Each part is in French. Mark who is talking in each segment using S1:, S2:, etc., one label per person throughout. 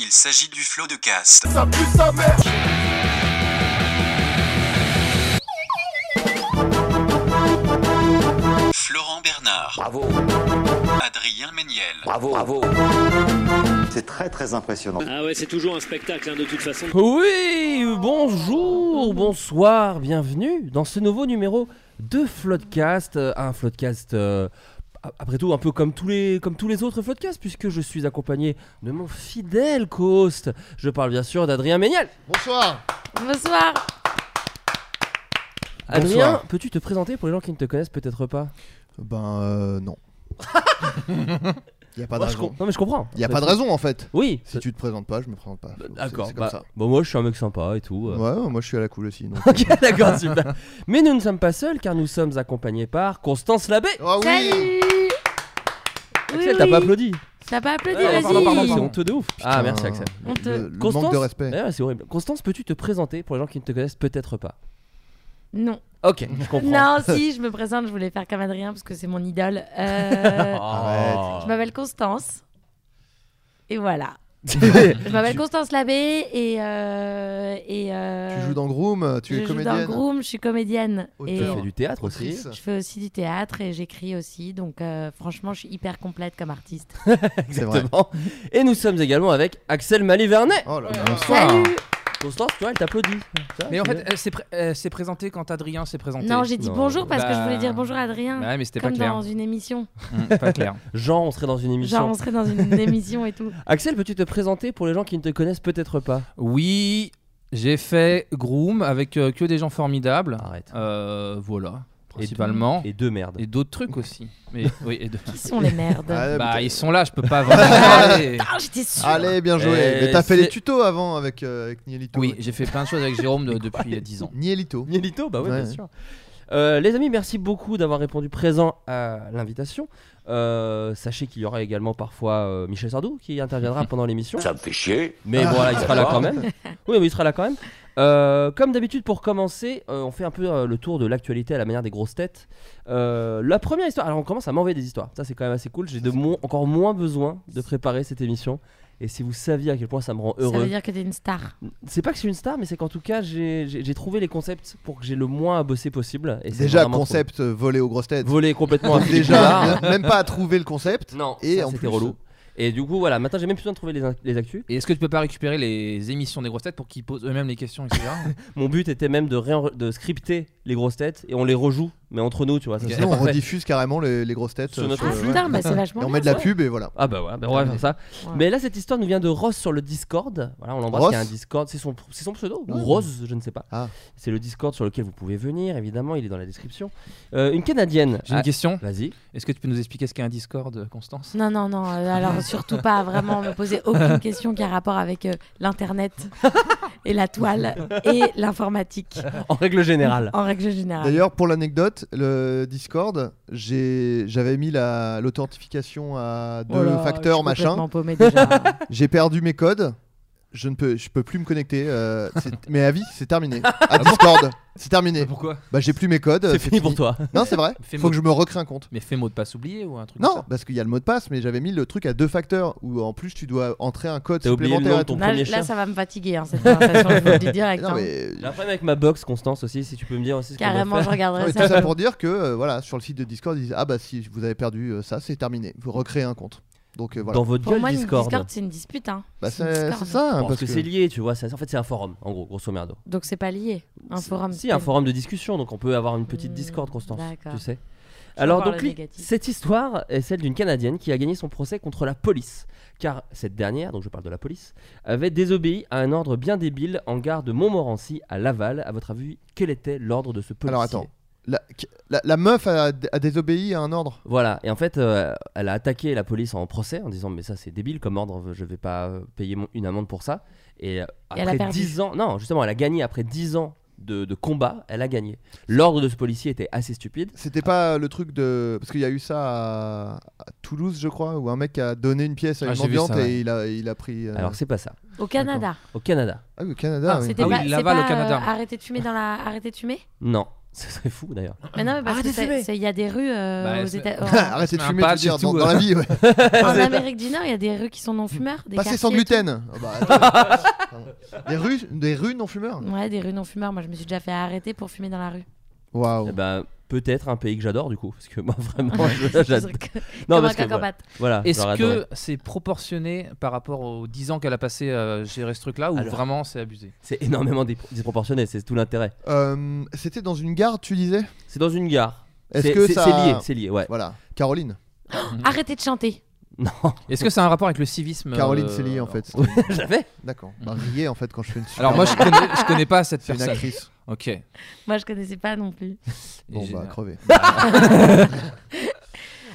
S1: Il s'agit du flot de cast.
S2: Ça pue sa mère
S1: Florent Bernard,
S3: Bravo,
S1: Adrien Méniel,
S3: bravo, bravo.
S4: C'est très très impressionnant.
S5: Ah ouais, c'est toujours un spectacle hein, de toute façon.
S6: Oui, bonjour, bonsoir, bienvenue dans ce nouveau numéro de Floodcast. Euh, Un Floodcast, euh, a- après tout, un peu comme tous les, comme tous les autres Floodcasts, puisque je suis accompagné de mon fidèle co-host. Je parle bien sûr d'Adrien Méniel.
S2: Bonsoir
S7: Bonsoir.
S6: Adrien, peux-tu te présenter pour les gens qui ne te connaissent peut-être pas
S2: Ben euh, non. Il a pas de
S6: Moi, je
S2: raison.
S6: com- Non, mais je comprends.
S2: Il a pas de raison en fait.
S6: Oui.
S2: Si tu te présentes pas, je me présente pas. C'est-
S6: Euh, D'accord,
S2: c'est comme
S6: bah,
S2: ça.
S6: bon, moi je suis un mec sympa et tout. euh.
S2: Ouais, ouais, moi je suis à la cool aussi. donc.
S6: Ok, d'accord, super. Mais nous ne sommes pas seuls car nous sommes accompagnés par Constance Labbé.
S2: Ah oui
S7: Salut.
S6: Axel, t'as pas applaudi
S7: T'as pas applaudi,
S6: Ouais,
S7: vas-y.
S6: pardon, pardon, c'est honteux de ouf. ah,
S2: Putain,
S6: merci Axel.
S7: On te-
S2: Le, le
S6: Constance
S2: manque de respect.
S6: D'ailleurs, c'est horrible. Constance, peux-tu te présenter pour les gens qui ne te connaissent peut-être pas
S7: Non.
S6: Ok, je comprends.
S7: Non, si, je me présente, je voulais faire comme Adrien parce que c'est mon idole. Euh,
S6: Oh.
S7: je m'appelle Constance. Et voilà. Je m'appelle Constance Labbé et. euh, et euh,
S2: Tu joues dans Groom, tu
S7: je
S2: es
S7: joue dans
S2: comédienne.
S7: Groom, je suis comédienne.
S2: Auteur.
S7: Et
S6: Tu fais du théâtre aussi.
S2: Autrice.
S7: je fais aussi du théâtre et j'écris aussi. Donc, euh, franchement, je suis hyper complète comme artiste.
S6: Exactement. Et nous sommes également avec Axel Malivernet.
S2: Oh là là.
S7: Salut
S6: Constance, tu vois, elle t'applaudit. Ça,
S8: Mais en
S6: c'est
S8: fait, elle s'est pré- elle s'est présentée quand Adrien s'est présenté.
S7: Non, j'ai dit
S6: Non.
S7: bonjour parce que je
S8: Bah,
S7: voulais dire bonjour à Adrien.
S8: Ouais, mais c'était pas
S7: Comme
S8: clair.
S7: dans une émission.
S8: Mm, pas clair.
S6: bien. Genre, on serait dans une émission.
S7: Genre, on serait dans une émission et tout.
S6: Axel, peux-tu te présenter pour les gens qui ne te connaissent peut-être pas
S8: Oui, j'ai fait Groom avec euh, que des gens formidables.
S6: Arrête.
S8: Euh, voilà,
S6: Et deux-
S8: principalement.
S6: Et deux merdes.
S8: Et d'autres trucs aussi. Mais oui, et de-
S7: Qui sont les merdes
S2: Ouais,
S8: Bah,
S2: putain.
S8: ils sont là, je peux pas vraiment parler.
S7: Ah, j'étais sûre
S2: Allez, bien joué.
S6: Eh,
S2: Mais t'as fait
S6: c'est-
S2: les tutos avant avec, euh, avec Nielito.
S8: Oui, j'ai fait plein de choses avec Jérôme de- depuis euh, 10 ans.
S2: Nielito.
S6: Nielito, bah oui,
S2: Ouais.
S6: bien sûr. Euh, les amis, merci beaucoup d'avoir répondu présent à l'invitation. Euh, sachez qu'il y aura également parfois euh, Michel Sardou qui interviendra pendant l'émission.
S3: Ça me fait chier.
S6: Mais bon, là, il sera là quand même. Oui, mais il sera là quand même. Euh, comme d'habitude, pour commencer, euh, on fait un peu euh, le tour de l'actualité à la manière des grosses têtes. Euh, la première histoire, alors on commence à m'envoyer des histoires. Ça, c'est quand même assez cool. J'ai de mo- encore moins besoin de préparer cette émission. Et si vous saviez à quel point ça me rend
S7: Ça veut
S6: heureux,
S7: dire que t'es une star.
S2: Ah,
S6: c'est pas que je suis une star, mais c'est qu'en tout cas, j'ai- j'ai j'ai trouvé les concepts pour que j'ai le moins à bosser possible. Et c'est
S2: Déjà,
S6: vraiment
S2: concept euh, volé aux grosses
S6: trop-
S2: têtes.
S6: volé complètement à
S2: Donc
S6: Philippe
S2: déjà,
S6: Bouvard.
S2: même pas à trouver le concept.
S6: Non,
S2: Et
S6: et
S2: en
S6: c'était
S2: plus-
S6: relou. Et du coup, voilà, maintenant j'ai même plus besoin de trouver les, in- les actus.
S8: Et est-ce que tu peux pas récupérer les émissions des grosses têtes pour qu'ils posent eux-mêmes les questions, etc.
S6: Mon but était même de, réen- de scripter les grosses têtes et on les rejoue, mais entre nous, tu vois. Ça,
S8: Ok.
S6: c'est
S2: Sinon, on
S6: parfait.
S2: rediffuse carrément les, les grosses têtes.
S6: Sur
S2: euh,
S6: notre
S7: Ah
S2: sur-
S6: flux.
S2: ouais.
S7: putain, bah c'est
S2: Et
S7: vachement
S2: on
S7: bien,
S2: met de la
S7: ça.
S2: pub et voilà.
S6: Ah bah ouais, bah on va faire ça.
S7: Ouais.
S6: Mais là, cette histoire nous vient de Ross sur le Discord. Voilà, on l'embrasse,
S2: Ross
S6: il y a un Discord. C'est son, c'est son pseudo Ou
S2: Ouais.
S6: Rose, je ne sais pas.
S2: Ah.
S6: C'est le Discord sur lequel vous pouvez venir, évidemment, il est dans la description. Euh, une Canadienne.
S8: J'ai une
S6: Ah,
S8: question.
S6: Vas-y.
S8: Est-ce que tu peux nous expliquer ce qu'est un Discord, euh, Constance
S7: Non, non, non, euh, alors surtout pas vraiment me poser aucune question qui a rapport avec euh, l'internet et la toile et l'informatique
S6: En règle générale.
S7: en règle générale.
S2: D'ailleurs, pour l'anecdote, le Discord, j'ai- j'avais mis la- l'authentification à deux
S7: Oh là,
S2: facteurs,
S7: je suis
S2: machin.
S7: complètement paumée déjà.
S2: J'ai perdu mes codes. Je ne peux, je peux plus me connecter. euh, c'est- mais à vie, c'est terminé. À Discord, c'est terminé.
S8: Pourquoi
S2: Bah, j'ai plus mes codes. euh,
S6: C'est fini pour toi.
S2: Non, c'est vrai.
S8: Fais
S2: Faut
S8: mot-
S2: que je me recrée un compte.
S8: Mais fais mot de passe oublié ou un truc comme
S2: Non,
S8: ça
S2: parce qu'il y a le mot de passe, mais j'avais mis le truc à deux facteurs où en plus tu dois entrer un code
S6: T'as oublié le
S2: supplémentaire.
S6: nom
S2: et
S6: de ton
S2: tout.
S7: Là,
S6: premier
S7: là,
S6: chien.
S7: ça va me fatiguer, hein, cette conversation, je vous le dis direct.
S2: Non,
S7: hein.
S2: mais
S6: J'ai un problème avec ma box, Constance aussi, si tu peux me dire aussi ce qu'on doit
S7: Carrément,
S6: faire.
S7: je
S2: Non,
S7: regarderai
S2: mais
S7: ça.
S2: tout ça pour dire que euh, voilà, sur le site de Discord, ils disent ah bah si vous avez perdu euh, ça, c'est terminé. Vous recréez un compte. Donc euh, voilà.
S6: Dans votre
S7: Pour
S6: gueule,
S7: moi, une
S6: Discord.
S7: Discord, c'est une dispute. Hein.
S2: Bah,
S7: C'est une
S2: c'est
S7: Discord.
S2: c'est ça. hein,
S6: Ah, Parce, que, c'est
S2: lié.
S6: lié, tu vois. ça- en fait, c'est un forum, en gros, grosso merdo.
S7: Donc, c'est pas lié. Un
S6: Si-
S7: forum.
S6: Si, un forum de discussion, donc on peut avoir une petite
S7: Hmm,
S6: discorde, Constance.
S7: d'accord.
S6: Tu sais.
S7: Je
S6: Alors,
S7: parle
S6: donc,
S7: le
S6: li-
S7: négatif.
S6: cette histoire est celle d'une Canadienne qui a gagné son procès contre la police. Car cette dernière, donc je parle de la police, avait désobéi à un ordre bien débile en gare de Montmorency à Laval. À votre avis, quel était l'ordre de ce policier
S2: Alors attends, la, qu- la- la meuf a, a désobéi à un ordre.
S6: Voilà, et en fait, euh, elle a attaqué la police en procès en disant Mais ça, c'est débile comme ordre, je vais pas euh, payer mon- une amende pour ça. Et euh,
S7: Et elle a
S6: après
S7: perdu.
S6: 10 ans, non, justement, elle a gagné après 10 ans de, de combat, elle a gagné. L'ordre de ce policier était assez stupide.
S2: C'était pas le truc de parce qu'il y a eu ça à, à Toulouse, je crois, où un mec a donné une pièce à
S8: Ah,
S2: une
S8: j'ai vu
S2: ambiante
S8: ça, ouais.
S2: et il a il a pris. euh,
S6: Alors, c'est pas ça.
S7: Au Canada.
S6: Au Canada.
S2: Ah oui, au Canada.
S8: Ah,
S2: oui.
S7: C'était
S8: Ah oui,
S7: pas, c'est
S8: Laval au
S7: pas,
S8: Canada.
S7: euh, arrêtez de fumer dans la. Arrêtez de fumer
S6: Non, Ce serait fou d'ailleurs.
S7: Mais non, mais
S6: Ah.
S7: parce
S6: Arrêtez
S7: que
S6: de fumer.
S7: c'est- c'est- il y a des rues euh,
S8: Bah,
S7: aux
S8: c'est-
S7: États- en-
S2: Arrête de
S8: Un
S2: fumer, je veux
S8: patch et
S2: dire, dans,
S8: tout,
S2: dans la
S8: euh.
S2: vie. ouais.
S7: en, Amérique du Nord, il y a des rues qui sont non fumeurs. Des
S2: Passer sans
S7: quartiers et tout.
S2: gluten. Oh, bah, attends. Pardon. des rues, des rues non fumeurs.
S7: Ouais, des rues non fumeurs. Moi, je me suis déjà fait arrêter pour fumer dans la rue.
S2: Waouh.
S6: Eh ben, peut-être un pays que j'adore du coup, parce que moi vraiment,
S7: C'est
S6: j'adore.
S7: sûr que-
S6: Ah, Non,
S7: comme
S6: parce
S7: un
S6: que voilà,
S7: cacahuète.
S6: voilà, Ah, j'aurais
S8: Est-ce
S6: adoré.
S8: que c'est proportionné par rapport aux 10 ans qu'elle a passé euh, gérer ce truc-là ou
S6: Alors.
S8: vraiment c'est abusé
S6: c'est énormément dé- disproportionné, c'est tout l'intérêt.
S2: Euh, C'était dans une gare, tu disais
S6: C'est dans une gare.
S2: Est-ce
S6: C'est-
S2: que
S6: c'est
S2: ça-
S6: c'est lié, c'est lié, ouais.
S2: Voilà, Caroline.
S7: Arrêtez de chanter.
S6: Non,
S8: Est-ce que c'est un rapport avec le civisme
S2: Caroline,
S8: euh,
S2: c'est lié en fait.
S6: j'avais.
S2: D'accord. Bah, riez en fait quand je fais une
S8: Alors moi je connais, je connais pas cette
S2: c'est une
S8: personne.
S2: actrice.
S8: Ok. Et
S7: Moi, je connaissais pas non plus.
S2: Bon
S8: j'ai-
S2: bah crevé.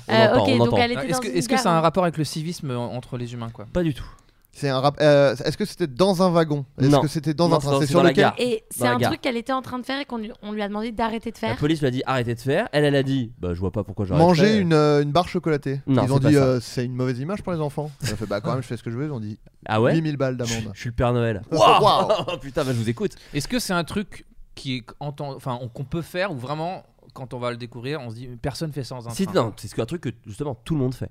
S6: On
S7: Euh,
S6: entend,
S7: ok,
S6: on
S7: donc
S6: entend.
S7: elle était
S8: Ah,
S7: dans
S8: Est-ce que,
S7: une
S8: est-ce que ça a un
S7: gare.
S8: rapport avec le civisme euh, entre les humains quoi
S6: Pas du tout.
S2: C'est un rap. euh, Est-ce que c'était dans un wagon Est-ce
S6: Non.
S2: que c'était dans
S6: Non,
S2: un train
S6: c'est
S2: sur
S6: dans la
S2: lequel
S6: gare.
S7: Et c'est
S6: Dans la
S7: un
S6: gare.
S7: truc qu'elle était en train de faire et qu'on lui, on lui a demandé d'arrêter de
S6: La
S7: faire.
S6: police lui a dit arrêtez de faire. Elle, elle a dit bah je vois pas pourquoi j'arrête.
S2: Manger une, euh, une barre chocolatée.
S6: Non,
S2: ils ont
S6: c'est pas
S2: dit
S6: ça.
S2: euh, c'est une mauvaise image pour les enfants. Ils ont fait bah quand même je fais ce que je veux. Ils ont dit
S6: Ah ouais.
S2: 8000 balles
S6: Je
S2: d'amende.
S6: je suis le Père Noël.
S2: Waouh.
S6: Waouh Putain, bah, je vous écoute.
S8: Est-ce que c'est un truc qui est enten- enfin on- qu'on peut faire ou vraiment quand on va le découvrir on se dit personne fait ça dans un
S6: Si,
S8: train
S6: non, c'est un truc que justement tout le monde fait.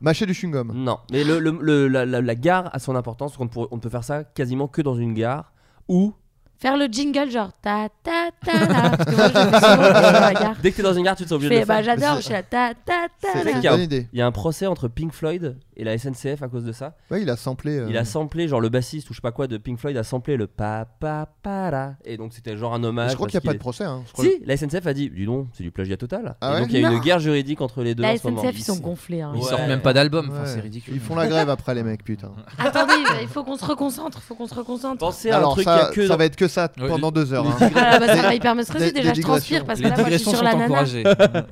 S2: Mâcher du chewing gum.
S6: Non, mais le, le- le- la, la- la gare a son importance. parce qu'on ne pourrait- on ne peut faire ça quasiment que dans une gare ou
S7: Faire le jingle, genre ta ta ta la. Parce que moi, je le fais souvent quand je vais à la gare.
S6: dès que t'es dans une gare, tu te sens
S7: Je
S6: obligé de
S7: fais,
S6: le
S7: bah,
S6: faire.
S7: j'adore, je suis là, ta ta ta
S6: mec
S2: C'est c'est
S7: la.
S2: une
S6: qui a-
S2: bonne idée.
S6: Il y a un procès entre Pink Floyd et la SNCF à cause de ça.
S2: Ouais, il a samplé. euh,
S6: Il a samplé, genre le bassiste ou je sais pas quoi de Pink Floyd a samplé le pa pa pa la. Et donc c'était genre un hommage.
S2: Je crois
S6: parce
S2: qu'il n'y a pas de
S6: est-
S2: procès. hein. Je crois-
S6: Si, la SNCF a dit, dis donc, c'est du plagiat total.
S2: Ah
S6: et
S2: ouais
S6: donc il y a
S7: Non.
S6: une guerre juridique entre les deux
S7: La
S6: en ce moment.
S7: SNCF, ils sont gonflés. hein.
S8: Ils
S6: Ouais.
S8: sortent même pas d'album,
S2: Ouais.
S8: enfin, c'est ridicule.
S2: Ils font la grève après les mecs putain.
S7: Attendez, il faut qu'on se reconcentre, faut qu'on se reconcentre.
S6: Pensez à un
S2: Alors
S6: truc
S2: ça,
S6: qu'il y a que
S2: ça
S6: dans-
S2: va être que ça
S8: Ouais,
S2: pendant deux heures. hein.
S7: Ah, bah, ça va
S2: Des-
S7: hyper me stresser
S2: des-
S7: déjà,
S2: des
S7: je transpire
S2: digressions.
S7: parce que
S8: Les
S7: là, moi, je suis
S8: digressions
S7: sur
S8: sont
S7: la nana.
S8: encouragées.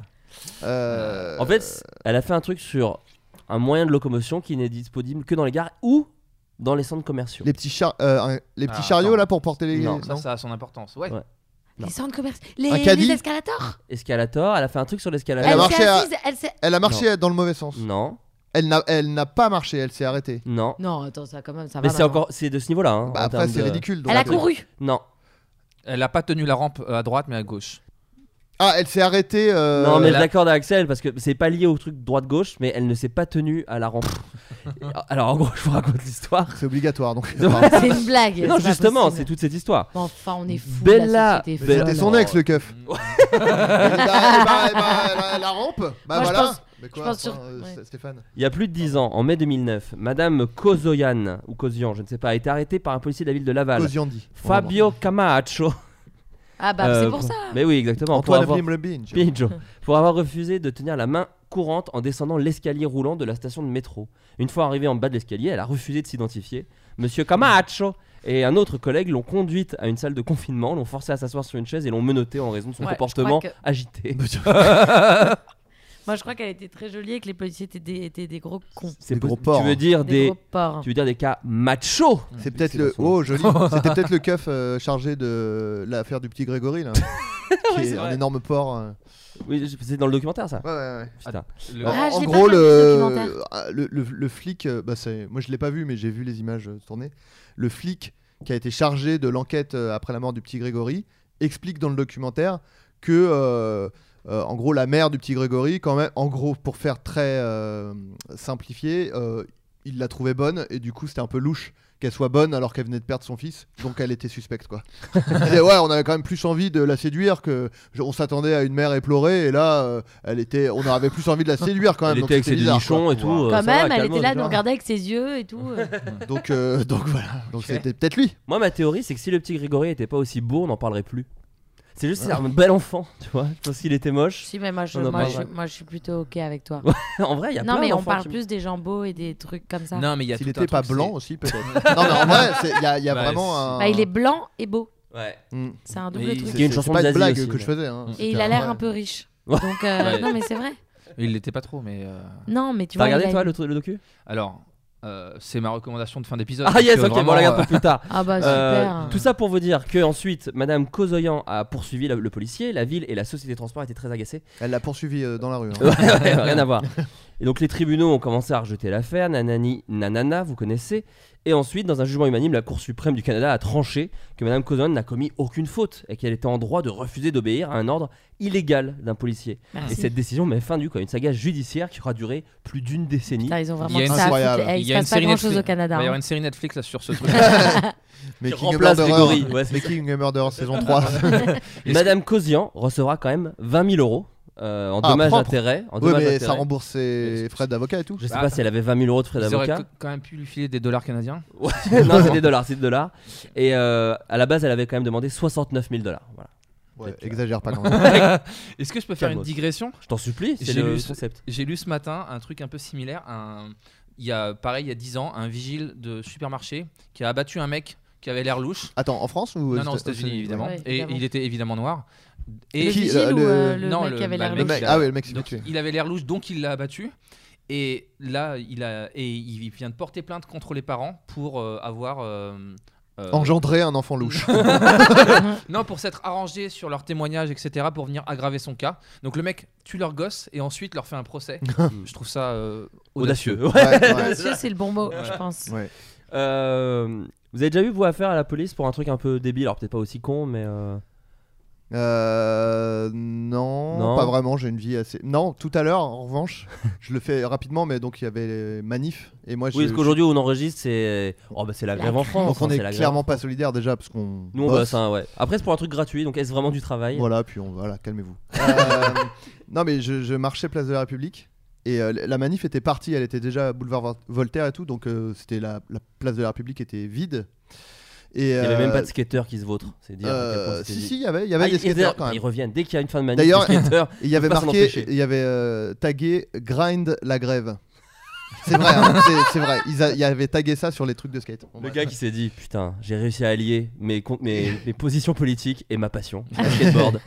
S2: Euh,
S6: En fait, c- elle a fait un truc sur un moyen de locomotion qui n'est disponible que dans les gares ou dans les centres commerciaux.
S2: les petits char- euh, un- les petits
S8: Ah,
S2: chariots
S8: attends.
S2: là pour porter les.
S6: Non,
S8: ça, ça a son importance. Ouais.
S6: Ouais.
S7: Les centres commerciaux, les,
S2: Un caddie
S7: les escalators.
S6: Escalator, elle a fait un truc sur
S2: Elle a
S6: l'escalator.
S7: Elle
S2: marché
S7: s'est
S2: à-
S7: assise, elle s'est-
S2: Elle a marché dans le mauvais sens.
S6: Non,
S2: Elle n'a elle n'a pas marché. Elle s'est arrêtée.
S6: non.
S7: Non, attends, ça quand même, ça va.
S6: Mais c'est
S7: maintenant.
S6: encore, c'est de ce niveau-là. hein,
S2: Bah,
S6: en
S2: après
S6: termes
S2: c'est
S6: de-
S2: ridicule. donc.
S7: Elle a couru.
S6: Non,
S8: Elle a pas tenu la rampe euh, à droite mais à gauche.
S2: Ah elle s'est arrêtée. euh,
S6: non, mais je
S8: la-
S6: l'accorde à Axel parce que c'est pas lié au truc droite gauche, mais elle ne s'est pas tenue à la rampe. Alors en gros, je vous raconte l'histoire.
S2: C'est obligatoire donc.
S6: Non,
S7: C'est une blague.
S6: Non,
S7: c'est pas
S6: justement, c'est
S7: possible.
S6: toute cette histoire.
S7: Bon, Enfin, on est fou.
S6: Bella, Bella.
S2: C'était son ex le keuf. Eh ben, eh ben, eh ben, la, la rampe Bah
S7: Moi, je
S2: voilà
S7: pense-
S2: Mais quoi,
S7: je pense
S2: enfin,
S7: sur-
S2: euh,
S7: ouais.
S2: Sté- Stéphane
S6: Il y a plus de 10 ans, en mai 2009, Madame Kozoyan, ou Kozian, je ne sais pas, a été arrêtée par un policier de la ville de Laval.
S2: Cosiandi.
S6: Fabio Camacho.
S7: Ah bah, c'est
S6: Euh,
S7: pour ça.
S6: Mais oui, exactement. pour
S2: Antoine
S6: avoir-
S2: Abim Lebin, je-
S6: Pinjo, pour avoir refusé de tenir la main courante en descendant l'escalier roulant de la station de métro. Une fois arrivée en bas de l'escalier, elle a refusé de s'identifier. Monsieur Camacho et un autre collègue l'ont conduite à une salle de confinement, l'ont forcée à s'asseoir sur une chaise et l'ont menottée en raison de son
S7: Ouais, je
S6: comportement
S7: crois que-
S6: agité.
S2: Bah,
S7: Moi, je crois qu'elle était très jolie et que les policiers étaient des, étaient des gros cons.
S6: C'est
S2: Des
S6: pos-
S2: gros porcs, hein.
S6: Tu veux dire
S7: Des,
S6: des,
S7: gros porcs.
S6: tu veux dire des cas macho
S2: C'est peut-être
S6: c'est
S2: le.
S6: dans son-
S2: Oh, joli C'était peut-être le keuf euh, chargé de l'affaire du petit Grégory là. qui
S6: Ouais,
S2: est
S6: c'est
S2: un
S6: vrai.
S2: énorme porc. euh.
S6: Oui, je- c'est dans le documentaire ça.
S2: Ouais, ouais, ouais.
S6: Putain.
S8: Le-
S7: Ah, je
S2: en
S7: l'ai pas
S2: gros,
S7: regardé, ce
S2: le,
S7: documentaire.
S2: ah, le, le, le flic, euh, bah c'est- moi je l'ai pas vu, mais j'ai vu les images euh, tourner. Le flic qui a été chargé de l'enquête euh, après la mort du petit Grégory explique dans le documentaire que, euh, euh, en gros, la mère du petit Grégory, quand même, en gros, pour faire très euh, simplifié, euh, il la trouvait bonne et du coup, c'était un peu louche qu'elle soit bonne alors qu'elle venait de perdre son fils, donc elle était suspecte quoi. Il disait, ouais, on avait quand même plus envie de la séduire que je- on s'attendait à une mère éplorée et là, euh, elle était, on avait plus envie de la séduire quand même.
S6: Elle
S2: donc
S6: était avec
S2: c'était
S6: ses
S2: bizarre,
S6: nichons et tout. euh, ça
S7: Quand
S6: va,
S7: même, elle
S6: calme-toi,
S7: était là,
S6: tu
S7: nous
S6: vois.
S7: regardait avec ses yeux et tout. euh.
S2: quoi. Donc, euh, donc voilà, donc
S8: Ok.
S2: c'était peut-être lui.
S6: Moi, ma théorie, c'est que si le petit Grégory était pas aussi beau, on n'en parlerait plus. C'est juste, c'est un bel enfant, tu vois. Parce qu'il était moche.
S7: Si, mais moi, je,
S6: Non, non,
S7: moi,
S6: mais-
S7: je, moi, je suis plutôt OK avec toi.
S6: en vrai, il y a
S7: non,
S6: plein
S7: mais on
S6: d'enfants
S7: parle
S6: qui-
S7: plus des gens beaux et des trucs comme ça.
S8: Non mais il y a
S2: S'il
S8: tout
S2: était
S8: un
S2: pas
S8: truc,
S2: blanc
S8: c'est-
S2: aussi, peut-être. non, mais en vrai, c'est- il y a, il y a
S8: Bah,
S2: vraiment
S8: c'est-
S2: un.
S7: Bah, il est blanc et beau.
S6: Ouais.
S2: Mm.
S7: C'est un
S8: Mais
S7: double
S8: il-
S7: truc.
S6: Il y a une
S2: C'est-
S6: chanson
S2: c'est
S6: de
S2: pas une
S6: Zazie
S2: blague
S6: aussi,
S2: que je
S6: mais-
S2: faisais. hein.
S7: Et
S2: C'était
S7: il a l'air
S2: vrai.
S7: un peu riche.
S6: Ouais.
S7: Donc, euh,
S8: Ouais.
S7: non, mais c'est vrai.
S8: Il l'était pas trop mais. euh,
S7: Non, mais tu
S6: T'as
S7: vois. il
S6: regardé
S7: a
S6: toi
S7: une-
S6: le, tru- le docu
S8: Alors euh, c'est ma recommandation de fin d'épisode.
S6: Ah
S8: parce
S6: yes,
S2: euh,
S8: que
S6: ok, bon, on
S8: vraiment, euh,
S6: la garde pour plus tard.
S7: Ah bah
S6: Euh,
S7: super.
S6: tout ça pour vous dire que ensuite, Madame Kozoyan a poursuivi la- le policier, la ville et la société de transport étaient très agacées.
S2: Elle l'a poursuivi euh, dans la rue. hein.
S6: Ouais, ouais, rien à voir. Et donc les tribunaux ont commencé à rejeter l'affaire, nanani, nanana, vous connaissez. Et ensuite, dans un jugement unanime, la Cour suprême du Canada a tranché que Madame Cozon n'a commis aucune faute et qu'elle était en droit de refuser d'obéir à un ordre illégal d'un policier. Et
S7: Merci.
S6: cette décision met fin du coup à une saga judiciaire qui aura duré plus d'une décennie.
S7: Putain, ils ont
S8: Il
S7: vraiment
S8: y a
S7: que ça.
S8: une-
S7: à foutre.
S2: Incroyable.
S7: Eh,
S8: Il
S7: Il
S8: y
S7: se
S8: a
S7: passe
S8: une
S7: pas
S8: série
S7: grand chose
S8: Netflix. Bah,
S7: au Canada.
S8: Il va y
S7: hein.
S8: avoir une série Netflix là sur ce truc.
S2: Making a
S6: remplace Grégory,
S2: Murderer.
S6: ouais, c'est
S2: Making a Murderer saison 3.
S6: Madame Cosian recevra quand même 20 000 euros euh, en
S2: Ah,
S6: dommages
S2: propre.
S6: d'intérêt. en
S2: ouais,
S6: dommages
S2: mais
S6: d'intérêt.
S2: ça rembourse ses frais d'avocat et tout.
S6: Je sais
S8: Ah.
S6: pas si elle avait 20 000 euros de frais
S8: Ils auraient
S6: d'avocat.
S8: qu- quand même pu lui filer des dollars canadiens.
S6: non, c'est des dollars, c'est des dollars. Et euh, à la base, elle avait quand même demandé 69 000 dollars. Voilà.
S2: Ouais,
S6: Peut-être. euh.
S2: exagère pas quand même.
S8: Est-ce que je peux faire une
S6: Calme-toi.
S8: digression
S6: Je t'en supplie, c'est
S8: J'ai
S6: le
S8: lu ce-
S6: concept.
S8: J'ai lu ce matin un truc un peu similaire. Un... Il y a, pareil, il y a 10 ans, un vigile de supermarché qui a abattu un mec qui avait l'air louche.
S2: Attends, en France ou euh,
S8: non, non, aux
S2: États-
S8: États-Unis, évidemment.
S7: Ouais,
S8: et
S7: évidemment.
S8: il était évidemment noir.
S7: Le
S8: Et
S2: Qui,
S7: vigile
S2: euh,
S7: ou
S2: le-
S7: euh, le
S8: Non,
S7: mec
S8: le-
S7: qui avait
S8: bah,
S7: l'air
S8: le
S2: Le
S7: louche
S2: mec-
S8: il a-
S2: Ah ouais, le mec s'est fait
S8: donc,
S2: tuer.
S8: il avait l'air louche, donc il l'a abattu. Et là, il, a, et il vient de porter plainte contre les parents pour euh, avoir. euh, euh,
S2: Engendrer un enfant louche.
S8: Non, pour s'être arrangé sur leur témoignage, etc., pour venir aggraver son cas. Donc le mec tue leur gosse et ensuite leur fait un procès. Je trouve ça euh, audacieux.
S6: Audacieux.
S2: Ouais, ouais.
S7: Audacieux, c'est le bon mot, je pense.
S2: Ouais.
S6: Euh, vous avez déjà eu vous affaire à la police pour un truc un peu débile, alors peut-être pas aussi con, mais euh,
S2: Euh, non,
S6: Non.
S2: pas vraiment. J'ai une vie assez. Non, tout à l'heure, en revanche, je le fais rapidement, mais donc il y avait les manifs et moi. je-
S6: oui, parce qu'aujourd'hui on enregistre, c'est oh bah c'est la
S7: La
S6: grève en
S7: grève.
S6: France.
S2: donc on
S6: hein,
S2: est
S6: c'est la grève.
S2: clairement pas solidaire déjà parce qu'on.
S6: Nous on
S2: bosse.
S6: bosse, hein, ouais. Après c'est pour un truc gratuit, donc est-ce vraiment du travail
S2: Voilà, puis on voilà, calmez-vous. Euh, non, mais je, je marchais place de la République et euh, la manif était partie, elle était déjà boulevard Vol- Voltaire et tout, donc euh, c'était la, la place de la République était vide. Et,
S6: Il y avait même pas de skateurs qui se vautrent, c'est dire. à quel point c'était
S2: Euh, si,
S6: dit.
S2: si, il y avait, il y
S6: Ah,
S2: avait
S6: ils-
S2: des skateurs
S6: ils-
S2: quand même.
S6: Ils reviennent dès qu'il y a une fin de manif.
S2: D'ailleurs-
S6: les skateurs,
S2: Et Il y avait
S6: pas s'en
S2: marqué,
S6: empêcher.
S2: il y avait euh, tagué grind la grève. C'est vrai, hein, c'est- c'est vrai. Ils a- il y avait tagué ça sur les trucs de skate. Bon, bah,
S6: Le
S2: bref.
S6: gars qui s'est dit putain, j'ai réussi à allier mes, con- mes, mes positions politiques et ma passion, le skateboard.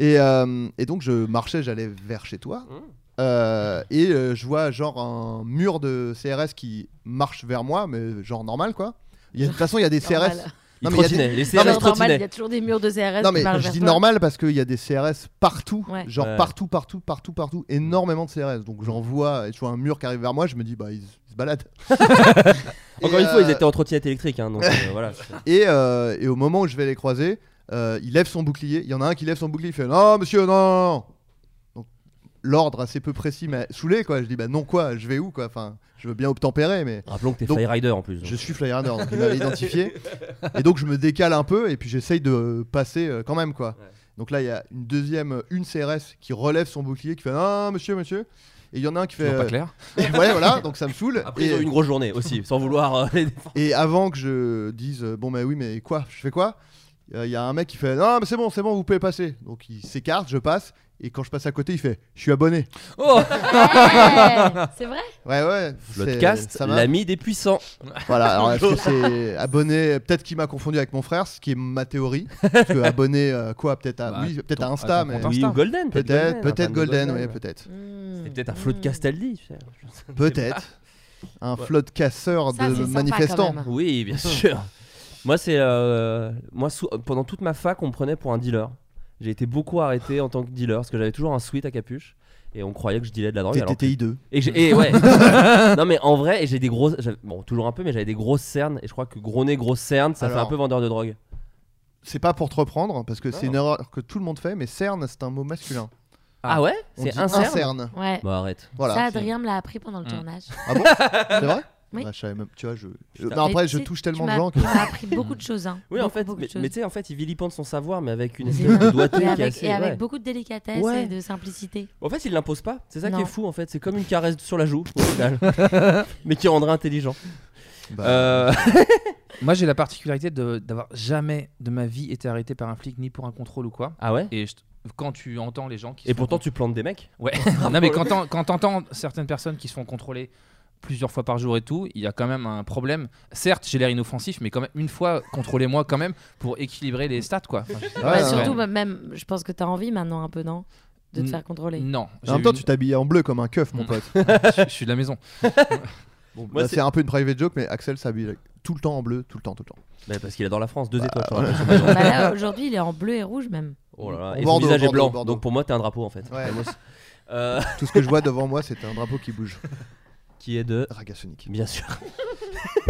S2: Et, euh, et donc je marchais, j'allais vers chez toi.
S6: Mmh.
S2: Euh, et euh, je vois genre un mur de CRS qui marche vers moi, mais genre normal quoi. Il y a- De toute façon, il y a des CRS.
S7: Normal.
S6: Il
S2: Non, mais il y a
S6: trottinait, les
S7: Genre,
S6: CRS
S7: normal, il y
S6: trottinaient.
S7: a toujours des murs de CRS
S2: Non
S7: qui
S2: mais
S7: marchent
S2: je
S7: vers
S2: dis
S7: toi.
S2: normal parce qu'il y a des CRS partout,
S7: Ouais.
S2: genre
S6: Ouais.
S2: partout, partout, partout, partout, énormément de CRS. Donc j'en vois, et je vois un mur qui arrive vers moi, je me dis bah ils, ils se baladent. Et,
S6: Encore une fois,
S2: euh,
S6: ils étaient en trottinette électrique, hein, donc euh, voilà.
S2: Et, euh, et au moment où je vais les croiser, euh, il lève son bouclier. Il y en a un qui lève son bouclier. Il fait Non, monsieur, non, non. Donc, l'ordre assez peu précis m'a saoulé. Quoi. Je dis Bah non, quoi, je vais où quoi enfin, Je veux bien obtempérer, mais
S6: Rappelons que t'es
S2: Donc,
S6: Flyrider en plus. donc.
S2: je suis Flyrunner. Donc il m'avait identifié. Et donc, je me décale un peu et puis j'essaye de passer euh, quand même. quoi.
S6: Ouais.
S2: Donc là, il y a une deuxième, une CRS qui relève son bouclier qui fait Non, monsieur, monsieur. Et il y en a un qui fait.
S8: Toujours pas
S2: euh,
S8: clair.
S2: ouais, voilà, donc ça me saoule.
S6: Après,
S2: et,
S6: ils ont eu une grosse journée aussi, sans vouloir euh, les défendre.
S2: Et avant que je dise euh, bon mais oui mais quoi je fais quoi Il y a un mec qui fait non mais c'est bon c'est bon vous pouvez passer donc il s'écarte je passe et quand je passe à côté il fait je suis abonné
S8: Oh
S7: Ouais, c'est vrai.
S2: ouais ouais c'est-
S6: Floodcast,
S2: ça m'a-
S6: l'ami des puissants.
S2: voilà alors est-ce que c'est abonné peut-être qu'il m'a confondu avec mon frère ce qui est ma théorie parce que abonné euh, quoi peut-être à
S8: Bah,
S2: oui peut-être à
S8: ton-
S2: Insta
S8: à ton
S2: mais
S8: compte Insta.
S6: Oui, ou Golden.
S2: peut-être peut-être Golden, ouais,
S6: oui
S2: peut-être Hmm.
S6: C'est peut-être un
S7: Hmm.
S6: Floodcast Aldi. tu sais.
S2: peut-être un flot de casseurs
S7: Ça, c'est
S2: de
S7: sympa, quand
S2: manifestants
S7: même.
S6: Oui, bien sûr. moi, c'est euh, moi sou- pendant toute ma fac, on me prenait pour un dealer. J'ai été beaucoup arrêté en tant que dealer parce que j'avais toujours un sweat à capuche et on croyait que je dealais de la drogue. alors que-
S2: TTTI 2
S6: Et, j'ai- et ouais. non mais en vrai, et j'ai des grosses, j'avais- bon toujours un peu, mais j'avais des grosses cernes et je crois que gros nez, grosses cernes, ça fait
S2: Alors.
S6: un peu vendeur de drogue.
S2: c'est pas pour te reprendre parce que c'est
S6: Non.
S2: une erreur que tout le monde fait mais CERN c'est un mot masculin
S6: Ah, ouais
S2: On
S6: C'est
S2: dit
S6: un cerne.
S2: CERN
S7: Ouais.
S6: Bah arrête.
S2: voilà
S7: ça,
S2: c'est-
S7: Adrien me l'a appris pendant le
S8: Mm.
S7: tournage.
S2: Ah bon C'est vrai
S7: Oui.
S2: Bah, je savais même, tu vois, je.
S6: Putain.
S2: Non, après,
S7: Mais
S2: je
S7: tu sais,
S2: touche
S7: Tu
S2: tellement de
S7: m'as
S2: gens que.
S7: tu m'as appris beaucoup de choses. hein.
S6: Oui en
S7: Beaucoup,
S6: fait,
S7: beaucoup de
S6: mais,
S7: choses.
S6: mais tu sais en fait, il vilipende son savoir mais avec une
S7: C'est
S6: espèce de
S7: vrai.
S6: doigté
S7: Et
S6: qui est
S7: avec,
S6: assez-
S7: et avec
S6: ouais.
S7: beaucoup de délicatesse
S6: Ouais.
S7: et de simplicité.
S6: En fait, il l'impose pas. C'est ça qui est
S7: Non.
S6: fou en fait. C'est comme une caresse sur la joue au final, mais qui rendrait intelligent.
S2: Bah,
S6: Euh,
S8: Moi, j'ai la particularité de- d'avoir jamais de ma vie été arrêté par un flic ni pour un contrôle ou quoi.
S6: Ah ouais.
S8: Et je- quand tu entends les gens qui. se
S6: Et
S8: font
S6: pourtant, tu plantes des mecs.
S8: Ouais. non mais quand t'en- quand t'entends certaines personnes qui se font contrôler plusieurs fois par jour et tout, il y a quand même un problème. Certes, j'ai l'air inoffensif, mais quand même une fois contrôlez-moi quand même pour équilibrer les stats quoi. Enfin, je-
S2: ouais,
S7: Bah,
S2: ouais,
S7: surtout,
S8: ouais.
S7: bah, même, je pense que t'as envie maintenant un peu, non De te
S8: Mm.
S7: faire contrôler.
S8: Non.
S2: En même temps, tu t'habilles en bleu comme un keuf, mon
S8: Mm.
S2: pote.
S8: je, je suis de la maison.
S2: Bon,
S6: Moi,
S2: là,
S6: c'est-
S2: c'est un peu une private joke, mais Axel s'habille tout le temps en bleu, tout le temps, tout le temps.
S6: Bah, parce qu'il adore la France. Deux étoiles. sur la France.
S7: Bah, là, Aujourd'hui, il est en bleu et rouge même.
S6: Oh là là.
S2: Au
S6: Et son
S2: Bordeaux,
S6: visage est
S2: Bordeaux,
S6: blanc.
S2: Bordeaux.
S6: Donc pour moi, t'es un drapeau en fait.
S2: Ouais.
S6: Moi, euh,
S2: Tout ce que je vois devant moi, c'est un drapeau qui bouge.
S6: qui est de
S2: Raga Sonic.
S6: Bien sûr.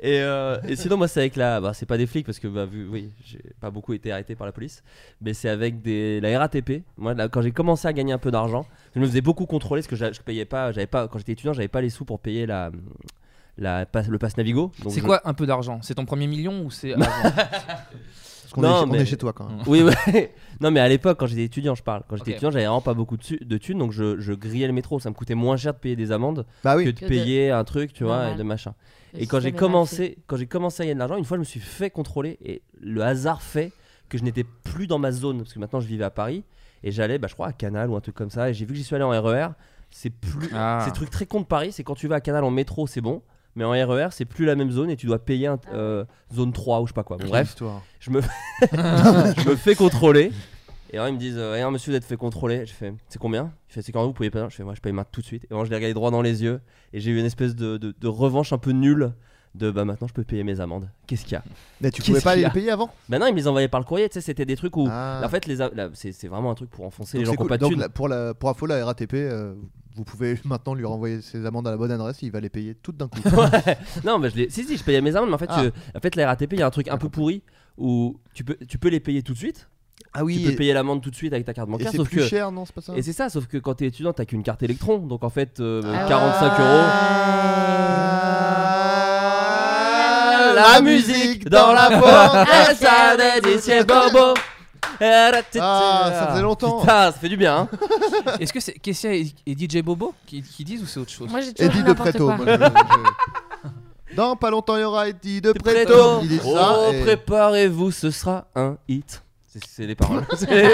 S6: et, euh, et sinon, moi, c'est avec la. Bah, c'est pas des flics parce que, bah, vu, oui, j'ai pas beaucoup été arrêté par la police, mais c'est avec des, la RATP. Moi, là, quand j'ai commencé à gagner un peu d'argent, je me faisais beaucoup contrôler parce que j'a- je payais pas. J'avais pas quand j'étais étudiant, j'avais pas les sous pour payer la, la passe- le pass Navigo. donc
S8: C'est
S6: je-
S8: quoi un peu d'argent C'est ton premier million ou c'est euh, avant
S2: Parce qu'on
S6: Non,
S2: est, on
S6: mais-
S2: est chez toi quand même.
S6: Oui, ouais. non, mais à l'époque, quand j'étais étudiant, je parle. Quand j'étais
S8: Ok.
S6: étudiant, j'avais vraiment pas beaucoup de, su- de thunes, donc je, je grillais le métro. Ça me coûtait moins cher de payer des amendes
S2: Bah
S6: que
S2: oui.
S6: de
S7: Que de-
S6: payer un truc, tu vois, et
S7: Normal.
S6: de machin.
S7: Le
S6: Et quand j'ai
S7: système est mal fait.
S6: commencé, quand j'ai commencé à gagner de l'argent, une fois je me suis fait contrôler et le hasard fait que je n'étais plus dans ma zone parce que maintenant je vivais à Paris et j'allais, bah, je crois à Canal ou un truc comme ça et j'ai vu que j'y suis allé en RER. C'est plus,
S8: Ah.
S6: c'est le truc très con de Paris, c'est quand tu vas à Canal en métro c'est bon, mais en RER c'est plus la même zone et tu dois payer
S7: Ah
S6: un, euh, zone 3 ou je sais pas quoi. Bon, bref,
S2: Histoire.
S6: je me, je me fais contrôler. Et alors, ils me disent, euh, Eh, non, monsieur, vous êtes fait contrôler. Je fais, c'est combien Il fait, c'est quand vous pouvez pas. Je fais, moi, je paye maintenant tout de suite. Et alors, je les regardais droit dans les yeux. Et j'ai eu une espèce de, de- de revanche un peu nulle de, bah maintenant, je peux payer mes amendes. Qu'est-ce qu'il y a
S2: Mais tu
S6: Qu'est-ce
S2: pouvais pas aller
S6: qu'il y a
S2: le payer avant
S6: Bah non, ils me les envoyaient par le courrier. Tu sais, c'était des trucs où.
S2: Ah.
S6: En fait, les a- la- c'est c'est vraiment un truc pour enfoncer
S2: Donc
S6: les gens
S2: c'est
S6: qui ont
S2: cool.
S6: pas de
S2: Donc
S6: thunes.
S2: la- pour, la, pour info, la RATP, euh, vous pouvez maintenant lui renvoyer ses amendes à la bonne adresse, il va les payer toutes d'un coup.
S6: Ouais. non, mais je les- si, si, je payais mes amendes, mais en fait,
S2: Ah.
S6: je- en fait la RATP, il y a un truc un peu pourri où tu peux, tu peux les payer tout de suite.
S2: ah
S6: tu peux payer l'amende tout de suite avec ta carte
S2: et,
S6: bancaire.
S2: c'est
S6: sauf
S2: plus
S6: que,
S2: cher, non C'est pas ça
S6: Et c'est ça, sauf que quand t'es étudiant, t'as qu'une carte électron. Donc en fait, euh,
S7: Ah.
S6: 45 euros.
S2: Ah,
S6: La musique dans la
S2: peau
S6: Ah, ça délicieux, bobo.
S2: Ah, ça faisait longtemps.
S6: Putain, ça fait du bien. hein.
S8: Est-ce que c'est Kessia et, et DJ Bobo qui, qui disent ou c'est autre chose
S7: Moi, j'ai
S2: Et
S7: toujours
S2: dit de
S7: n'importe
S2: Préto.
S7: quoi.
S2: moi, je- je- Dans pas longtemps, il y aura Eddie de Préto. Il dit ça.
S6: Oh,
S2: et-
S6: préparez-vous, ce sera un hit. C'est- C'est les paroles.
S2: et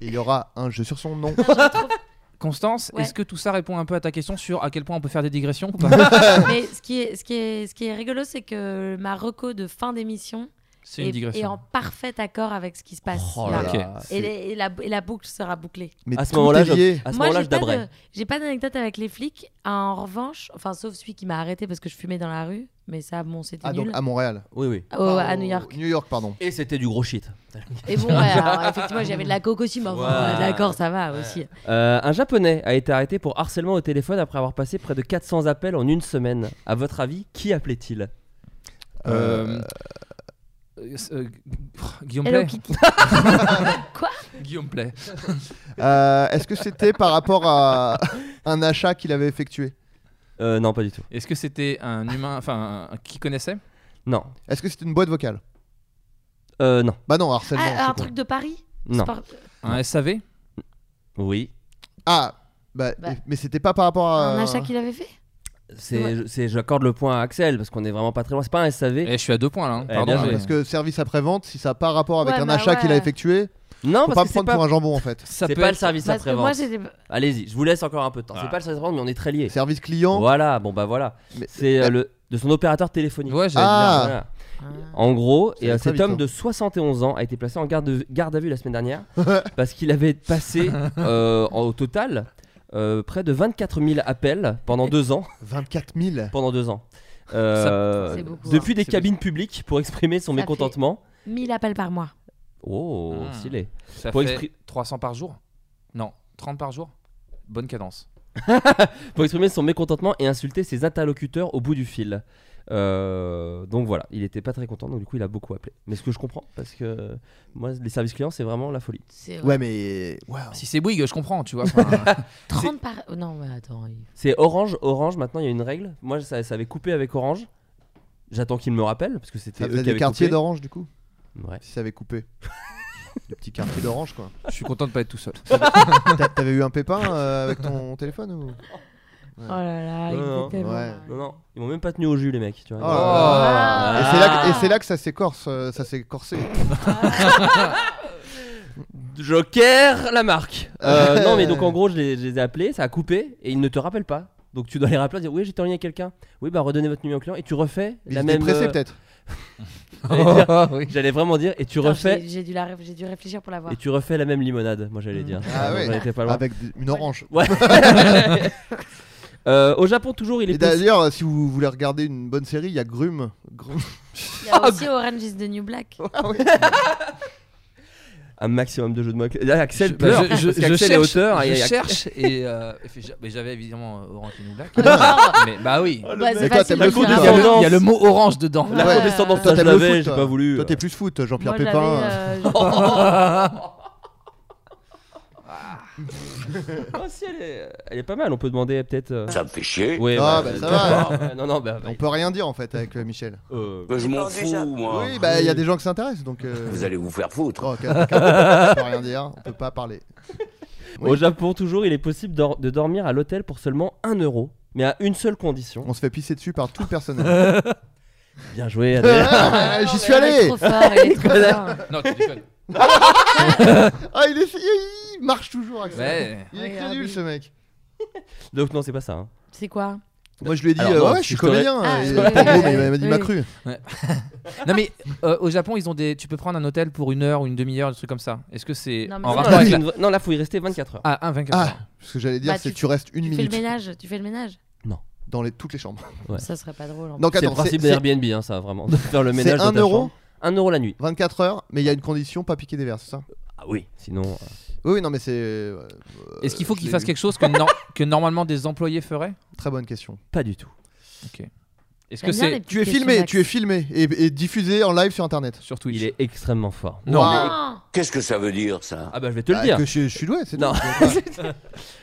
S2: Il y aura un jeu sur son nom.
S8: Constance,
S7: Ouais.
S8: est-ce que tout ça répond un peu à ta question sur à quel point on peut faire des digressions ou pas
S7: Mais ce qui est, ce qui est, ce qui est rigolo, c'est que ma reco de fin d'émission
S8: C'est une
S7: est, est en
S8: digression.
S7: parfait accord avec ce qui se passe.
S6: Oh
S7: là.
S6: là
S8: Ok.
S6: là.
S7: Et, les- et la, et la boucle sera bouclée.
S2: Mais
S6: À ce
S2: tout
S6: moment-là,
S2: est
S6: je-
S2: lié.
S6: À ce
S7: Moi,
S6: moment-là,
S7: j'ai
S6: je
S7: pas
S6: dabrais.
S7: de- j'ai pas d'anecdote avec les flics. En revanche, enfin, sauf celui qui m'a arrêté parce que je fumais dans la rue. Mais ça, bon, c'était
S2: Ah, donc
S7: nul.
S2: à Montréal.
S6: Oui, oui.
S7: Au-
S2: Ah,
S7: à
S2: au-
S7: New York.
S2: New York, pardon.
S6: Et c'était du gros shit.
S7: Et bon, ouais, alors, effectivement, j'avais de la coke aussi, mais enfin,
S6: Ouais.
S7: d'accord, ça va aussi.
S6: Euh, un japonais a été arrêté pour harcèlement au téléphone après avoir passé près de 400 appels en une semaine. À votre avis, qui appelait-il
S8: Euh, euh, euh, Guillaume
S7: Hello
S8: Play
S7: Kitty.
S8: Guillaume Play.
S2: Euh, Est-ce que c'était par rapport à un achat qu'il avait effectué
S6: euh, Non, pas du tout.
S8: Est-ce que c'était un humain, enfin, un- qui connaissait
S6: Non.
S2: Est-ce que c'était une boîte vocale
S6: Euh, non.
S2: Bah non, harcèlement.
S7: Ah,
S2: c'est
S7: un
S2: quoi.
S7: truc de Paris
S6: Non.
S7: Sport-
S8: Un SAV
S6: Oui.
S2: Ah, bah,
S7: Bah.
S2: et- mais c'était pas par rapport à.
S7: Un achat qu'il avait fait
S6: C'est,
S7: Ouais.
S6: je- c'est- j'accorde le point à Axel parce qu'on est vraiment pas très loin. C'est pas un SAV.
S8: Eh, je suis à deux points là. hein.
S6: Eh,
S8: Pardon.
S6: bien joué.
S8: mais-
S2: Parce que service après-vente, si ça n'a pas rapport avec
S7: Ouais,
S2: un
S7: bah
S2: achat qu'il a
S7: ouais.
S2: effectué,
S6: Non,
S2: faut
S6: parce
S2: pas
S6: que c'est
S2: prendre
S6: pas,
S2: pour un jambon en fait.
S8: Ça
S6: c'est
S8: peut
S6: pas le
S8: être-
S6: service
S7: Parce que moi,
S6: après-vente.
S7: j'étais.
S6: Allez-y, je vous laisse encore un peu de temps. C'est pas le service après-vente, mais on est très liés.
S2: Service client.
S6: Voilà, bon bah voilà.
S2: Ah. mais-
S6: C'est euh, le, de son opérateur téléphonique.
S8: Ouais, j'allais
S2: Ah.
S6: Voilà. En gros,
S2: Ça
S6: et, euh,
S2: va très
S6: cet
S2: vite,
S6: homme
S2: hein.
S6: de 71 ans a été placé en garde, garde à vue la semaine dernière parce qu'il avait passé euh, en- au total euh, près de 24 000 appels pendant deux ans.
S2: 24 000.
S6: Pendant deux ans. Euh,
S7: C'est beaucoup,
S6: depuis des
S8: C'est
S6: cabines publiques pour exprimer son
S7: Ça fait-
S6: mécontentement.
S7: 1000 appels par mois.
S6: Oh,
S8: Ah.
S6: stylé.
S8: dire. Ça
S6: Pour
S8: fait
S6: expri-
S8: 300 par jour Non, 30 par jour Bonne cadence.
S6: pour exprimer son mécontentement et insulter ses interlocuteurs au bout du fil. Euh, donc voilà, il était pas très content, donc du coup il a beaucoup appelé. Mais ce que je comprends, parce que moi les services clients c'est vraiment la folie.
S7: C'est
S2: Ouais, mais. Wow.
S8: Si c'est Bouygues, je comprends, tu vois. enfin,
S7: 30 par. oh, Non, mais attends. il-
S6: C'est Orange, Orange maintenant il y a une règle. Moi ça, ça avait coupé avec Orange. J'attends qu'il me rappelle parce que c'était
S2: Ça
S6: eux
S2: faisait
S6: qui
S2: des
S6: avaient
S2: quartiers
S6: coupé.
S2: d'orange du coup
S6: Ouais.
S2: Si ça avait coupé. Des petits quartiers d'orange quoi.
S8: je suis content de pas être tout seul.
S2: T'a- T'avais eu un pépin euh, avec ton téléphone ou
S7: Oh là là,
S6: Ouais, non.
S7: exactement.
S2: Ouais.
S6: Non non, ils m'ont même pas tenu au jus les mecs, tu vois.
S2: Oh là
S7: Ah.
S2: Et c'est là, que- et c'est là que ça s'écorce, euh, ça s'est corsé.
S6: Joker, la marque. Euh, non, mais donc en gros, je les, je les ai appelés, ça a coupé et ils ne te rappellent pas. Donc tu dois les rappeler, dire oui, j'étais en lien avec quelqu'un. Oui, bah redonnez votre numéro au client et tu refais
S2: Ils
S6: la
S2: étaient
S6: même.
S2: pressés
S6: euh,
S2: peut-être.
S6: j'allais dire-
S8: Ah, oui.
S6: J'allais vraiment dire et tu
S7: Attends,
S6: refais
S7: j'ai- J'ai dû, la réf- j'ai dû réfléchir pour l'avoir.
S6: et tu refais la même limonade. Moi j'allais dire.
S2: Ah
S6: Donc,
S2: ouais.
S6: on était pas loin.
S2: Avec d- une orange.
S6: Ouais. Euh, au Japon toujours il
S2: Et
S6: est possible-
S2: d'ailleurs, euh, si vous voulez regarder une bonne série, il y a Grume. Grume. Oh,
S7: Il y a aussi Orange is the New Black.
S6: un maximum de jeux de mots. Là, Axel
S8: Je-
S6: pleure.
S8: bah, je- je-
S6: parce
S8: je
S6: qu'Axel est
S8: cherche-
S6: auteur. hein, et-
S8: Je
S6: et-
S8: cherche et euh, et fait, j'a- mais j'avais évidemment euh, Orange is the New Black. mais bah oui.
S7: Bah,
S2: Mais
S7: c'est
S2: toi, t'aimes
S7: facile de
S2: le coup
S7: faire.
S2: de
S8: Il y, a le, il y a le mot orange dedans.
S6: La
S2: Ouais.
S6: condescendance,
S2: Toi,
S6: ça, je
S2: t'aimes le
S6: l'avais,
S2: foot,
S6: j'ai
S2: toi.
S6: pas voulu. euh.
S2: Toi, t'es plus foot, Jean-Pierre
S7: Moi,
S2: Pépin.
S7: j'avais,
S2: euh,
S7: euh,
S6: Ah, si, elle est, elle est pas mal, on peut demander euh, peut-être. euh,
S3: Ça me fait chier.
S6: Ouais,
S2: Ah,
S6: bah,
S2: bah, ça va.
S6: euh, Non, non, bah.
S2: On peut rien dire en fait avec euh, Michel.
S6: euh,
S3: Bah, je m'en fous, moi.
S2: Oui, bah il y a des gens qui s'intéressent donc. euh,
S3: Vous allez vous faire foutre.
S2: oh, calme, calme. on peut rien dire, on peut pas parler. Oui.
S6: Au Japon, toujours, il est possible d'or- de dormir à l'hôtel pour seulement 1 euro, mais à une seule condition.
S2: On se fait pisser dessus par tout le personnel.
S6: Bien joué, Adrien.
S2: Ah, J'y suis
S7: Il est
S2: allé.
S7: trop fort, il est trop fort.
S8: Non, tu déconnes.
S2: Ah, il est, il marche toujours. Axel.
S8: Mais
S2: Il est que
S7: Regardez.
S2: nul ce mec.
S6: Donc, non, c'est pas ça. hein.
S7: C'est quoi
S2: Moi je lui ai dit,
S6: Alors,
S2: euh,
S6: non,
S2: ouais, je
S6: si
S2: suis
S6: je t'aurais-
S2: comédien.
S7: Ah,
S2: Et, euh,
S7: oui, oui,
S2: en gros,
S7: oui,
S2: mais il m'a dit,
S7: oui.
S2: m'a cru.
S8: non mais euh, au Japon, ils ont des tu peux prendre un hôtel pour une heure ou une demi-heure, des trucs comme ça. Est-ce que c'est
S7: Non, mais
S8: en
S6: Non,
S7: c'est
S8: rapport
S6: là,
S8: avec
S6: c'est
S8: la...
S6: une vra- non, là, faut y rester 24 heures.
S8: Ah, un 24
S2: Ah,
S8: heures.
S2: ce que j'allais dire,
S7: Bah,
S2: c'est
S7: tu-
S2: que tu restes une
S7: Tu fais le
S2: minute
S7: ménage Tu fais le ménage
S2: dans les, toutes les chambres.
S6: Ouais.
S7: Ça serait pas drôle. en
S2: Ah, Donc
S6: C'est le
S2: attends,
S6: principe d'Airbnb, hein, ça, vraiment, de faire le
S2: c'est
S6: ménage. dans
S2: un
S6: ta
S2: euro
S6: chambre. 1 euro la nuit.
S2: 24 heures, mais il y a une condition, pas piquer des verres, c'est ça
S6: Ah oui, sinon. euh,
S2: Oui, oui, non, mais c'est. euh,
S8: Est-ce qu'il faut
S2: je
S8: qu'ils
S2: l'ai
S8: fassent
S2: lu.
S8: quelque chose que, nor- que normalement des employés feraient
S2: Très bonne question.
S6: pas du tout.
S8: Est-ce
S7: J'aime
S8: que
S7: bien
S8: c'est
S7: les petites
S2: Tu es
S7: questions
S2: filmé,
S7: d'accès.
S2: tu es filmé et, et diffusé en live sur internet.
S8: sur Twitch
S6: Il est extrêmement fort.
S8: Non,
S2: Waouh.
S7: Non
S3: Qu'est-ce que ça veut dire, ça
S6: Ah bah, je vais te le
S2: Bah,
S6: dire.
S2: Que je, je suis doué, c'est
S6: Non.
S2: tout. Voilà.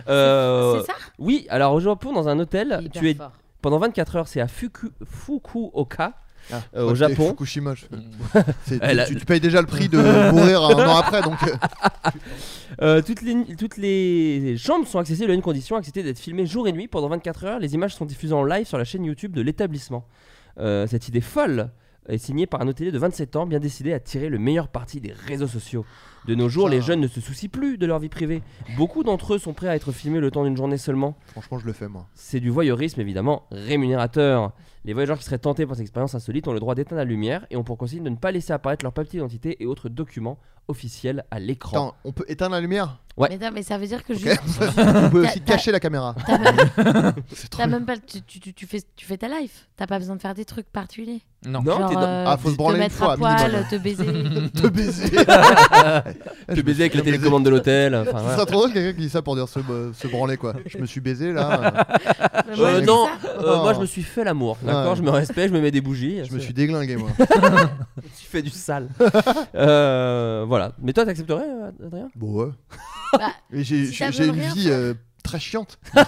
S6: Euh,
S7: C'est ça
S6: Oui, alors au Japon, dans un hôtel,
S7: Hyper
S6: tu es
S7: fort.
S6: pendant 24 heures, c'est à Fuku- Fukuoka.
S2: Ah,
S6: Euh, au
S2: moi, j'étais
S6: Japon. Mm.
S2: Fukushima. je- C'est-
S6: Elle a-
S2: tu, tu payes déjà le prix de mourir un an après, donc. euh,
S6: Euh, toutes, les, toutes les chambres sont accessibles à une condition, accepter d'être filmées jour et nuit pendant 24 heures. Les images sont diffusées en live sur la chaîne YouTube de l'établissement. Euh, cette idée folle est signée par un hôtelier de 27 ans, bien décidé à tirer le meilleur parti des réseaux sociaux. De nos jours,
S2: Ça.
S6: les jeunes ne se soucient plus de leur vie privée. Beaucoup d'entre eux sont prêts à être filmés le temps d'une journée seulement.
S2: Franchement, je le fais moi.
S6: C'est du voyeurisme évidemment rémunérateur. Les voyageurs qui seraient tentés par cette expérience insolite ont le droit d'éteindre la lumière et ont pour consigne de ne pas laisser apparaître leur papier d'identité et autres documents officiels à l'écran.
S2: Attends, on peut éteindre la lumière
S6: Ouais.
S7: Mais, non, mais ça veut dire que
S2: Ok.
S7: juste,
S2: On peut
S7: T'as-
S2: aussi
S7: t'as-
S2: cacher la caméra.
S7: t'as même,
S2: C'est trop
S7: t'as
S2: bien.
S7: même pas, tu, tu- tu- tu fais, tu fais ta life. T'as pas besoin de faire des trucs particuliers.
S8: Non.
S6: Non,
S7: Genre,
S6: t'es dans-
S7: euh,
S2: Ah, faut se branler
S7: te
S2: une
S7: mettre
S2: fois,
S7: à
S2: minimum.
S7: poil, te baiser.
S2: te baiser.
S6: Je
S2: Je
S6: te baiser avec la
S2: me suis
S6: télécommande de l'hôtel. enfin,
S2: Ce
S6: voilà.
S2: serait trop drôle quelqu'un qui dit ça pour dire se, euh, se branler quoi. Je me suis baisé là, euh,
S7: Mais moi,
S6: Euh,
S7: je dis
S6: non,
S7: ça.
S6: euh, moi je me suis fait l'amour, d'accord
S2: Ouais.
S6: Je me respecte, je me mets des bougies.
S2: je me suis déglingué moi.
S6: Tu fais du sale. Euh, voilà. Mais toi, t'accepterais, euh, Adrien
S2: Bon ouais.
S7: Bah,
S2: Mais j'ai
S7: si
S2: j'ai-
S7: ça
S2: j'ai
S7: veut
S2: une
S7: rien
S2: vie
S7: faire.
S2: euh, très chiante. je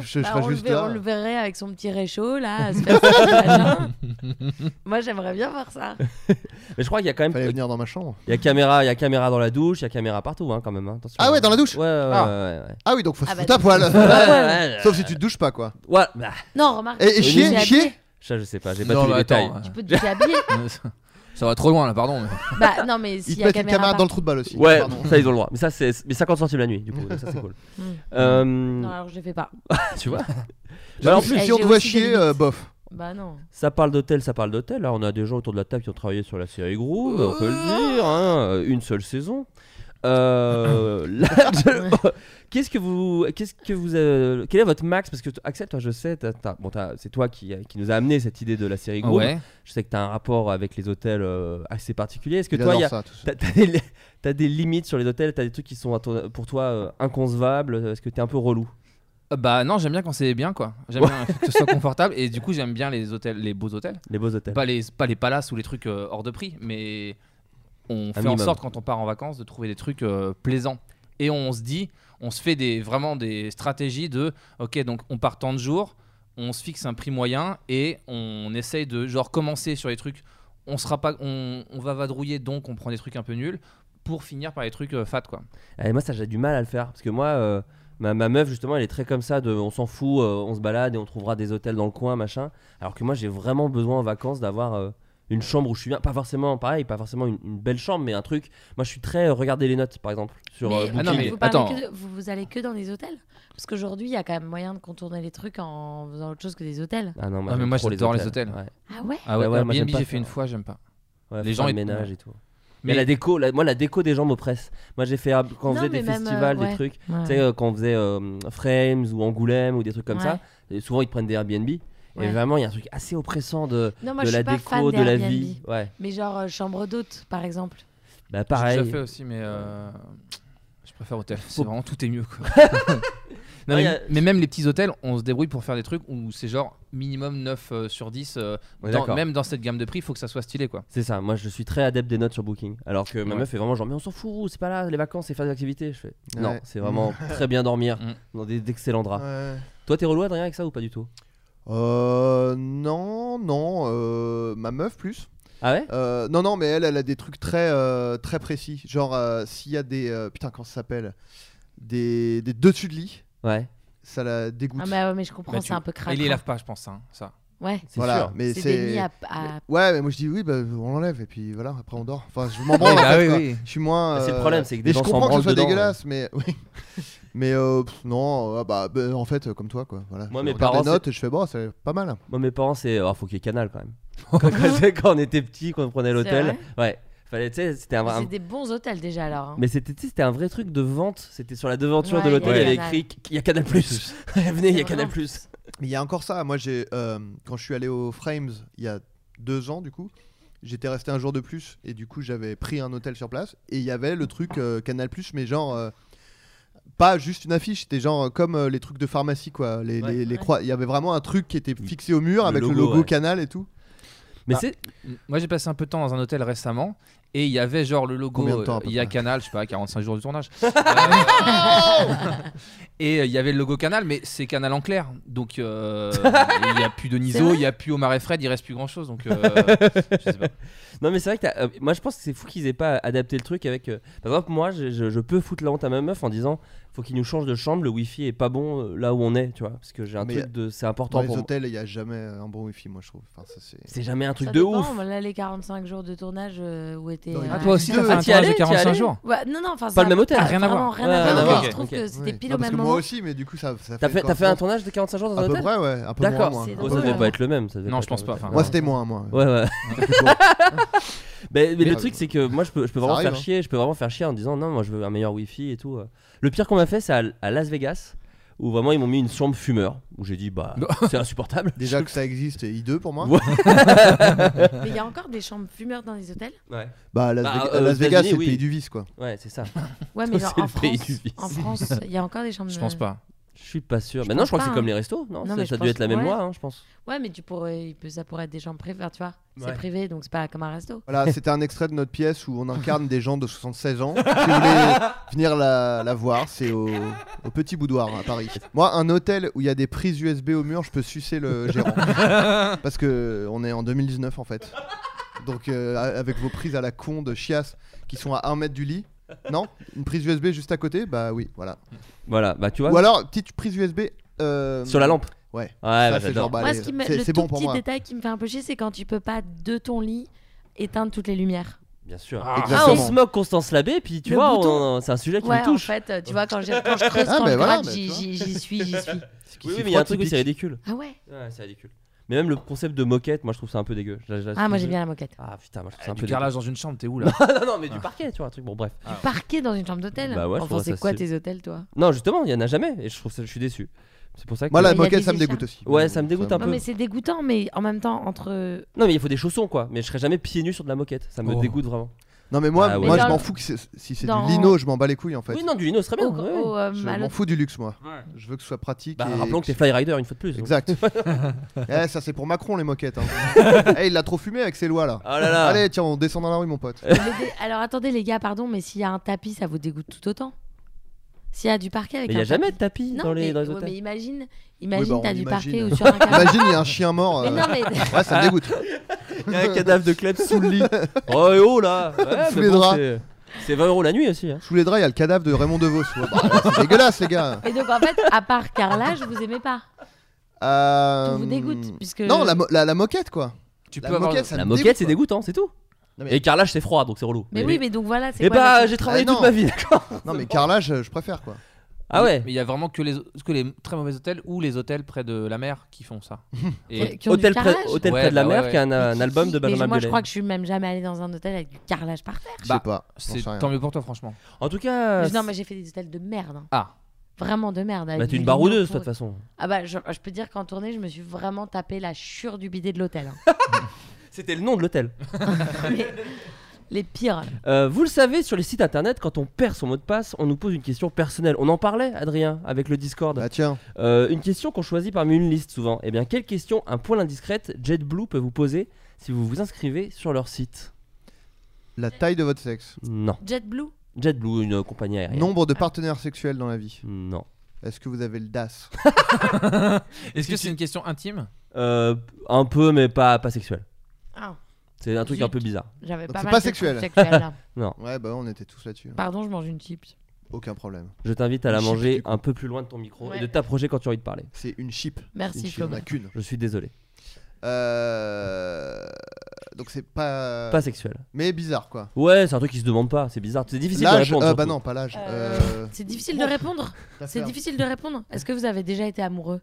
S2: je
S7: Bah,
S2: serais
S7: on, le
S2: juste
S7: verrait,
S2: là.
S7: on le verrait avec son petit réchaud là. à se faire son petit vagin. Moi j'aimerais bien voir ça.
S6: Mais je crois qu'il y a quand même.
S2: Fallait venir dans ma chambre.
S6: Il y a caméra, il y a caméra dans la douche, il y a caméra partout, hein, quand même. hein, attention.
S2: Ah ouais, dans la douche
S6: Ouais, ouais, ouais, ouais,
S2: Ah oui, donc faut se
S7: Ah bah,
S2: foutre à
S6: ouais.
S2: poil.
S6: Ouais, ouais,
S2: Sauf si tu te douches pas quoi.
S6: ouais, bah,
S7: Non remarque.
S2: Et, et
S7: tu peux
S2: chier,
S7: te
S2: chier.
S7: déshabiller.
S6: ça, je sais pas, j'ai pas
S8: Non,
S6: tous les
S8: mais
S6: détails.
S8: attends,
S7: Tu peux te déshabiller.
S8: euh, ça- ça va trop loin là, pardon. mais-
S7: bah non mais
S2: Ils
S7: s'il
S2: te
S7: y a
S2: mettent une
S7: caméra.
S2: caméra
S7: par-
S2: dans le trou de balle aussi.
S6: Ouais,
S2: Pardon.
S6: ça ils ont le droit. Mais ça c'est mais 50 centimes la nuit du coup. donc ça c'est cool.
S7: Mm.
S6: Euh,
S7: Non alors je le fais pas.
S6: tu vois
S2: Bah, en
S6: Alors,
S2: plus,
S7: Eh,
S2: si on
S7: j'ai
S2: te voit
S7: aussi des
S2: chier,
S7: limites.
S2: euh, bof.
S7: Bah non.
S6: Ça parle d'hôtel, ça parle d'hôtel. Là, on a des gens autour de la table qui ont travaillé sur la série Groove, on peut le dire, hein, une seule saison. Euh, là, je- qu'est-ce que vous, qu'est-ce que vous, euh, quel est votre max Parce que t- Axel, toi, je sais, t'as- t'as- bon, t'as- c'est toi qui, qui nous a amené cette idée de la série Groove.
S8: Ouais.
S6: Je sais que tu as un rapport avec les hôtels euh, assez particulier. Est-ce que
S2: Il
S6: toi,
S2: adore
S6: il y a,
S2: ça, tout ça.
S6: t'as, t'as des, li- t'as des limites sur les hôtels T'as des trucs qui sont à ton- pour toi euh, inconcevables Est-ce que t'es un peu relou
S8: Euh, Bah non, j'aime bien quand c'est bien quoi. J'aime bien que ce soit confortable et du coup j'aime bien les hôtels, les beaux hôtels.
S6: Les beaux hôtels.
S8: Pas les, pas les palaces ou les trucs euh, hors de prix, mais on fait en
S6: minimum.
S8: sorte quand on part en vacances de trouver des trucs euh, plaisants. Et on se dit, on se fait des, vraiment des stratégies de, ok, donc on part tant de jours, on se fixe un prix moyen et on essaye de genre commencer sur les trucs, on sera pas, on, on va vadrouiller donc on prend des trucs un peu nuls pour finir par les trucs euh, fat quoi.
S6: Et moi, ça, j'ai du mal à le faire. Parce que moi, euh, ma, ma meuf, justement, elle est très comme ça de on s'en fout, euh, on se balade et on trouvera des hôtels dans le coin, machin. Alors que moi, j'ai vraiment besoin en vacances d'avoir euh, une chambre où je suis bien. Pas forcément, pareil, pas forcément une, une belle chambre, mais un truc. Moi, je suis très. euh, regarder les notes, par exemple, sur euh,
S7: Mais,
S6: Booking.
S8: Ah non, mais
S7: vous, parlez
S8: attends.
S7: que de- vous, vous allez que dans des hôtels Parce qu'aujourd'hui, il y a quand même moyen de contourner les trucs en faisant autre chose que des hôtels.
S6: Ah non, moi,
S8: Ah, mais
S6: j'aime
S8: moi,
S6: trop
S8: j'adore les hôtels.
S6: Ouais.
S7: Ah ouais
S8: Ah
S6: ouais,
S8: ouais,
S6: ouais, moi, j'aime
S8: Airbnb
S6: pas
S8: j'ai
S6: ça.
S8: fait une fois, j'aime pas.
S6: Ouais,
S8: Les
S6: faut
S8: gens,
S6: faire le
S8: ils-
S6: ménage et tout. Mais
S8: Mais-
S6: la déco, la- moi la déco des gens m'oppresse. Moi j'ai fait ab- quand on
S7: Non,
S6: faisait des
S7: mais même, euh,
S6: festivals, des
S7: ouais.
S6: trucs,
S7: Ouais.
S6: tu sais euh, quand on faisait euh, Frames ou Angoulême ou des trucs comme
S7: Ouais.
S6: ça, et souvent ils te prennent des Airbnb et
S7: Ouais.
S6: vraiment il y a un truc assez oppressant de
S7: Non, moi
S6: de
S7: je
S6: la
S7: suis pas
S6: déco,
S7: fan
S6: de la
S7: d'Airbnb.
S6: vie. Ouais.
S7: Mais genre euh, chambre d'hôte, par exemple.
S6: Bah
S8: J'ai
S6: pareil.
S8: déjà fait aussi, mais euh, je préfère hôtel. C'est
S6: Faut-
S8: vraiment tout est mieux. Quoi.
S6: Ouais,
S8: Non, mais,
S6: y a-
S8: mais même les petits hôtels, on se débrouille pour faire des trucs où c'est genre minimum 9 euh, sur 10. euh,
S6: Ouais,
S8: dans-
S6: d'accord.
S8: même dans cette gamme de prix, il faut que ça soit stylé. quoi.
S6: C'est ça, moi je suis très adepte des notes sur Booking. Alors que ma
S8: Ouais.
S6: meuf est vraiment genre, mais on s'en fout, c'est pas là, les vacances, c'est faire des activités. Je fais, non,
S2: Ouais.
S6: c'est vraiment très bien dormir
S8: Mm.
S6: dans des- d'excellents draps.
S2: Ouais.
S6: Toi, t'es relou, Adrien, avec ça ou pas du tout
S2: Euh, non, non, euh, ma meuf plus.
S6: Ah ouais
S2: Euh, non, non, mais elle, elle a des trucs très, euh, très précis. Genre, euh, s'il y a des. euh, putain, comment ça s'appelle des, des dessus de lit,
S6: Ouais,
S2: ça la dégoûte.
S7: Ah, mais, ouais, mais je comprends,
S8: Mais
S7: c'est
S8: tu-
S7: un peu
S8: Et
S7: craquant.
S8: ils les lavent pas, je pense, hein, ça.
S7: Ouais,
S6: c'est
S2: voilà,
S6: sûr.
S2: mais
S7: c'est des nids
S2: c'est.
S7: à. à-
S2: Ouais, mais moi je dis oui, bah, on l'enlève et puis voilà, après on dort. Enfin, je m'en branle.
S8: Oui,
S2: en
S8: bah
S2: fait,
S8: oui,
S2: quoi.
S8: oui.
S2: Je suis moins.
S6: Bah, c'est le
S2: euh,
S6: problème, c'est que des
S2: et
S6: gens
S2: je
S6: s'en
S2: comprends que ce
S6: branlent
S2: soit
S6: dedans,
S2: dégueulasse, mais oui. mais euh, pff, non, euh, bah, bah, en fait, euh, comme toi, quoi. Voilà.
S6: Moi,
S2: Je
S6: mes
S2: regarde
S6: parents,
S2: les notes et je fais bon, c'est pas mal.
S6: Moi, mes parents, c'est. ah, faut qu'il y ait canal quand même. quand, quand- quand on était petit, quand on prenait l'hôtel. Ouais, fallait, tu sais, c'était un, un-
S7: C'est des bons hôtels déjà alors. hein.
S6: Mais c'était tu sais, c'était un vrai truc de vente, c'était sur la devanture de
S7: Ouais,
S6: l'hôtel,
S7: il y a
S6: il y avait
S7: Canal.
S6: écrit qu'il y a Canal Plus. Venez, il y a
S7: C'est
S6: Canal
S7: vraiment-
S6: Plus.
S2: Mais il y a encore ça. Moi, j'ai euh, quand je suis allé au Frames il y a deux ans, du coup, j'étais resté un jour de plus et du coup, j'avais pris un hôtel sur place et il y avait le truc euh, Canal Plus, mais genre. euh, pas juste une affiche, c'était genre euh, comme euh, les trucs de pharmacie quoi. Les,
S6: Ouais.
S2: les- les
S7: Ouais.
S2: croix, il y avait vraiment un truc qui était fixé au mur
S6: Le
S2: avec le
S6: logo,
S2: logo
S6: ouais.
S2: Canal et tout.
S6: Mais
S8: Ah.
S6: c'est
S8: Moi, j'ai passé un peu de temps dans un hôtel récemment et il y avait genre le logo.
S2: Combien de temps, à
S8: euh,
S2: peu
S8: Il y a
S2: près
S8: Canal, je sais pas, 45 jours du tournage. Euh, et euh, il y avait le logo Canal, mais c'est Canal en clair. Donc euh, il n'y a plus de
S7: C'est
S8: Niso,
S7: vrai
S8: il n'y a plus Omar et Fred, il reste plus grand chose. Donc euh, je sais pas.
S6: Non mais c'est vrai que t'as- euh, moi je pense que c'est fou qu'ils aient pas adapté le truc avec. euh, Par exemple moi je, je- je peux foutre la honte à ma meuf en disant faut qu'il nous change de chambre le wifi est pas bon euh, là où on est tu vois parce que j'ai un
S2: Mais,
S6: truc de c'est
S2: Dans
S6: important
S2: les
S6: pour moi.
S2: hôtels, il y a jamais euh, un bon wifi, moi je trouve. Enfin, ça, c'est-
S6: C'est jamais un truc
S7: Ça
S6: de
S7: dépend,
S6: ouf.
S7: mais Là, les 45 jours de tournage euh, où était.
S2: Non, il y a
S8: Ah,
S2: pas
S8: toi aussi, t'as
S2: Deux.
S8: fait un
S6: Ah, t'y
S8: tournage de
S6: allais, t'y
S8: 45
S6: allais
S8: jours.
S7: Ouais, non, non, enfin,
S6: Pas le même hôtel.
S7: Ah,
S8: Rien à
S7: vraiment,
S8: voir.
S7: rien
S6: Ouais,
S7: à
S6: rien à
S7: voir.
S6: voir.
S7: Je trouve
S6: Ok.
S7: que c'était
S2: Ouais.
S7: pile
S2: Non,
S7: au
S2: parce
S7: même
S2: que
S7: moment.
S2: moi aussi, mais du coup, ça, ça
S6: T'as fait, t'as fait un
S2: correspondre.
S6: tournage de 45 jours dans
S2: À
S6: un
S2: peu
S6: hôtel
S2: près, ouais. Un peu moins,
S6: D'accord.
S2: moi.
S7: C'est
S2: Un
S6: Oh,
S2: peu
S7: drôle.
S6: ça
S2: moins,
S6: devait
S2: moi.
S6: pas être le même. ça devait
S8: Non,
S6: être
S8: je pense
S6: un
S8: pas,
S6: hôtel.
S8: enfin,
S2: Moi, c'était moins, moi. Bah,
S6: Ouais ouais. Bah, Mais, mais
S2: Mais-
S6: le truc c'est que moi je peux, je peux vraiment
S2: arrive,
S6: faire
S2: hein.
S6: chier, je peux vraiment faire chier en disant non moi je veux un meilleur wifi et tout. euh. Le pire qu'on m'a fait c'est à, à Las Vegas où vraiment ils m'ont mis une chambre fumeur où j'ai dit bah
S8: Non.
S6: c'est insupportable.
S2: Déjà que ça existe, et I2 pour moi.
S6: Ouais.
S7: Mais il y a encore des chambres fumeurs dans les hôtels
S6: Ouais.
S2: Bah, Las,
S6: Bah,
S2: Vegas-
S6: euh, aux
S2: Las Vegas, c'est
S6: États-Unis,
S2: le
S6: oui.
S2: pays du vice, quoi.
S6: Ouais c'est ça.
S7: Ouais, mais genre,
S6: C'est
S7: en
S6: le pays
S7: France,
S6: du vice.
S7: en France, il y a encore des chambres.
S8: Je pense pas.
S6: Je suis pas sûr.
S7: Je
S6: Maintenant, je crois
S7: pense
S6: que
S7: pas,
S6: c'est
S7: hein.
S6: comme les restos, non,
S7: Non,
S6: Ça-
S7: mais
S6: Ça
S7: je
S6: a dû
S7: pense-
S6: être la même
S7: ouais.
S6: loi, hein, je pense.
S7: Ouais, mais tu pourrais, il peut- ça pourrait être des chambres privées, tu vois.
S6: Ouais.
S7: C'est privé, donc c'est pas comme un resto.
S2: Voilà, c'était un extrait de notre pièce où on incarne des gens de 76 ans. Si vous voulez venir la, la voir, c'est au, au Petit Boudoir hein, à Paris. Moi, un hôtel où il y a des prises USB au mur, je peux sucer le gérant. Parce que on est en 2019 en fait. Donc euh, a- avec vos prises à la con de chiasse qui sont à 1 mètre du lit. Non Une prise USB juste à côté Bah oui, voilà.
S6: Voilà, bah tu vois,
S2: Ou alors, petite prise USB. euh,
S6: sur la lampe.
S2: Ouais.
S6: Ouais, bah,
S2: Ça, c'est
S6: j'adore.
S2: genre, bah,
S7: moi,
S2: allez,
S7: ce qui me-
S2: c'est
S7: le
S2: c'est
S7: tout
S2: bon pour
S7: petit
S2: moi.
S7: détail qui me fait un peu chier, c'est quand tu peux pas, de ton lit, éteindre toutes les lumières.
S6: Bien sûr. Ah,
S2: Exactement.
S6: on se moque Constance Labbé, puis tu
S7: Le
S6: vois, on-
S7: bouton.
S6: on- c'est un sujet qui
S7: ouais,
S6: me
S7: en
S6: touche.
S7: fait, euh, tu vois, quand, j'ai- quand je creuse,
S2: Ah,
S7: quand
S2: mais
S7: je
S2: voilà,
S7: gratte,
S2: mais
S7: j'y
S2: tu vois.
S7: j'y- j'y suis, j'y suis.
S6: Oui,
S2: C'est
S6: oui, mais il y a un
S2: trop
S6: truc où c'est
S2: typique.
S6: ridicule.
S7: Ah ouais
S6: Ouais, c'est ridicule. Mais même le concept de moquette, moi je trouve ça un peu dégueu. Je- je- je-
S7: Ah, moi j'aime bien la moquette.
S6: Ah putain, moi je trouve
S8: Ah,
S6: ça un
S8: du
S6: peu
S8: carrelage dans une chambre, t'es où là
S6: dégueu. non, non, mais du parquet, tu vois, un truc. Bon, bref.
S7: Parquer dans une chambre d'hôtel
S6: Bah ouais, je
S7: Enfin,
S6: trouve ça
S7: c'est quoi
S6: stylé.
S7: tes hôtels, toi
S6: Non, justement, il y en a jamais, et je trouve ça, je suis déçu. C'est pour ça que.
S2: Moi,
S7: Mais
S2: la
S7: il y a
S2: moquette,
S7: des
S2: ça me dégoûte aussi.
S6: Ouais, ça me dégoûte un
S7: Non,
S6: peu.
S7: mais c'est dégoûtant, mais en même temps, entre.
S6: Non, mais il faut des chaussons, quoi. Mais je serais jamais pieds nus sur de la moquette. Ça me
S8: Oh.
S6: dégoûte vraiment.
S2: Non, mais moi,
S6: Ah ouais.
S2: moi
S7: Mais
S2: je
S7: dans-
S2: m'en fous que c'est- si c'est
S7: dans-
S2: du lino, je m'en bats les couilles en fait.
S6: Oui, non, du lino, ce serait bien.
S7: au-
S6: ouais, ouais.
S7: au, euh,
S2: je
S7: à
S2: m'en
S7: l'hôtel.
S2: fous du luxe, moi. Je veux que ce soit pratique.
S6: Bah,
S2: et-
S6: rappelons que t'es Fly Rider une fois de plus. donc.
S2: Exact. eh, ça, c'est pour Macron, les moquettes. hein. eh, il l'a trop fumé avec ses lois là.
S6: Oh là là.
S2: Allez, tiens, on descend dans la rue, mon pote.
S7: Mais des- Alors attendez, les gars, pardon, mais s'il y a un tapis, ça vous dégoûte tout autant S'il y a du parquet avec
S6: Mais il
S7: un
S6: n'y a jamais de
S7: tapis-
S6: tapis
S7: Non,
S6: dans les,
S7: mais,
S6: dans les
S7: ouais,
S6: hôtels.
S7: mais imagine, imagine,
S2: bah, on
S7: t'as du parquet
S2: imagine.
S7: ou sur un canapé.
S2: Imagine, il y a un chien mort.
S7: mais
S2: euh,
S7: non, mais.
S2: Ouais, ça me dégoûte.
S6: Il y a un cadavre de club sous le lit. oh, et oh là
S2: Sous
S6: mais
S2: les draps.
S6: c'est- C'est 20 euros la nuit aussi. hein.
S2: Sous les draps, il y a le cadavre de Raymond DeVos. Ouais, bah, c'est dégueulasse, les gars.
S7: Et donc en fait, à part carrelage, vous aimez pas.
S2: Euh,
S7: Tout vous dégoûte. Puisque...
S2: Non, la, mo- la, la moquette, quoi.
S8: Tu
S2: La
S8: peux avoir.
S2: moquette, ça
S6: La
S2: me
S6: moquette, c'est
S2: dégoûte,
S6: dégoûtant, c'est tout.
S2: Non, mais-
S6: Et carrelage, c'est froid, donc c'est relou.
S7: Mais oui, mais donc voilà, c'est
S6: Et
S7: quoi
S6: bah,
S7: la-
S6: j'ai travaillé
S2: Ah,
S6: toute
S2: non.
S6: ma vie, d'accord.
S2: quoi. Non, mais carrelage, euh, je préfère, quoi.
S6: Ah ouais
S8: Mais il y a vraiment que les, que les très mauvais hôtels ou les hôtels près de la mer qui font ça.
S7: Qui-
S8: Et
S7: qui ont du
S6: Hôtel près,
S7: carrelage
S6: hôtel
S8: Ouais,
S6: près de la
S8: bah
S6: mer
S8: ouais,
S6: qui a un,
S7: Mais
S6: un
S7: qui-
S6: album de
S7: mais
S6: Benjamin
S7: Moi, je
S6: Biolay.
S7: crois que je suis même jamais allée dans un hôtel avec du carrelage par terre.
S2: Je sais
S8: Bah,
S2: pas. j'en
S8: c'est
S2: sais rien.
S8: tant mieux pour toi, franchement.
S6: En tout cas.
S7: Mais non, mais j'ai fait des hôtels de merde. hein.
S8: Ah.
S7: Vraiment de merde. avec
S6: Ah, Bah, t'es
S7: du
S6: une
S7: lino
S6: baroudeuse,
S7: pourri.
S6: toi, de toute façon.
S7: Ah bah, je, je peux dire qu'en tournée, je me suis vraiment tapé la chure du bidet de l'hôtel. hein.
S6: C'était le nom de l'hôtel.
S7: mais, Les pires.
S6: Euh, vous le savez, sur les sites internet, quand on perd son mot de passe, on nous pose une question personnelle. On en parlait, Adrien, avec le Discord.
S2: Ah tiens,
S6: Euh, une question qu'on choisit parmi une liste souvent. Eh bien, quelle question un poil indiscrète JetBlue peut vous poser si vous vous inscrivez sur leur site
S2: la taille de votre sexe.
S6: Non.
S7: JetBlue
S6: JetBlue, une euh, compagnie
S7: Ah,
S6: aérienne.
S2: Nombre de partenaires sexuels dans la vie.
S6: Non.
S2: Est-ce que vous avez le DAS
S8: Est-ce que c'est une question intime
S6: Euh, un peu, mais pas, pas sexuel.
S7: Ah,
S6: C'est un truc
S7: Zut.
S6: un peu bizarre.
S7: j'avais
S2: Donc
S7: pas
S2: c'est
S7: mal
S2: pas
S7: de trucs
S2: sexuel.
S7: sexuels, là.
S2: Ouais, bah on était tous là-dessus.
S7: Pardon, je mange une chips.
S2: Aucun problème.
S6: Je t'invite à la
S2: Je sais plus
S6: manger
S2: du coup.
S6: un peu plus loin de ton micro et
S7: Ouais.
S6: de t'approcher quand tu as envie de parler.
S2: C'est une chip. Une
S7: Merci,
S2: chip, on
S7: Flo.
S2: a qu'une.
S6: Je suis désolé.
S2: Euh, Donc c'est pas...
S6: Pas sexuel.
S2: Mais bizarre quoi.
S6: Ouais, c'est un truc qui se demande pas. C'est bizarre. C'est difficile de
S2: L'âge
S6: répondre.
S2: euh,
S6: surtout.
S2: Bah non, pas l'âge.
S7: Euh,
S2: Euh,
S7: C'est difficile de répondre.
S2: t'as
S7: C'est
S2: fait un-
S7: difficile de répondre. Est-ce que vous avez déjà été amoureux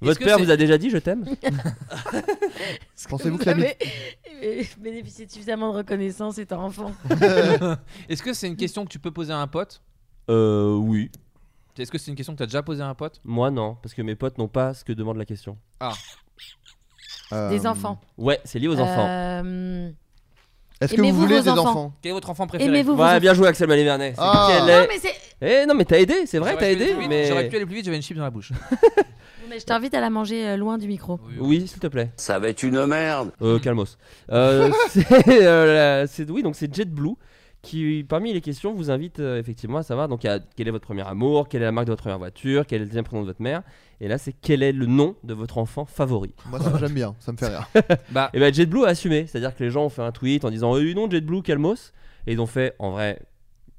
S6: Votre père vous a déjà dit je t'aime
S7: Est-ce
S2: Pensez-vous
S7: vous
S2: que la
S7: avez bénéficié de suffisamment de reconnaissance étant enfant
S8: Est-ce que c'est une question que tu peux poser à un pote
S6: Euh, oui.
S8: Est-ce que c'est une question que t'as déjà posée à un pote
S6: Moi non, parce que mes potes n'ont pas ce que demande la question.
S7: Des
S2: Euh,
S7: enfants.
S6: Ouais, c'est lié aux enfants.
S7: Euh,
S2: Est-ce que vous
S7: Aimez-vous
S2: voulez
S7: vos
S2: des
S7: enfants
S2: enfants
S8: Quel est votre enfant préféré
S7: Aimez-vous vos
S6: Ouais, bien joué Axel Malivernet. C'est
S2: Ah.
S6: quel
S7: enfants Non,
S6: est-
S7: mais c'est-
S6: Eh non mais t'as aidé, c'est vrai,
S8: J'aurais
S6: t'as
S8: pu aller
S6: aidé,
S8: plus vite, J'aurais
S6: mais...
S8: pu aller plus vite, j'avais une chip dans la bouche.
S7: mais je t'invite à la manger euh, loin du micro.
S6: Oui, s'il te plaît.
S3: Ça va être une merde.
S6: Euh, calmos. Euh, c'est, euh, la- c'est- oui, donc c'est JetBlue qui, parmi les questions, vous invite euh, effectivement à savoir donc, à- quel est votre premier amour, quelle est la marque de votre première voiture, quel est le deuxième prénom de votre mère. Et là, c'est quel est le nom de votre enfant favori.
S2: Moi ça j'aime bien, ça me fait rire.
S8: Bah,
S6: Et bien JetBlue a assumé, c'est-à-dire que les gens ont fait un tweet en disant euh, non JetBlue, calmos. Et ils ont fait en vrai,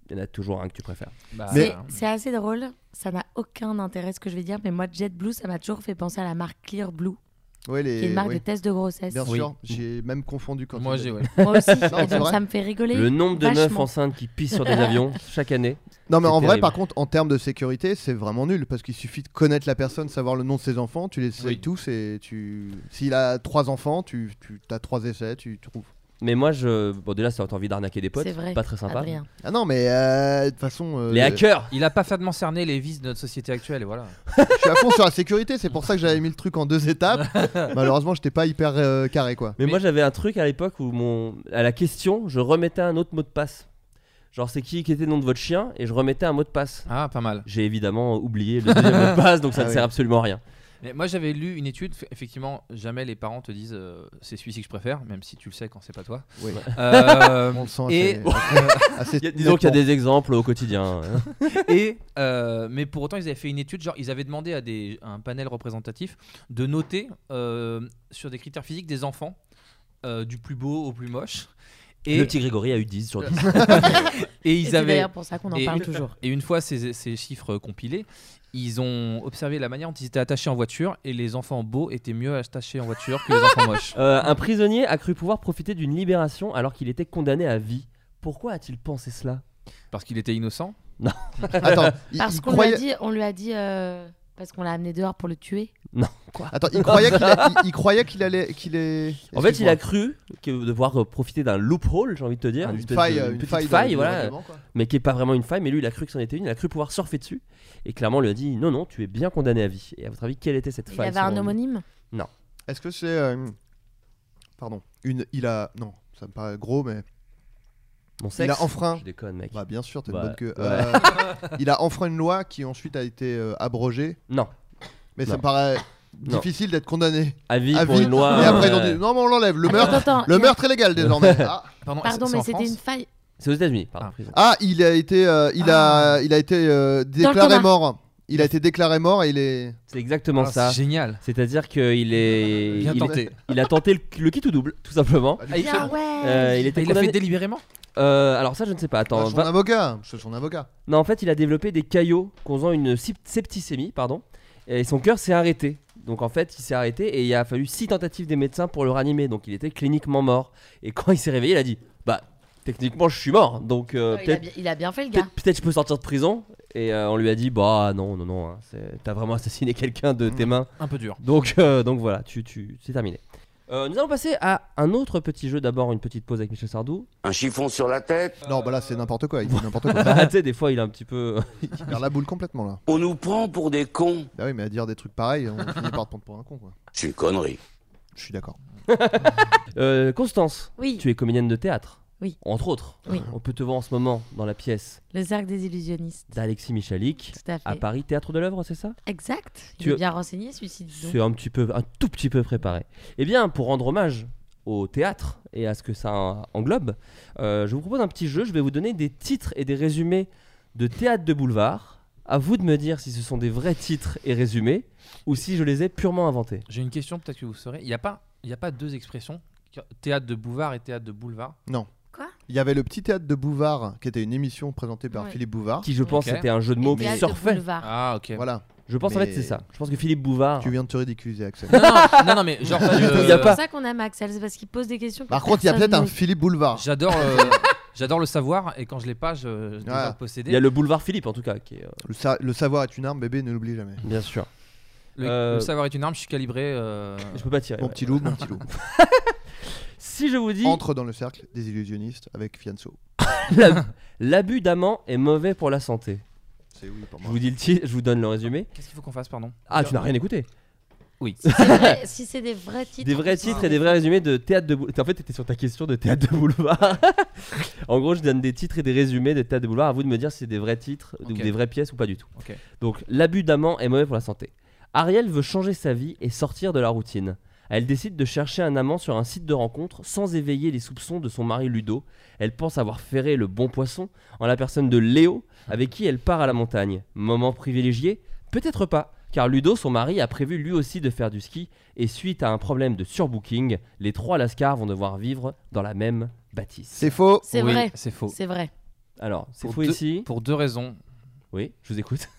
S6: il y en a toujours un que tu préfères.
S8: bah,
S2: Mais-
S7: C'est- C'est assez drôle. Ça n'a aucun intérêt ce que je vais dire, mais moi, JetBlue, ça m'a toujours fait penser à la marque Clear Blue,
S2: Ouais, les...
S7: qui est une marque
S2: ouais.
S7: de test de grossesse.
S2: Bien
S8: Oui.
S2: sûr, j'ai même confondu quand
S8: moi
S2: il-
S8: j'ai ouais.
S7: Moi aussi.
S2: Non,
S7: Et
S2: c'est
S7: donc,
S2: vrai.
S7: ça me fait rigoler.
S6: Le nombre de meufs
S7: vachement.
S6: enceintes qui pissent sur des avions chaque année.
S2: Non mais
S6: C'est
S2: en vrai
S6: terrible.
S2: par contre en termes de sécurité c'est vraiment nul parce qu'il suffit de connaître la personne, savoir le nom de ses enfants, tu les sais
S8: Oui.
S2: tous et tu s'il a trois enfants tu, tu as trois essais, tu trouves.
S6: Mais moi, je. Bon, déjà, ça t'as envie d'arnaquer des potes.
S7: C'est vrai,
S6: Pas très sympa.
S7: Adrien.
S2: Ah non mais euh, de toute façon euh,
S6: Les hackers
S8: Il a parfaitement cerné les vices de notre société actuelle et voilà.
S2: je suis à fond sur la sécurité, c'est pour ça que j'avais mis le truc en deux étapes. Malheureusement j'étais pas hyper euh, carré quoi.
S6: Mais,
S8: Mais-
S6: moi j'avais un truc à l'époque où mon à la question, je remettais un autre mot de passe. Genre c'est qui qui était le nom de votre chien et je remettais un mot de passe.
S8: Ah, pas mal.
S6: J'ai évidemment oublié le deuxième mot de passe donc ça
S2: Ah
S6: ne
S2: oui.
S6: sert absolument à rien.
S8: Mais moi j'avais lu une étude, f- effectivement, jamais les parents te disent euh, c'est celui-ci que je préfère, même si tu le sais quand c'est pas toi.
S2: Oui.
S8: Euh,
S2: On le sent
S8: et-
S2: assez, assez
S6: Il y a- disons qu'il y a des exemples au quotidien. hein.
S8: Et, euh, mais pour autant, ils avaient fait une étude, genre ils avaient demandé à, des, à un panel représentatif de noter euh, sur des critères physiques des enfants, euh, du plus beau au plus moche.
S6: Le
S8: Et,
S6: petit Grégory a eu 10 sur 10.
S8: et
S7: Et
S8: ils
S7: c'est
S8: avaient.
S7: d'ailleurs pour ça qu'on en
S8: et-
S7: parle toujours.
S8: Et une fois ces, ces chiffres compilés, ils ont observé la manière dont ils étaient attachés en voiture et les enfants beaux étaient mieux attachés en voiture que les enfants moches.
S6: Euh, un prisonnier a cru pouvoir profiter d'une libération alors qu'il était condamné à vie. Pourquoi a-t-il pensé cela
S8: Parce qu'il était innocent.
S2: Attends, il,
S7: Parce
S2: il
S7: qu'on
S2: croyait...
S7: lui a dit, on lui a dit, euh, parce qu'on l'a amené dehors pour le tuer.
S2: Attends, il croyait qu'il a- il- il croyait qu'il allait qu'il est
S6: En fait, il a cru que devoir euh, profiter d'un loophole, j'ai envie de te dire,
S2: Ah, une
S6: espèce
S2: faille,
S6: de-
S2: une
S6: petite
S2: faille, euh, de- de
S6: voilà,
S2: règlement, quoi.
S6: mais qui est pas vraiment une faille, mais lui il a cru que c'en était une, il a cru pouvoir surfer dessus, et clairement on lui a dit non non tu es bien condamné à vie. Et à votre avis quelle était cette
S7: Il
S6: faille
S7: avait un
S6: selon lui
S7: homonyme.
S2: Est-ce que c'est. euh, pardon. Une, il a. Non, ça me paraît gros, mais.
S6: Mon sexe.
S2: a enfreint.
S6: Je déconne mec.
S2: Bah, bien sûr, t'es
S6: Bah,
S2: une bonne queue.
S6: ouais.
S2: Euh, il a enfreint une loi qui ensuite a été euh, abrogée,
S6: Non.
S2: mais ça
S6: Non.
S2: me paraît
S6: Non.
S2: difficile d'être condamné
S6: À vie
S2: à
S6: pour
S2: vie.
S6: une loi.
S2: Et après, ils ont
S6: euh,
S2: dit non, mais on l'enlève. Le
S7: Attends,
S2: meurtre,
S7: attends,
S2: le
S7: il a-
S2: meurtre est légal désormais. ah,
S8: Pardon,
S7: Pardon,
S8: c'est-
S7: mais
S8: c'est en
S7: c'était une
S8: France
S7: faille.
S6: C'est aux États-Unis. Pardon. prison.
S2: Ah, il a été, euh, il
S6: Ah.
S2: a, il a été euh, déclaré
S7: coma.
S2: mort. Il a été déclaré mort et il est.
S6: C'est exactement
S8: Ah,
S6: ça.
S8: c'est génial.
S6: C'est-à-dire qu'il est.
S8: Bien
S6: il,
S8: tenté.
S6: il a tenté le, le quitte ou double tout simplement.
S8: Ah, il fait-
S7: Ah ouais.
S6: Euh, il
S8: Ah,
S6: était
S8: il l'a fait
S6: condamné.
S8: délibérément
S6: Euh, alors ça je ne sais pas. Attends.
S2: bah, son
S6: va-
S2: avocat, c'est son avocat.
S6: Non en fait il a développé des caillots causant une sep- septicémie pardon. Et son cœur s'est arrêté. Donc en fait il s'est arrêté et il a fallu six tentatives des médecins pour le ranimer. Donc il était cliniquement mort. Et quand il s'est réveillé il a dit bah techniquement je suis mort donc euh,
S7: il, a
S6: peut-être
S7: bien, il a bien fait le gars.
S6: peut-être peut-être je peux sortir de prison. Et euh, on lui a dit bah non non non hein, c'est- t'as vraiment assassiné quelqu'un de tes mains.
S8: Un peu dur.
S6: Donc, euh, donc voilà, tu, tu, c'est terminé. Euh, nous allons passer à un autre petit jeu. D'abord, une petite pause avec Michel Sardou.
S3: Un chiffon sur la tête.
S2: Non, bah là, c'est n'importe quoi. Il dit n'importe quoi.
S6: Bah, tu sais, des fois, il est un petit peu. euh,
S2: Il perd la boule complètement là.
S3: On nous prend pour des cons.
S2: Bah oui, mais à dire des trucs pareils, on finit par te prendre pour un con quoi.
S3: C'est une connerie.
S2: Je suis d'accord.
S6: Euh, Constance,
S7: Oui,
S6: tu es comédienne de théâtre.
S7: Oui.
S6: Entre autres.
S7: Oui.
S6: On peut te voir en ce moment dans la pièce
S7: le cercle des illusionnistes.
S6: d'Alexis Michalik
S7: Tout à fait.
S6: à Paris, Théâtre de l'œuvre, c'est ça
S7: Exact. Il
S6: Ah, Tu-
S7: est bien renseigné, celui-ci. dis donc.
S6: C'est un petit peu, un tout petit peu préparé. Eh bien, pour rendre hommage au théâtre et à ce que ça englobe, euh, je vous propose un petit jeu. Je vais vous donner des titres et des résumés de théâtre de boulevard. À vous de me dire si ce sont des vrais titres et résumés ou si je les ai purement inventés.
S8: J'ai une question, peut-être que vous saurez. Il n'y a, pas- il y a pas deux expressions Théâtre de boulevard et théâtre de boulevard.
S2: Il y avait le petit théâtre de Bouvard, qui était une émission présentée par
S7: Ouais.
S2: Philippe Bouvard.
S6: Qui, je pense,
S8: Ok.
S6: c'était un jeu de
S7: Et
S6: mots qui
S7: Théâtre de
S6: surfait.
S7: boulevard.
S8: Ah, ok.
S2: Voilà,
S6: Je pense en
S2: Mais-
S6: fait c'est ça. Je pense que Philippe Bouvard.
S2: tu viens de te ridiculiser, Axel.
S8: Non, non, non, non, mais genre.
S6: Pas du
S8: euh,
S6: tout, il y a
S7: C'est
S6: pas-
S7: pour ça qu'on aime Axel, c'est parce qu'il pose des questions. que
S2: Par contre, il y a
S7: personne
S2: peut-être un
S7: n'ose.
S2: Philippe Boulevard.
S8: J'adore. euh, J'adore le savoir et quand je l'ai pas, je, je dois
S2: Ouais.
S8: le posséder.
S6: Ah. Il y a le boulevard Philippe en tout cas qui est euh,
S2: Le, sa- le savoir est une arme, bébé, ne l'oublie jamais.
S6: bien sûr.
S8: Le,
S6: Euh,
S8: le savoir est une arme, je suis calibré. euh,
S6: Je peux pas tirer.
S2: Mon
S6: ouais.
S2: petit loup, mon petit loup.
S6: Si je vous dis
S2: Entre dans le cercle des illusionnistes avec Fianso.
S6: l'abus d'amant est mauvais pour la santé.
S2: C'est oui pour
S6: Je
S2: moi.
S6: vous dis le titre, je vous donne le résumé.
S8: Qu'est-ce qu'il faut qu'on fasse, pardon
S6: Ah, tu n'as rien écouté.
S8: Oui.
S7: C'est vrai, si c'est des vrais titres.
S6: Des vrais
S7: c'est
S6: titres
S7: vrai.
S6: et des vrais résumés de théâtre de boulevard. En fait, t'étais sur ta question de théâtre de boulevard. en gros, je donne des titres et des résumés de théâtre de boulevard. À vous de me dire si c'est des vrais titres
S8: Ok.
S6: ou des vraies pièces ou pas du tout.
S8: Ok.
S6: Donc, l'abus d'amant est mauvais pour la santé. Ariel veut changer sa vie et sortir de la routine. Elle décide de chercher un amant sur un site de rencontre sans éveiller les soupçons de son mari Ludo. Elle pense avoir ferré le bon poisson en la personne de Léo, avec qui elle part à la montagne. Moment privilégié Peut-être pas, car Ludo, son mari, a prévu lui aussi de faire du ski, et suite à un problème de surbooking, les trois Lascars vont devoir vivre dans la même bâtisse.
S2: C'est faux.
S7: C'est
S8: Oui,
S7: vrai.
S8: C'est faux.
S7: C'est vrai.
S6: Alors, c'est
S8: Pour
S6: fou
S8: deux-
S6: ici
S8: Pour deux raisons.
S6: Oui, je vous écoute.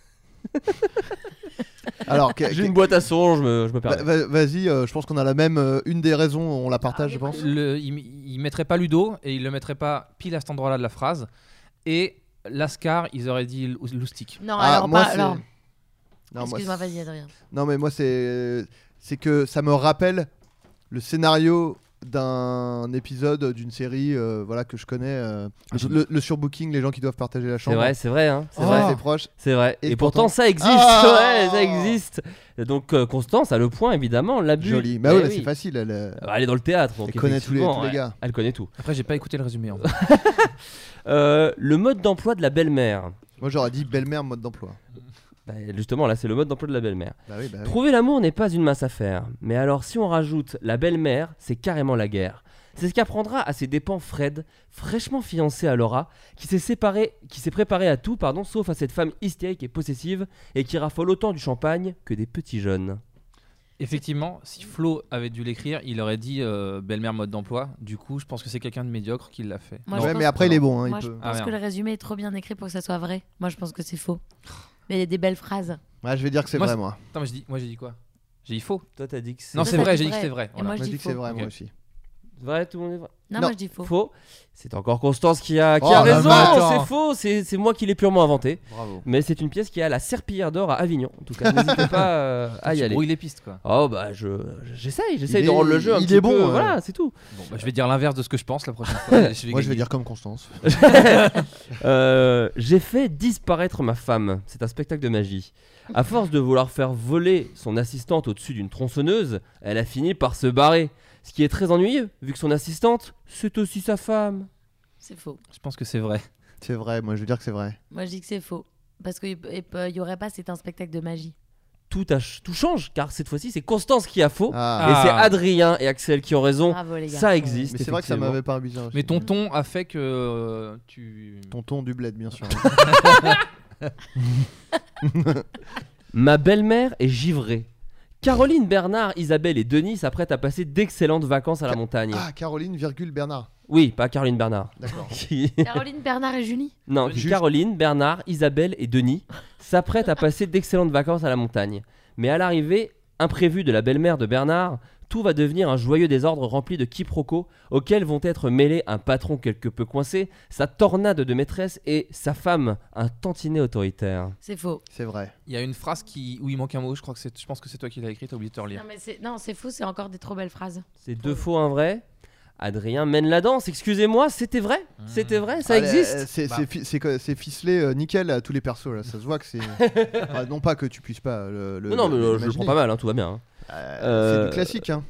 S2: Alors, que-
S6: J'ai
S2: que-
S6: une boîte à son, je me, je me
S2: va-
S6: permets.
S2: va- vas-y, euh, je pense qu'on a la même. euh, une des raisons, on la partage, je pense.
S8: Le- il, il mettrait pas Ludo et il le mettrait pas pile à cet endroit-là de la phrase. Et Lascar, ils auraient dit lou- loustic.
S7: Non,
S2: Ah,
S7: alors
S2: moi,
S7: pas.
S2: c'est-
S7: alors,
S2: Non, moi,
S7: Excuse-moi,
S2: c'est-
S7: vas-y, Adrien.
S2: Non, mais moi, c'est. C'est que ça me rappelle le scénario d'un épisode d'une série euh, voilà que je connais euh, le, le- le surbooking les gens qui doivent partager la
S6: C'est
S2: chambre
S6: vrai, c'est vrai, hein, c'est
S2: c'est
S6: vrai.
S2: vrai c'est proche
S6: C'est vrai. Et,
S2: bah, Oh. Et
S6: pourtant,
S2: pourtant-
S6: ça existe.
S2: Ah
S6: ouais, ça existe. Donc euh, Constance a le point, évidemment. L'abus.
S2: joli bah ouais,
S6: Eh
S2: mais
S6: oui.
S2: c'est facile elle, euh,
S6: Euh, Elle est dans le théâtre. Donc
S2: Elle connaît tous les- tous les
S6: effectivement, ouais,
S2: gars.
S6: Elle connaît tout.
S8: Après, j'ai pas écouté le résumé. hein. en fait.
S6: Euh, le mode d'emploi de la belle-mère.
S2: moi j'aurais dit belle-mère mode d'emploi
S6: Bah, justement, là, c'est le mode d'emploi de la belle-mère.
S2: bah oui bah oui.
S6: Trouver l'amour n'est pas une mince affaire. Mais alors, si on rajoute la belle-mère, c'est carrément la guerre. C'est ce qu'apprendra à ses dépens Fred, fraîchement fiancé à Laura, qui s'est séparé, qui s'est préparé à tout, pardon, sauf à cette femme hystérique et possessive, et qui raffole autant du champagne que des petits jeunes.
S8: Effectivement, si Flo avait dû l'écrire, il aurait dit euh, belle-mère mode d'emploi. Du coup, je pense que c'est quelqu'un de médiocre qui l'a fait.
S7: Moi,
S8: Non.
S7: je
S2: ouais
S7: pense
S2: mais après
S8: que-
S2: il est bon hein,
S7: Moi,
S2: il
S7: je
S2: peut...
S8: Ah,
S7: pense
S8: merde.
S7: que le résumé est trop bien écrit pour que ça soit vrai. Moi, je pense que c'est faux. Mais il y a des belles phrases.
S2: Ouais, je vais dire que c'est
S8: Moi,
S2: vrai moi
S8: Attends, mais je dis, moi, j'ai dit quoi J'ai dit faux.
S6: Toi, t'as dit que c'est.
S8: Non,
S7: Toi,
S8: c'est
S7: t'as
S8: vrai,
S7: dit
S8: j'ai dit que
S7: vrai.
S8: c'est vrai.
S7: Et
S8: voilà.
S7: moi,
S2: moi
S7: je
S2: je
S7: dis
S2: dis que c'est
S7: faux.
S2: vrai moi
S8: Ok.
S2: aussi
S6: Vrai, tout le monde est vrai.
S7: Non,
S2: Non.
S7: moi, je dis faux.
S6: Faux. C'est encore Constance qui a, qui
S2: Oh,
S6: a
S2: la
S6: raison.
S2: vache.
S6: C'est faux. C'est c'est moi qui l'ai purement inventé.
S8: Bravo.
S6: Mais c'est une pièce qui est à la Serpillière d'Or à Avignon. En tout cas, n'hésitez pas euh, à y
S8: Tu
S6: aller.
S8: brouilles les pistes, quoi.
S6: Oh bah je j'essaye, j'essaye
S2: Il
S6: de
S2: est-
S6: rendre le jeu un
S2: il
S6: petit
S2: est
S6: peu.
S2: bon, hein. ouais.
S6: Voilà, c'est tout.
S8: Bon, bah, je vais dire l'inverse de ce que je pense la prochaine fois. je vais
S2: moi je vais
S8: gagner.
S2: dire comme Constance
S6: Euh, J'ai fait disparaître ma femme. C'est un spectacle de magie. À force de vouloir faire voler son assistante au-dessus d'une tronçonneuse, elle a fini par se barrer. Ce qui est très ennuyeux, vu que son assistante, c'est aussi sa femme.
S7: C'est faux.
S8: Je pense que c'est vrai.
S2: c'est vrai moi je vais dire que c'est vrai
S7: Moi, je dis que c'est faux. Parce qu'il n'y aurait pas, c'est un spectacle de magie.
S6: Tout, a ch- tout change, car cette fois-ci, c'est Constance qui a faux.
S2: ah
S6: Oh. Et c'est
S8: Ah.
S6: Adrien et Axel qui ont raison.
S7: Bravo, Ah, les gars.
S6: ça existe.
S2: mais c'est vrai que ça
S6: effectivement.
S2: m'avait pas abusé aussi.
S8: Mais ton ton a fait que euh, tu.
S2: tonton du bled bien sûr
S6: Ma belle-mère est givrée. Caroline, Bernard, Isabelle et Denis s'apprêtent à passer d'excellentes vacances à la
S2: Ca-
S6: montagne.
S2: ah Caroline virgule Bernard
S6: Oui, pas Caroline Bernard.
S2: d'accord
S6: Qui-
S7: Caroline, Bernard et Julie.
S6: Non,
S2: Juste-
S6: Caroline, Bernard, Isabelle et Denis s'apprêtent à passer d'excellentes vacances à la montagne. Mais à l'arrivée imprévue de la belle-mère de Bernard, tout va devenir un joyeux désordre rempli de quiproquos auxquels vont être mêlés un patron quelque peu coincé, sa tornade de maîtresse et sa femme, un tantinet autoritaire.
S7: C'est faux.
S2: c'est vrai
S8: Il y a une phrase qui... où il manque un mot. Je crois que c'est. Je pense que c'est toi qui l'as écrit. T'as oublié de te relire.
S7: Non, mais c'est non, c'est faux, c'est encore des trop belles phrases.
S6: C'est deux faux, un vrai. Adrien mène la danse, excusez-moi, c'était vrai C'était vrai, ça
S2: Ah, euh,
S6: existe
S2: c'est
S8: Bah.
S2: c'est fi- c'est que- c'est ficelé euh, nickel à tous les persos là ça se voit que c'est Ah, non pas que tu puisses pas euh, le, le-
S6: Non, non, mais euh, je le
S2: l'imaginer.
S6: prends pas mal, hein, tout va bien. hein.
S2: C'est
S6: Euh,
S2: du classique. Hein.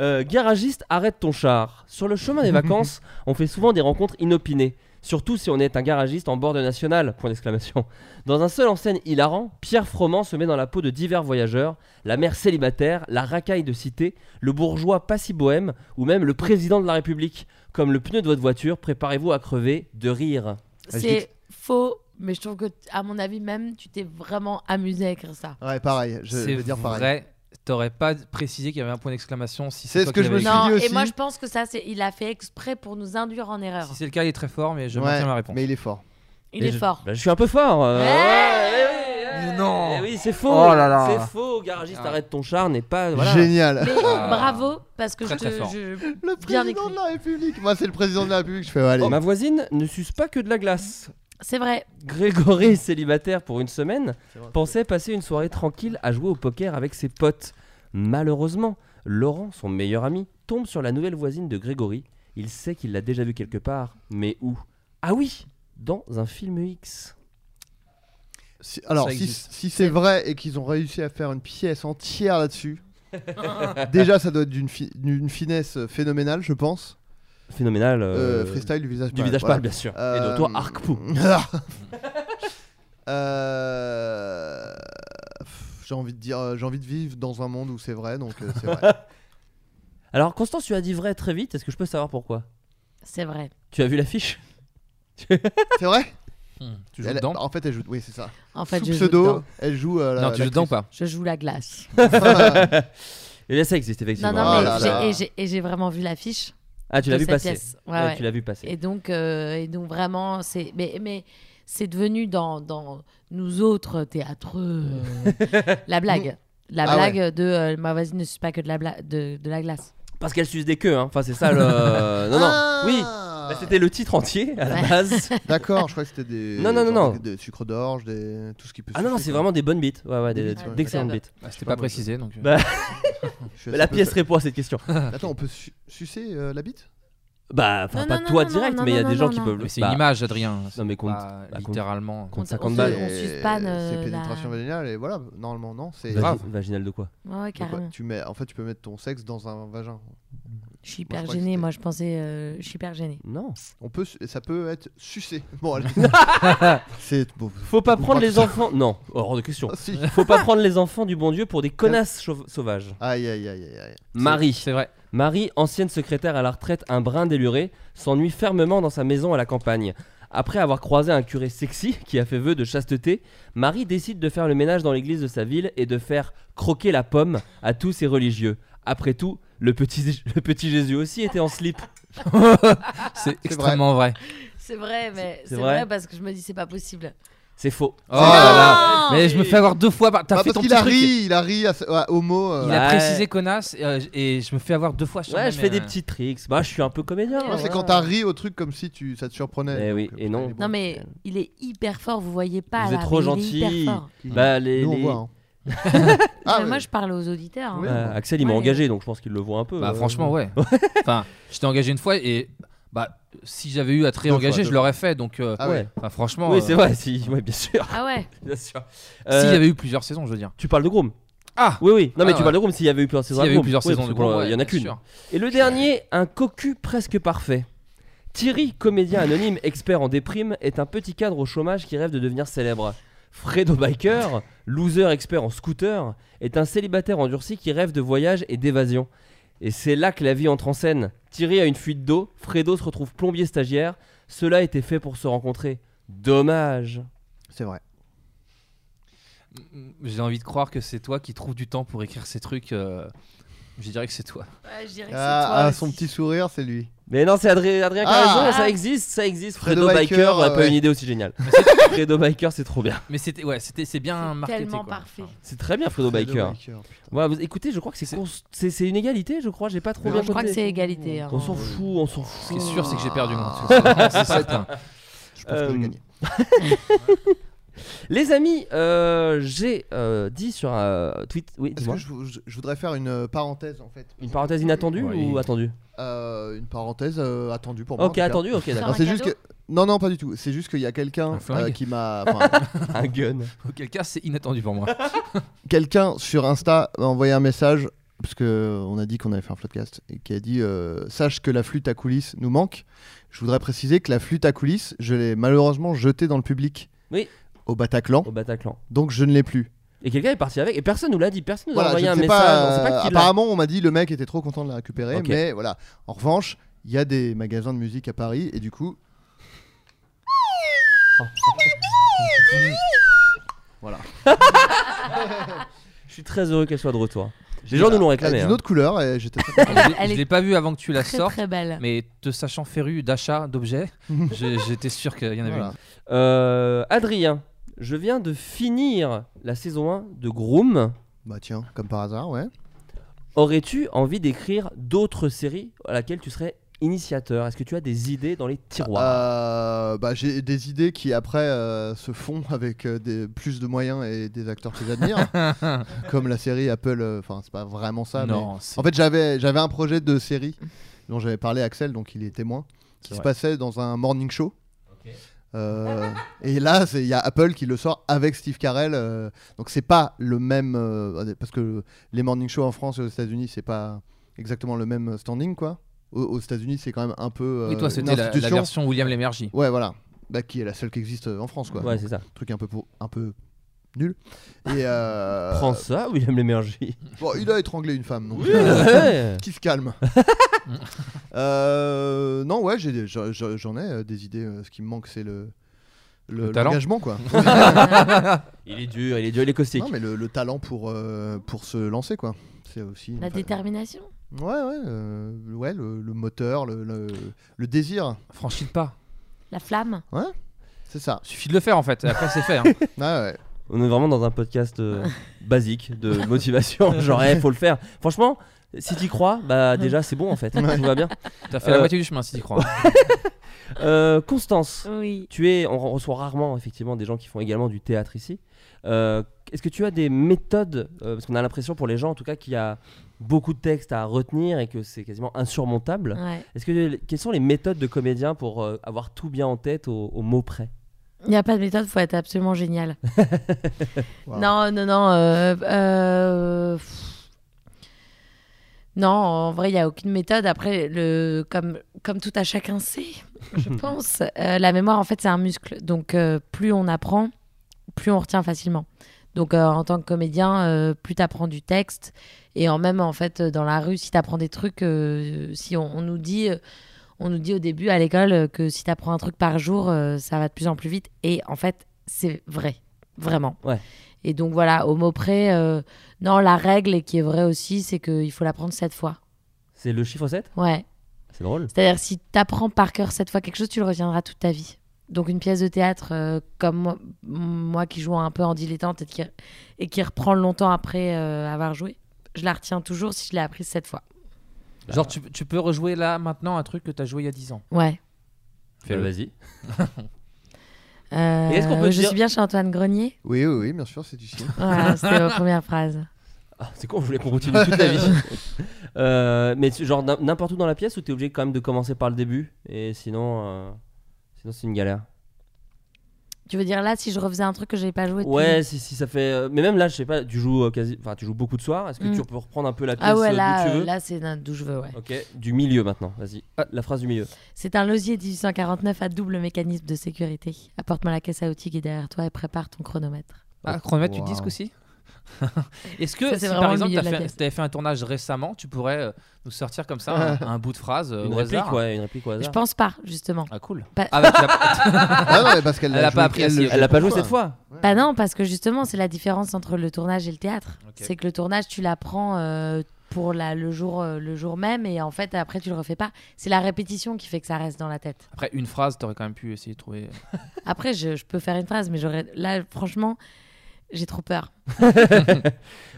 S6: Euh, garagiste, arrête ton char. Sur le chemin des vacances, on fait souvent des rencontres inopinées. Surtout si on est un garagiste en bord de national. Point d'exclamation. Dans un seul enseigne hilarant, Pierre Froment se met dans la peau de divers voyageurs la mère célibataire, la racaille de cité, le bourgeois pas si bohème, ou même le président de la République. Comme le pneu de votre voiture, préparez-vous à crever de rire.
S2: je dis
S7: C'est faux, mais je trouve que, à mon avis, même, tu t'es vraiment amusé à écrire ça.
S2: Ouais, pareil. Je, je
S8: c'est
S2: vais dire pareil.
S8: vrai. T'aurais pas précisé qu'il y avait un point d'exclamation si
S2: C'est
S8: c'est
S2: ce
S8: toi
S2: que
S8: qui
S2: je me
S8: l'avais
S2: suis
S8: écrit.
S7: Non,
S2: dit
S7: et
S2: aussi-
S7: moi, je pense que ça, c'est, il a fait exprès pour nous induire en erreur.
S8: Si c'est le cas, il est très fort, mais je
S2: Ouais,
S8: maintiens ma réponse.
S2: Mais il est fort.
S7: Il
S6: Et
S7: est
S6: je-
S7: fort.
S6: Bah, je suis un peu fort. euh,
S7: Ouais.
S6: ouais, ouais, ouais.
S8: Mais non.
S6: Eh oui, c'est faux.
S8: Oh là là.
S6: C'est faux. Garagiste,
S8: Ah.
S6: arrête ton char n'est pas. Voilà.
S2: Génial.
S7: Mais
S8: Ah.
S7: bravo, parce que
S8: Très,
S7: je,
S8: très fort.
S7: je-
S2: Le
S7: Bien
S2: président
S7: écrit.
S2: de la République. Moi, c'est le président de la République. Je fais allez.
S6: Oh, ma voisine ne suce pas que de la glace.
S7: c'est vrai.
S6: Grégory, célibataire pour une semaine,
S2: C'est vrai.
S6: pensait passer une soirée tranquille à jouer au poker avec ses potes. Malheureusement, Laurent, son meilleur ami, tombe sur la nouvelle voisine de Grégory. Il sait qu'il l'a déjà vue quelque part, mais où Ah oui, dans un film X.
S2: Si- alors,
S8: Ça
S2: si,
S8: existe.
S2: si c'est vrai et qu'ils ont réussi à faire une pièce entière là-dessus, déjà, ça doit être d'une fi- d'une finesse phénoménale, je pense.
S6: Phénoménal.
S2: Euh,
S6: euh,
S2: freestyle du visage
S6: du
S2: pâle,
S6: visage
S2: voilà.
S6: pâle, bien sûr. Et
S2: Euh,
S6: de toi, Arc-Pou.
S2: Euh, pff, J'ai envie de dire, euh, j'ai envie de vivre dans un monde où c'est vrai, donc euh, c'est vrai.
S6: Alors, Constance, tu as dit vrai très vite. Est-ce que je peux savoir pourquoi
S7: C'est vrai.
S6: Tu as vu l'affiche
S2: c'est vrai.
S8: Hmm. Tu joues
S2: Elle-
S8: dedans
S2: En fait, elle joue. Oui, c'est ça.
S7: En fait,
S2: Sous
S7: je joue,
S2: pseudo,
S7: dedans.
S2: elle joue. euh, la-
S8: Non, tu joues dedans ou pas
S7: je joue la glace.
S2: l'actrice.
S6: Eh bien, ça existe,
S7: Non,
S6: effectivement.
S7: non,
S2: Oh
S7: mais
S2: là
S7: j'ai-
S2: là.
S7: et j'ai- et j'ai vraiment vu l'affiche.
S6: Ah, tu l'as
S7: de
S6: vu
S7: cette
S6: passer.
S7: pièce. Ouais,
S6: Ouais,
S7: ouais.
S6: Tu l'as vu passer.
S7: Et donc, euh, et donc vraiment, c'est mais, mais c'est devenu dans, dans nous autres théâtreux euh, la blague. La
S2: Ah
S7: blague de euh, ma voisine ne suce pas que de la, bla- de, de la glace.
S6: Parce qu'elle suce des queues, hein. Enfin, c'est ça le. non, non.
S2: Ah
S6: Oui. Bah, c'était le titre entier à la
S7: Ah. Ouais.
S6: base.
S2: D'accord, je crois que c'était des.
S6: Non, non, non,
S2: genre
S6: non.
S2: Des, des sucres d'orge, des... tout ce qui peut.
S6: Ah non, non,
S2: sucer,
S6: c'est
S2: quoi.
S6: vraiment des bonnes bites. Ouais, ouais,
S2: Des
S6: des-
S2: bites, ouais.
S6: d'excellentes
S7: Ouais.
S6: bites.
S8: Bah, C'était
S2: sais
S8: pas
S2: pas, moi, je-
S8: précisé donc.
S6: Bah,
S2: Je suis assez
S6: La
S2: peu
S6: pièce
S2: fait.
S6: répond à cette question.
S2: Attends, on peut su- sucer euh, la bite
S6: Bah, enfin,
S7: Non,
S6: pas
S7: non,
S6: toi
S7: non,
S6: direct,
S7: non,
S6: mais il y a
S7: non,
S6: des
S7: non,
S6: gens
S7: non,
S6: qui
S7: non.
S6: peuvent.
S8: Mais c'est
S6: bah,
S8: une image, Adrien. hein,
S6: Non, mais compte.
S8: Pas
S6: bah, compte-
S8: littéralement.
S6: compte
S7: On-
S6: 50
S7: on-
S6: balles.
S7: on-
S2: Et-
S7: suce pas, euh,
S2: C'est
S7: la-
S2: pénétration vaginale et voilà, normalement non. C'est.
S6: Vagi-
S2: Donc,
S8: grave.
S6: Vaginale de quoi
S7: Ouais, ouais,
S2: ouais,
S7: carrément.
S2: euh, tu mets, en fait, tu peux mettre ton sexe dans un vagin.
S7: Je suis
S2: Moi, je
S7: hyper
S2: crois que
S7: gênée.
S2: c'était-
S7: Moi, je pensais, euh, je suis hyper gênée.
S6: Non.
S2: On peut, su- ça peut être sucé. Bon, allez. c'est bon.
S6: Faut pas prendre
S2: crois
S6: les
S2: que-
S6: enfants. Non, bah, hors de question.
S2: Ah, si.
S6: Faut pas prendre les enfants du bon Dieu pour des connasses chauve- sauvages.
S2: Aïe aïe aïe aïe. aïe.
S6: Marie.
S8: C'est vrai.
S2: Ah,
S6: Marie, ancienne secrétaire à la retraite, un brin déluré, s'ennuie fermement dans sa maison à la campagne. Après avoir croisé un curé sexy qui a fait vœu de chasteté, Marie décide de faire le ménage dans l'église de sa ville et de faire croquer la pomme à tous ses religieux. Après tout, le petit, le petit Jésus aussi était en slip.
S8: C'est
S2: C'est
S8: extrêmement vrai.
S7: C'est vrai, mais
S6: c'est
S7: c'est
S6: vrai.
S7: vrai. parce que je me dis c'est pas possible.
S6: C'est faux.
S8: Oh là là.
S7: Non
S8: Mais je me fais avoir deux fois. par- T'as
S2: Ah,
S8: fait
S2: parce
S8: ton
S2: qu'il
S8: petit
S2: a
S8: truc.
S2: ri, il a ri à, ce- à- au mot. euh,
S8: Il a
S6: Ouais.
S8: précisé connasse euh, j- et je me fais avoir deux fois. sur le
S6: Ouais, je
S8: même,
S6: fais des
S8: euh,
S6: petits tricks. Bah, je suis un peu comédien.
S7: Ouais,
S2: moi, c'est
S6: voilà.
S2: quand t'as ri au truc comme si tu, ça te surprenait.
S6: Eh oui,
S2: Donc,
S6: et
S2: putain,
S6: non.
S2: il est bon.
S7: Non mais il est hyper fort, vous voyez pas.
S6: Vous
S7: là,
S6: êtes trop
S7: mais il est hyper
S6: gentil.
S7: fort.
S6: Bah, les,
S2: Nous, on
S6: les-
S2: voit, hein.
S7: Non,
S2: ah,
S7: mais
S2: ouais.
S7: Moi je parle aux auditeurs. hein.
S2: Oui.
S6: Euh, Axel, il m'a
S7: Ouais.
S6: engagé, donc je pense qu'il le voit un peu.
S8: Bah
S6: Euh,
S8: franchement ouais. enfin, j'étais engagé une fois et bah si j'avais eu à te
S2: fois,
S8: réengager,
S2: deux
S8: je l'aurais fait. Donc euh,
S2: Ah ouais.
S8: enfin, franchement,
S6: Oui,
S8: euh,
S6: c'est vrai, si. Ouais, bien sûr.
S7: Ah ouais.
S6: Bien sûr.
S8: s'il
S6: Euh,
S8: y avait eu plusieurs saisons, je veux dire.
S6: Tu parles de Groom
S8: Ah.
S6: Oui, oui. Non, mais
S8: Ah,
S6: tu
S8: ouais.
S6: parles de Groom s'il y avait eu plusieurs
S8: S'il
S6: saisons.
S8: y avait
S6: de
S8: eu
S6: Groom.
S8: plusieurs
S6: Oui,
S8: saisons de
S6: parce que,
S8: Groom,
S6: euh,
S8: ouais,
S6: Il y en a
S8: bien
S6: qu'une.
S8: sûr.
S6: Et le dernier, un cocu presque parfait. Thierry, comédien anonyme, expert en déprime, est un petit cadre au chômage qui rêve de devenir célèbre. Fredo Biker, loser expert en scooter, est un célibataire endurci qui rêve de voyage et d'évasion. Et c'est là que la vie entre en scène. Thierry a une fuite d'eau, Fredo se retrouve plombier stagiaire. Cela était fait pour se rencontrer. Dommage.
S2: C'est vrai.
S8: J'ai envie de croire que c'est toi qui trouves du temps pour écrire ces trucs. euh, Je dirais que c'est toi.
S7: Ouais, je dirais que c'est toi
S2: Ah, ah,
S7: aussi.
S2: son petit sourire, c'est lui.
S6: Mais non, c'est Adrien, Adrien qui a
S2: Ah.
S6: raison, ça existe, ça existe. Fredo,
S2: Fredo
S6: Biker,
S2: Biker,
S6: on n'a pas
S2: ouais.
S6: une idée aussi géniale. Fredo Biker, c'est trop bien.
S8: Mais c'était ouais, c'était c'est bien
S7: C'est
S8: marketé
S7: tellement
S8: quoi.
S7: parfait.
S8: Enfin,
S6: C'est très bien, Fredo
S2: Fredo
S6: Biker.
S2: putain.
S6: Voilà, vous- écoutez, je crois que c'est cons- c'est c'est une égalité, je crois, j'ai pas trop
S2: Non,
S6: bien
S7: je crois
S6: compté.
S7: que c'est égalité. hein.
S6: On s'en fout, on s'en fout.
S8: ce qui est sûr, c'est que j'ai perdu moi.
S6: Oh.
S2: Ah.
S8: c'est certain.
S2: Je pense que
S6: Euh,
S2: j'ai gagné.
S6: Les amis, euh, j'ai euh, dit sur un tweet, oui,
S2: Est-ce
S6: dis-moi.
S2: que je, vous- je- je voudrais faire une euh, parenthèse en fait
S6: une parenthèse inattendue
S8: Oui.
S6: ou attendue
S2: Euh, Une parenthèse euh, attendue pour moi. en
S6: Ok,
S2: tout cas.
S6: attendue, ok,
S2: Non,
S6: d'accord.
S7: un
S2: c'est juste que
S7: cadeau
S2: Non, non, pas du tout. C'est juste qu'il y a quelqu'un
S8: Un flingue
S2: euh, qui m'a. enfin,
S6: Un gun.
S8: Auquel cas, c'est inattendu pour moi.
S2: quelqu'un sur Insta m'a envoyé un message, parce qu'on a dit qu'on allait faire un podcast, et qui a dit euh, Sache que la flûte à coulisses nous manque. Je voudrais préciser que la flûte à coulisses, je l'ai malheureusement jetée dans le public
S6: Oui.
S2: au Bataclan,
S6: Au Bataclan.
S2: donc je ne l'ai plus.
S6: Et quelqu'un est parti avec. Et personne nous l'a dit. Personne nous a
S2: Voilà,
S6: envoyé
S2: je
S6: un
S2: ne sais
S6: message.
S2: pas,
S6: on sait pas
S2: euh,
S6: qui l'a.
S2: apparemment, on m'a dit le mec était trop content de la récupérer,
S6: Ok.
S2: mais voilà. En revanche, il y a des magasins de musique à Paris, et du coup. voilà.
S6: Je suis très heureux qu'elle soit de retour. Les gens nous l'ont réclamé.
S2: Elle est
S6: hein.
S2: d'une autre couleur, et j'étais très content.
S8: Je l'ai-
S7: Elle
S8: je
S7: est
S8: l'ai pas vu avant que tu la
S7: Très
S8: sortes,
S7: très belle.
S8: mais te sachant féru d'achat d'objets, je- j'étais sûr qu'il y en avait
S2: Voilà.
S6: Euh, Adrien, je viens de finir la saison 1 de Groom.
S2: Bah tiens, comme par hasard, ouais.
S6: Aurais-tu envie d'écrire d'autres séries à laquelle tu serais initiateur Est-ce que tu as des idées dans les tiroirs
S2: Euh, bah, j'ai des idées qui après euh, se font avec euh, des, plus de moyens et des acteurs que j'admire,
S8: une.
S2: comme la série Apple. euh, Enfin, c'est pas vraiment ça. mais-
S8: non, c'est-
S2: En fait, j'avais j'avais un projet de série dont j'avais parlé à Axel, donc il est témoin, qui
S8: C'est
S2: se
S8: vrai.
S2: passait dans un morning show. Euh, et là, c'est- il y a Apple qui le sort avec Steve Carell. euh, donc c'est pas le même euh, parce que les morning shows en France et aux États-Unis, c'est pas exactement le même standing quoi. Aux, aux États-Unis, c'est quand même un peu. euh,
S8: oui, toi,
S2: une
S8: c'était la- la,
S2: institution.
S8: version William Lémergie.
S2: Ouais, voilà. Bah, qui est la seule qui existe euh, en France, quoi.
S6: Ouais,
S2: Donc,
S6: c'est ça.
S2: truc un peu pour, un peu nul. Et euh,
S6: Prends ça, William Lémergie.
S2: bon, il a étranglé une femme, donc euh,
S6: Ouais.
S2: qui se calme. Euh, non, ouais, j'ai des- j'en j'en- j'en ai euh, des idées. euh, Ce qui me manque, c'est le le-
S8: talent.
S2: l'engagement, quoi.
S6: il est dur, il est dur, il est caustique.
S2: non, mais le, le talent pour euh, pour se lancer, quoi. C'est aussi.
S7: La
S2: enfin,
S7: détermination.
S2: Ouais, ouais, euh, ouais, le, le moteur, le, le, le désir,
S8: Franchis le pas.
S7: La flamme.
S2: c'est ça.
S8: Suffit de le faire en fait. Et Après, c'est fait. hein.
S2: Ah, ouais.
S6: On est vraiment dans un podcast euh, basique de motivation. Genre, il faut le faire. Franchement, si t'y crois, bah déjà c'est bon en fait. Tout va bien.
S8: T'as fait
S6: Euh,
S8: la moitié du chemin si tu crois.
S6: Euh, Constance,
S7: Oui.
S6: tu es, on reçoit rarement effectivement des gens qui font également du théâtre ici. Euh, Est-ce que tu as des méthodes euh, Parce qu'on a l'impression pour les gens en tout cas qu'il y a beaucoup de textes à retenir et que c'est quasiment insurmontable.
S7: Ouais.
S6: Est-ce que euh, quelles sont les méthodes de comédiens pour euh, avoir tout bien en tête au, au mot près
S7: Il n'y a pas de méthode, faut être absolument génial.
S2: Wow.
S7: Non, non, non. euh, euh, pff. Non, en vrai, il n'y a aucune méthode. Après, le, comme, comme tout à chacun sait, je pense, euh, la mémoire, en fait, c'est un muscle. Donc, euh, plus on apprend, plus on retient facilement. Donc, euh, en tant que comédien, euh, plus tu apprends du texte. Et en même, en fait, euh, dans la rue, si tu apprends des trucs, euh, si on, on nous dit. euh, on nous dit au début à l'école euh, que si tu apprends un truc par jour, euh, ça va de plus en plus vite. Et en fait, c'est vrai. Vraiment.
S6: Ouais.
S7: Et donc voilà, au mot près, euh, non, la règle qui est vraie aussi, c'est qu'il faut l'apprendre sept fois.
S6: C'est le chiffre 7
S7: Ouais.
S6: C'est drôle.
S7: C'est-à-dire, si tu apprends par cœur sept fois quelque chose, tu le retiendras toute ta vie. Donc une pièce de théâtre, euh, comme moi, moi qui joue un peu en dilettante et qui, et qui reprend longtemps après euh, avoir joué, je la retiens toujours si je l'ai apprise sept fois.
S8: Genre, tu, tu peux rejouer là maintenant un truc que t'as joué il y a 10 ans.
S7: Ouais.
S8: Fais-le.
S6: Vas-y.
S7: Euh,
S6: Et est-ce qu'on peut
S7: je
S6: dire-
S7: suis bien chez Antoine Grenier.
S2: Oui, oui, oui, bien sûr, c'est du cinéma.
S7: Voilà, c'était ma première phrase.
S6: Ah, c'est con, je voulais qu'on continue toute la vie. Euh, mais c'est genre n'im- n'importe où dans la pièce ou t'es obligé quand même de commencer par le début et sinon, euh, sinon c'est une galère.
S7: Tu veux dire là, si je refaisais un truc que j'avais pas joué depuis-
S6: Ouais, si, si ça fait. euh, Mais même là, je sais pas, tu joues euh, quasi, enfin tu joues beaucoup de soirs. Est-ce que
S7: Mm.
S6: tu peux reprendre un peu la pièce
S7: Ah
S6: euh,
S7: ouais,
S6: d'où
S7: là,
S6: tu
S7: euh,
S6: veux
S7: là c'est d'un- d'où je veux, ouais.
S6: Ok, du milieu maintenant. Vas-y, Ah, la phrase du milieu.
S7: C'est un losier 1849 à double mécanisme de sécurité. Apporte-moi la caisse à outils qui est derrière toi et prépare ton chronomètre.
S8: Ah, chronomètre
S2: Wow.
S8: du disque aussi Est-ce
S7: Ça,
S8: que
S7: c'est
S8: si
S7: vraiment
S8: par
S7: le
S8: exemple
S7: milieu
S8: t'as
S7: de la
S8: fait,
S7: pièce.
S8: t'avais fait un tournage récemment, tu pourrais euh, nous sortir comme ça un, un bout de phrase euh,
S6: Ah. Une
S8: au
S6: réplique,
S8: hasard
S6: ouais, une réplique au
S7: Je
S6: hasard.
S7: pense pas, justement.
S8: Ah cool.
S7: Pas-
S8: Ah, bah, tu l'as-
S2: Ah, non, mais parce qu'elle
S8: Elle
S2: l'a
S8: a
S2: joué-
S8: pas appris à
S2: elle
S8: s'y-
S2: le
S6: Elle l'a pas joué
S2: pourquoi
S6: cette fois.
S7: Bah non, parce que justement, c'est la différence entre le tournage et le théâtre.
S8: Ok.
S7: C'est que le tournage, tu l'apprends euh, pour la, le, jour, euh, le jour même et en fait, après, tu le refais pas. C'est la répétition qui fait que ça reste dans la tête.
S8: Après une phrase, t'aurais quand même pu essayer de trouver.
S7: Après, je, je peux faire une phrase, mais j'aurais là, franchement, j'ai trop peur.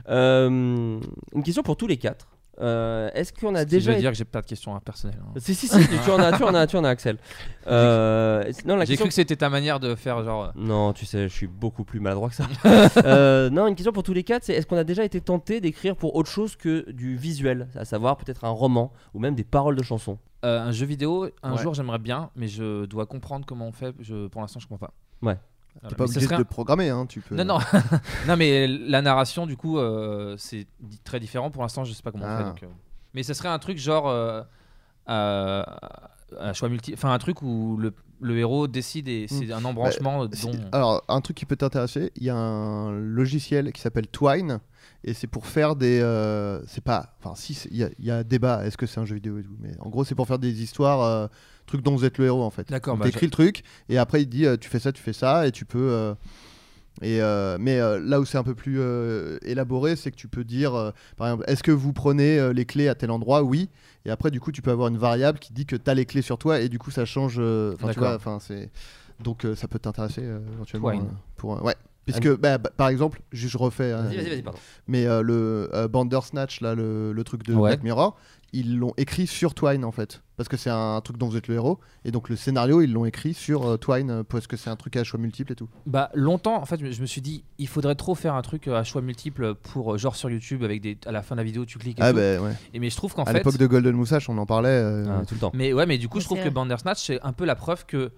S6: Euh, une question pour tous les quatre. Euh, Est-ce qu'on a
S8: Ce qui
S6: déjà.
S8: veut dire que j'ai pas de questions personnelles. hein.
S6: Si, si, si, tu, tu en as, tu en as, tu en as, Axel. Euh, non, la
S8: J'ai
S6: question
S8: cru que c'était ta manière de faire genre. euh,
S6: Non, tu sais, je suis beaucoup plus maladroit que ça. Euh, non, une question pour tous les quatre, c'est est-ce qu'on a déjà été tenté d'écrire pour autre chose que du visuel, à savoir peut-être un roman ou même des paroles de chansons
S8: euh, un jeu vidéo, un
S2: Ouais.
S8: jour j'aimerais bien, mais je dois comprendre comment on fait. Je, pour l'instant, je comprends pas.
S6: Ouais.
S8: Voilà,
S2: T'es pas
S8: mais ce
S2: obligé
S8: serait
S2: de
S8: un-
S2: programmer, hein, tu peux.
S8: Non, non. non, mais la narration, du coup, euh, c'est di- très différent. Pour l'instant, je sais pas comment on
S2: Ah.
S8: fait. donc, euh. Mais ce serait un truc genre. euh, euh, un choix multi. Enfin, un truc où le, le héros décide et c'est un embranchement
S2: Hmm. Bah, Si- ah,
S8: dont.
S2: Alors, un truc qui peut t'intéresser, il y a un logiciel qui s'appelle Twine, et c'est pour faire des. euh, c'est pas. Enfin, si, c'est- il y, a- il y a débat, est-ce que c'est un jeu vidéo et tout, mais en gros, c'est pour faire des histoires, euh, trucs dont vous êtes le héros en fait.
S8: D'accord,
S2: Donc,
S8: bah,
S2: T'écris le truc, et après, il te dit, euh, tu fais ça, tu fais ça, et tu peux. euh, et euh, mais euh, là où c'est un peu plus euh, élaboré, c'est que tu peux dire, euh, par exemple, est-ce que vous prenez euh, les clés à tel endroit Oui. Et après, du coup, tu peux avoir une variable qui dit que tu as les clés sur toi et du coup, ça change. euh, Enfin, tu
S8: D'accord.
S2: vois, enfin, c'est. Donc, euh, ça peut t'intéresser euh, éventuellement.
S8: Twine.
S2: euh, pour, euh, ouais. Puisque, bah, bah, par exemple, je, je refais. euh,
S6: Vas-y, vas-y, vas-y, pardon.
S2: Mais euh, le euh, Bandersnatch, là, le, le truc de
S8: Ouais.
S2: Black Mirror, ils l'ont écrit sur Twine, en fait. Parce que c'est un truc dont vous êtes le héros. Et donc, le scénario, ils l'ont écrit sur euh, Twine, euh, parce que c'est un truc à choix multiple et tout.
S8: Bah longtemps, en fait, je me- je me suis dit, il faudrait trop faire un truc euh, à choix multiple pour euh, genre sur YouTube avec des à la fin de la vidéo tu cliques. Et
S2: ah,
S8: tout.
S2: bah, ouais.
S8: Et mais je trouve qu'en
S2: à
S8: fait.
S2: l'époque de Golden Moustache, on en parlait. euh,
S6: Ah, tout le temps.
S8: Mais ouais, mais du coup,
S7: Oui,
S8: je trouve
S7: c'est
S8: que
S7: vrai.
S8: Bandersnatch c'est un peu la preuve que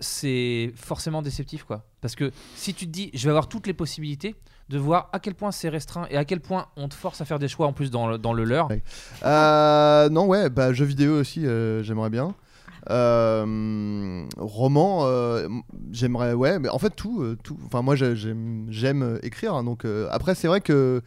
S8: c'est forcément déceptif, quoi. Parce que si tu te dis, je vais avoir toutes les possibilités de voir à quel point c'est restreint et à quel point on te force à faire des choix en plus dans le, dans le leur.
S2: Ouais. Euh, non, ouais, bah, jeux vidéo aussi, euh, j'aimerais bien. Euh, roman, euh, m- j'aimerais, ouais, mais en fait, tout. euh, tout enfin, moi, j'ai- j'aime j'aime, euh, écrire. hein, donc, euh, après, c'est vrai que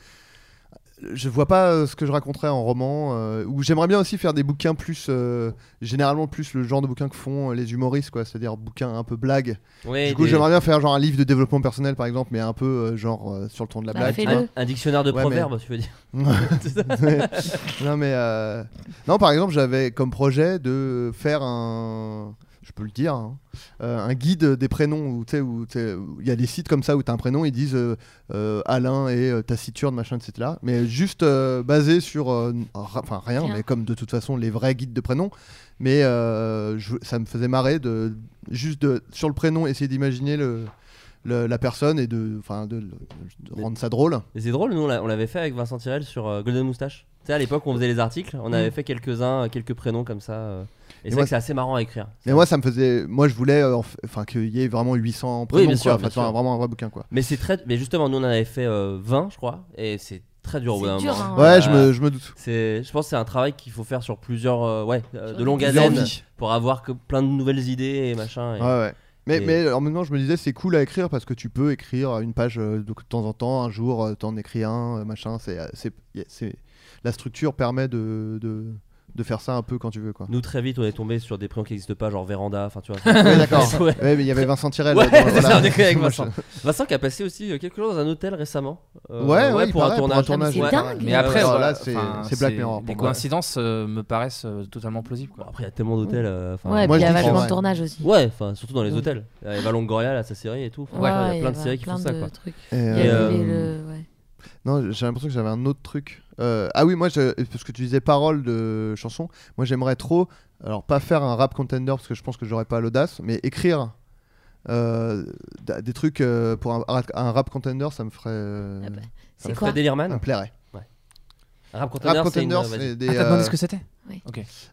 S2: je vois pas euh, ce que je raconterais en roman. euh, ou j'aimerais bien aussi faire des bouquins plus. euh, généralement, plus le genre de bouquins que font euh, les humoristes, quoi. C'est-à-dire bouquins un peu blagues.
S6: Ouais,
S2: Du coup,
S6: des-
S2: j'aimerais bien faire genre un livre de développement personnel, par exemple, mais un peu euh, genre euh, sur le ton de la
S7: Bah,
S2: blague. tu
S7: fais-le.
S2: vois.
S6: un, un dictionnaire de
S2: Ouais, mais-
S6: proverbes, tu veux dire
S2: Ouais. non mais euh, non par exemple j'avais comme projet de faire un je peux le dire hein, euh, un guide des prénoms où tu sais où tu sais, où il y a des sites comme ça où t'as un prénom ils disent euh, euh, Alain et euh, taciturne machin etc mais juste euh, basé sur euh, ra- enfin rien,
S7: Rien.
S2: mais comme de toute façon les vrais guides de prénoms mais euh, je- ça me faisait marrer de juste de, sur le prénom essayer d'imaginer le, le- la personne et de enfin de, de rendre ça drôle
S6: Mais C'est drôle, nous on l'a- on l'avait fait avec Vincent Tirel sur euh, Golden Moustache. Tu sais, à l'époque, on faisait les articles, on
S7: Mm.
S6: avait fait quelques-uns, euh, quelques prénoms comme ça. euh, Et, c'est vrai
S2: moi-
S6: que c'est assez marrant à écrire.
S2: Mais moi, ça me faisait. Moi, je voulais euh, en f- enfin, qu'il y ait vraiment 800 prénoms,
S6: bien
S2: quoi.
S6: sûr,
S2: Enfin,
S6: bien
S2: tu vois,
S6: sûr.
S2: vraiment un vrai bouquin, quoi.
S6: Mais c'est très. Mais justement, nous on en avait fait euh, 20, je crois, et c'est très dur au bout
S7: C'est
S6: d'un
S7: dur,
S6: moment.
S7: hein.
S2: Ouais,
S6: Euh,
S2: je, me, je me doute.
S6: C'est, je pense que c'est un travail qu'il faut faire sur plusieurs, euh, ouais, euh, de longue
S2: Plusieurs
S6: haleine
S2: vies.
S6: pour avoir que plein de nouvelles idées et machin. et-
S2: Ouais, ouais. Mais,
S6: et-
S2: mais en même temps, je me disais, c'est cool à écrire parce que tu peux écrire une page euh, de, de temps en temps, un jour, euh, t'en écris un, euh, machin. C'est, euh, c'est, y a- c'est- la structure permet de, de, de faire ça un peu quand tu veux, quoi.
S6: Nous très vite on est tombé sur des prénoms qui n'existent pas, genre Véranda, enfin tu vois.
S2: Ouais, d'accord.
S6: Ouais.
S2: Ouais, mais il y avait Vincent Tirel.
S6: Ouais,
S2: là, dans-
S6: c'est
S2: voilà.
S6: ça, on est avec
S2: Moi, je-
S6: Vincent. Vincent qui a passé aussi euh, quelques jours dans un hôtel récemment. Euh,
S2: Ouais, ouais, il
S6: pour, un
S2: paraît,
S6: tournage.
S7: tournage.
S2: il
S7: Ouais.
S2: paraît.
S7: dingue.
S8: Mais après,
S2: alors
S8: voilà,
S2: là, c'est,
S8: enfin,
S2: c'est Black Mirror.
S8: Les
S2: pour moi.
S8: coïncidences euh, me paraissent euh, totalement plausibles.
S6: Bon,
S8: Quoi.
S6: après il y a tellement d'hôtels. euh, enfin,
S7: Ouais,
S2: Moi,
S7: puis il y
S2: je
S7: a
S2: dis
S7: vachement
S2: ouais.
S7: de tournage aussi.
S6: Ouais, enfin surtout dans les
S7: Mm.
S6: hôtels. Euh, Il y a Valon Goria, là, sa série et tout. Enfin,
S7: Ouais,
S6: il y a plein de
S7: avait
S6: séries qui font
S7: plein
S6: ça
S7: de
S6: quoi.
S7: trucs.
S2: Et,
S7: Il
S2: euh,
S7: y avait
S6: euh,
S7: le- ouais.
S2: Non, j'ai l'impression que j'avais un autre truc. Euh, ah oui, moi, je- parce que tu disais paroles de chansons, moi j'aimerais trop, alors pas faire un rap contender parce que je pense que j'aurais pas l'audace, mais écrire euh, d- des trucs euh, pour un, ra- un rap contender, ça me ferait. euh,
S7: Ah bah,
S2: me
S7: C'est
S2: ferait
S7: quoi
S6: Fred Delirman,
S2: ça me plairait.
S6: Rap Contender,
S2: Rap
S6: c'est une-
S2: contender,
S6: vas-y.
S2: c'est des.
S8: Ah, t'as demandé
S2: euh,
S8: ce que c'était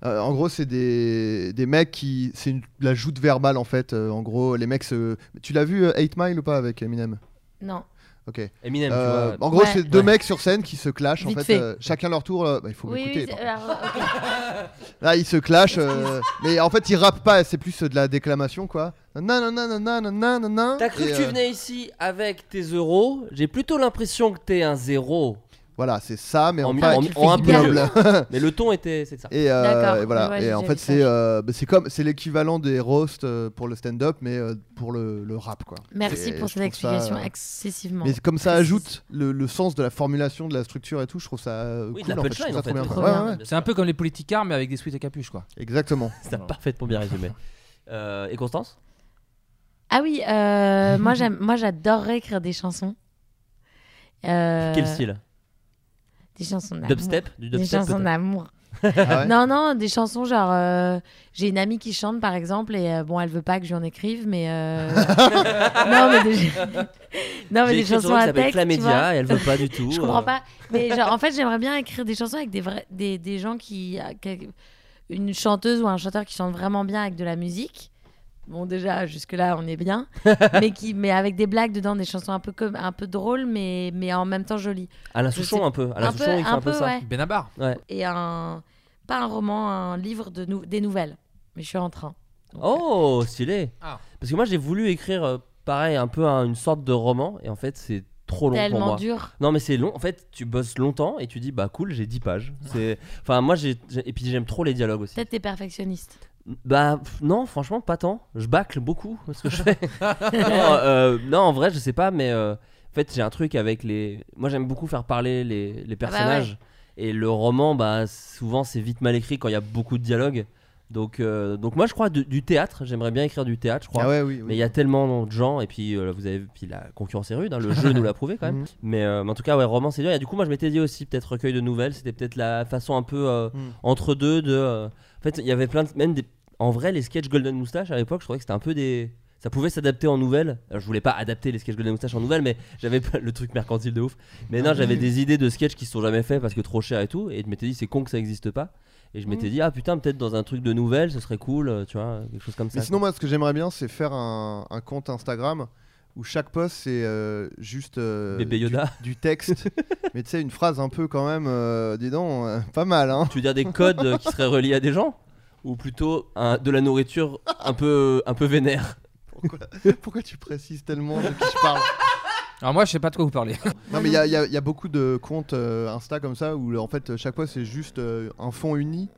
S2: euh, en gros, c'est des, des mecs qui. C'est une- la joute verbale en fait. euh, en gros, les mecs se. Tu l'as vu 8 Mile ou pas avec Eminem
S7: Non.
S2: Ok.
S6: Eminem,
S2: Euh,
S6: tu vois.
S2: en gros,
S7: Ouais.
S2: c'est deux
S6: Ouais.
S2: mecs sur scène qui se clashent en
S7: Vite
S2: fait.
S7: fait.
S2: euh, chacun leur tour. euh, bah, il faut
S7: Oui,
S2: m'écouter.
S7: oui,
S2: par
S7: c'est- alors, ok.
S2: Là, ils se clashent, euh, mais en fait, ils rappent pas, c'est plus euh, de la déclamation, quoi. Nanana, nanana, nanana,
S6: T'as cru
S2: et,
S6: que tu
S2: euh,
S6: venais ici avec tes euros J'ai plutôt l'impression que t'es un zéro.
S2: Voilà, c'est ça, mais
S6: En
S2: en,
S6: mi-
S2: pas
S6: en-
S2: qui
S6: en un
S2: fait
S6: peu
S2: ignoble.
S6: Mais le ton était, c'est ça.
S2: Et, euh,
S7: D'accord,
S2: et voilà.
S7: ouais,
S2: et
S7: j'ai
S2: en
S7: déjà
S2: fait,
S7: vu ça.
S2: c'est euh, bah, c'est comme c'est l'équivalent des roasts euh, pour le stand-up, mais euh, pour le, le rap, quoi.
S7: Merci
S2: Et
S7: pour
S2: je trouve
S7: cette
S2: ça,
S7: explication
S2: euh,
S7: excessivement.
S2: Mais comme ça
S7: précise.
S2: ajoute le, le sens de la formulation, de la structure et tout, je trouve ça euh,
S6: Oui, de
S2: cool.
S6: la
S2: en fait, je trouve
S6: punchline
S2: ça
S6: en fait.
S2: trop bien,
S7: Trop
S2: quoi. Ouais,
S7: bien.
S2: ouais, ouais,
S8: C'est un peu comme les politicards, mais avec des sweats à capuche. Quoi.
S2: exactement.
S6: Ça parfaitement bien résumé. Euh, et Constance
S7: Ah oui, euh, moi j'aime, moi j'adorerais écrire des chansons. Euh, bah,
S6: Quel style
S7: Des chansons d'amour.
S6: Dubstep Du
S7: Des
S6: dubstep
S7: chansons
S6: peut-être.
S7: d'amour.
S2: Ah ouais
S7: Non, non, des chansons genre. euh, J'ai une amie qui chante par exemple et euh, bon, elle veut pas que je lui en écrive, mais. euh, non, mais des, non, Ah,
S6: J'ai
S7: mais des
S6: écrit une
S7: chansons
S6: chanson qui
S7: à
S6: s'appelle
S7: texte. tu vois.
S6: Clamédia et elle veut pas du tout.
S7: Je
S6: euh.
S7: comprends pas. Mais genre, en fait, j'aimerais bien écrire des chansons avec des, vrais, des, des gens qui, qui- Une chanteuse ou un chanteur qui chante vraiment bien avec de la musique. Bon, déjà, jusque-là, on est bien. mais, qui, mais avec des blagues dedans, des chansons un peu, comme, un peu drôles, mais, mais en même temps jolies.
S6: Alain
S7: Je
S6: Souchon
S7: sais-
S6: un peu. Alain
S7: un
S6: Souchon,
S7: peu,
S6: Ah, il fait
S7: un
S6: un peu
S7: peu,
S6: ça.
S7: ouais.
S8: Benabar.
S7: Et un. Pas un roman, un livre de nou- des nouvelles. Mais je suis en train. Donc,
S6: Oh, stylé.
S8: Ah.
S6: Parce que moi, j'ai voulu écrire euh, pareil, un peu un- une sorte de roman, et en fait, c'est trop long pour
S7: Tellement
S6: moi.
S7: dur.
S6: Non, mais c'est long. En fait, tu bosses longtemps et tu dis, bah cool, j'ai 10 pages.
S7: Ah.
S6: C'est... Enfin, moi, j'ai... j'ai- Et puis, j'aime trop les dialogues aussi.
S7: Peut-être t'es perfectionniste.
S6: Bah pff, non, franchement, pas tant. Je bâcle beaucoup ce que je fais. non, euh, non, en vrai, je sais pas, mais euh, en fait, j'ai un truc avec les. Moi, j'aime beaucoup faire parler les, les personnages. Et le roman, bah souvent, c'est vite mal écrit quand il y a beaucoup de dialogues. Donc, euh, donc moi, je crois du, du théâtre. J'aimerais bien écrire du théâtre, je crois.
S2: Ah ouais, oui. oui.
S6: Mais il y a tellement de gens, et puis, euh, vous avez, puis la concurrence est rude, hein, le jeu nous l'a prouvé quand même.
S2: Mhm.
S6: Mais, euh, mais en tout cas, ouais, roman, c'est dur. Et du coup, moi, je m'étais dit aussi, peut-être recueil de nouvelles, c'était peut-être la façon un peu euh,
S2: Mm.
S6: entre deux de. euh, En fait, il y avait plein de. Même des... En vrai, les sketchs Golden Moustache à l'époque, je trouvais que c'était un peu des. Ça pouvait s'adapter en nouvelles. Alors, je voulais pas adapter les sketchs Golden Moustache en nouvelles, mais j'avais pas le truc mercantile de ouf. Mais
S2: Ah
S6: non, j'avais des idées de sketchs qui se sont jamais faits parce que trop cher et tout. Et je m'étais dit, c'est con que ça existe pas. Et je
S2: Mm.
S6: m'étais dit, ah putain, peut-être dans un truc de nouvelles, ce serait cool, euh, tu vois, quelque chose comme ça.
S2: Mais sinon, moi, ce que j'aimerais bien, c'est faire un, un compte Instagram où chaque post, c'est euh, juste euh,
S6: Bébé
S2: du-
S6: Yoda.
S2: Du, texte. mais tu sais, une phrase un peu quand même, euh, dis donc, euh, pas mal, hein.
S6: Tu veux dire des codes euh, qui seraient reliés à des gens Ou plutôt un- de la nourriture un peu, un peu vénère
S2: Pourquoi, pourquoi tu précises tellement de qui je parle
S8: Alors moi, je sais pas de quoi vous parlez.
S2: Non, mais il y a, il y a- il y a beaucoup de comptes euh, Insta comme ça où, en fait, chaque post, c'est juste euh, un fond uni.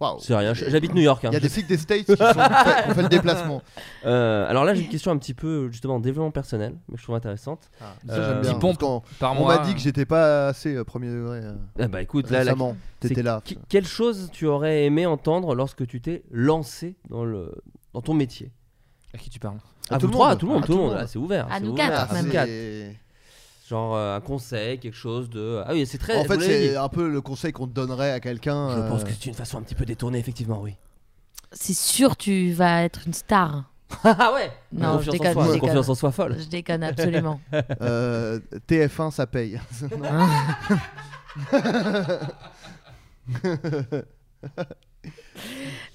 S2: Waouh.
S6: C'est rien, j- j'habite New York. hein.
S2: Il y a des flics des States qui, sont, qui fait, qui ont fait le déplacement.
S6: Euh, alors là, j'ai une question un petit peu justement en développement personnel, mais je trouve intéressante.
S2: Ah,
S6: ça, j'aime bien.
S2: parce
S8: Pompe.
S2: qu'on-
S8: Euh, Par
S2: on
S8: mois,
S2: m'a dit que j'étais pas assez euh, premier degré euh,
S6: Ah bah écoute, là, la-
S2: récemment.
S6: c'est
S2: T'étais là.
S6: que- quelle chose tu aurais aimé entendre lorsque tu t'es lancé dans, le, dans ton métier
S8: À qui tu parles
S6: À,
S2: À
S6: vous
S2: tout le
S6: trois,
S2: monde.
S6: à tout le monde,
S2: À
S6: tout le
S2: tout
S6: monde.
S2: le
S6: là,
S2: monde.
S6: c'est ouvert.
S7: À
S6: c'est
S7: nous
S6: ouvert,
S7: quatre,
S6: à
S7: même.
S6: nous
S2: Ah, c'est-
S6: quatre. Genre euh, un conseil, quelque chose de. Ah oui, c'est très.
S2: En
S6: je
S2: fait,
S6: voulais
S2: c'est
S6: dire.
S2: un peu le conseil qu'on te donnerait à quelqu'un.
S6: Je pense
S2: euh,
S6: que c'est une façon un petit peu détournée, effectivement, oui.
S7: C'est sûr, tu vas être une star.
S6: ah ouais
S7: Non,
S6: Confiance
S7: je
S6: en soi,
S7: déconne, je déconne.
S6: confiance en soi folle.
S7: Je déconne absolument.
S2: euh, TF1, ça paye.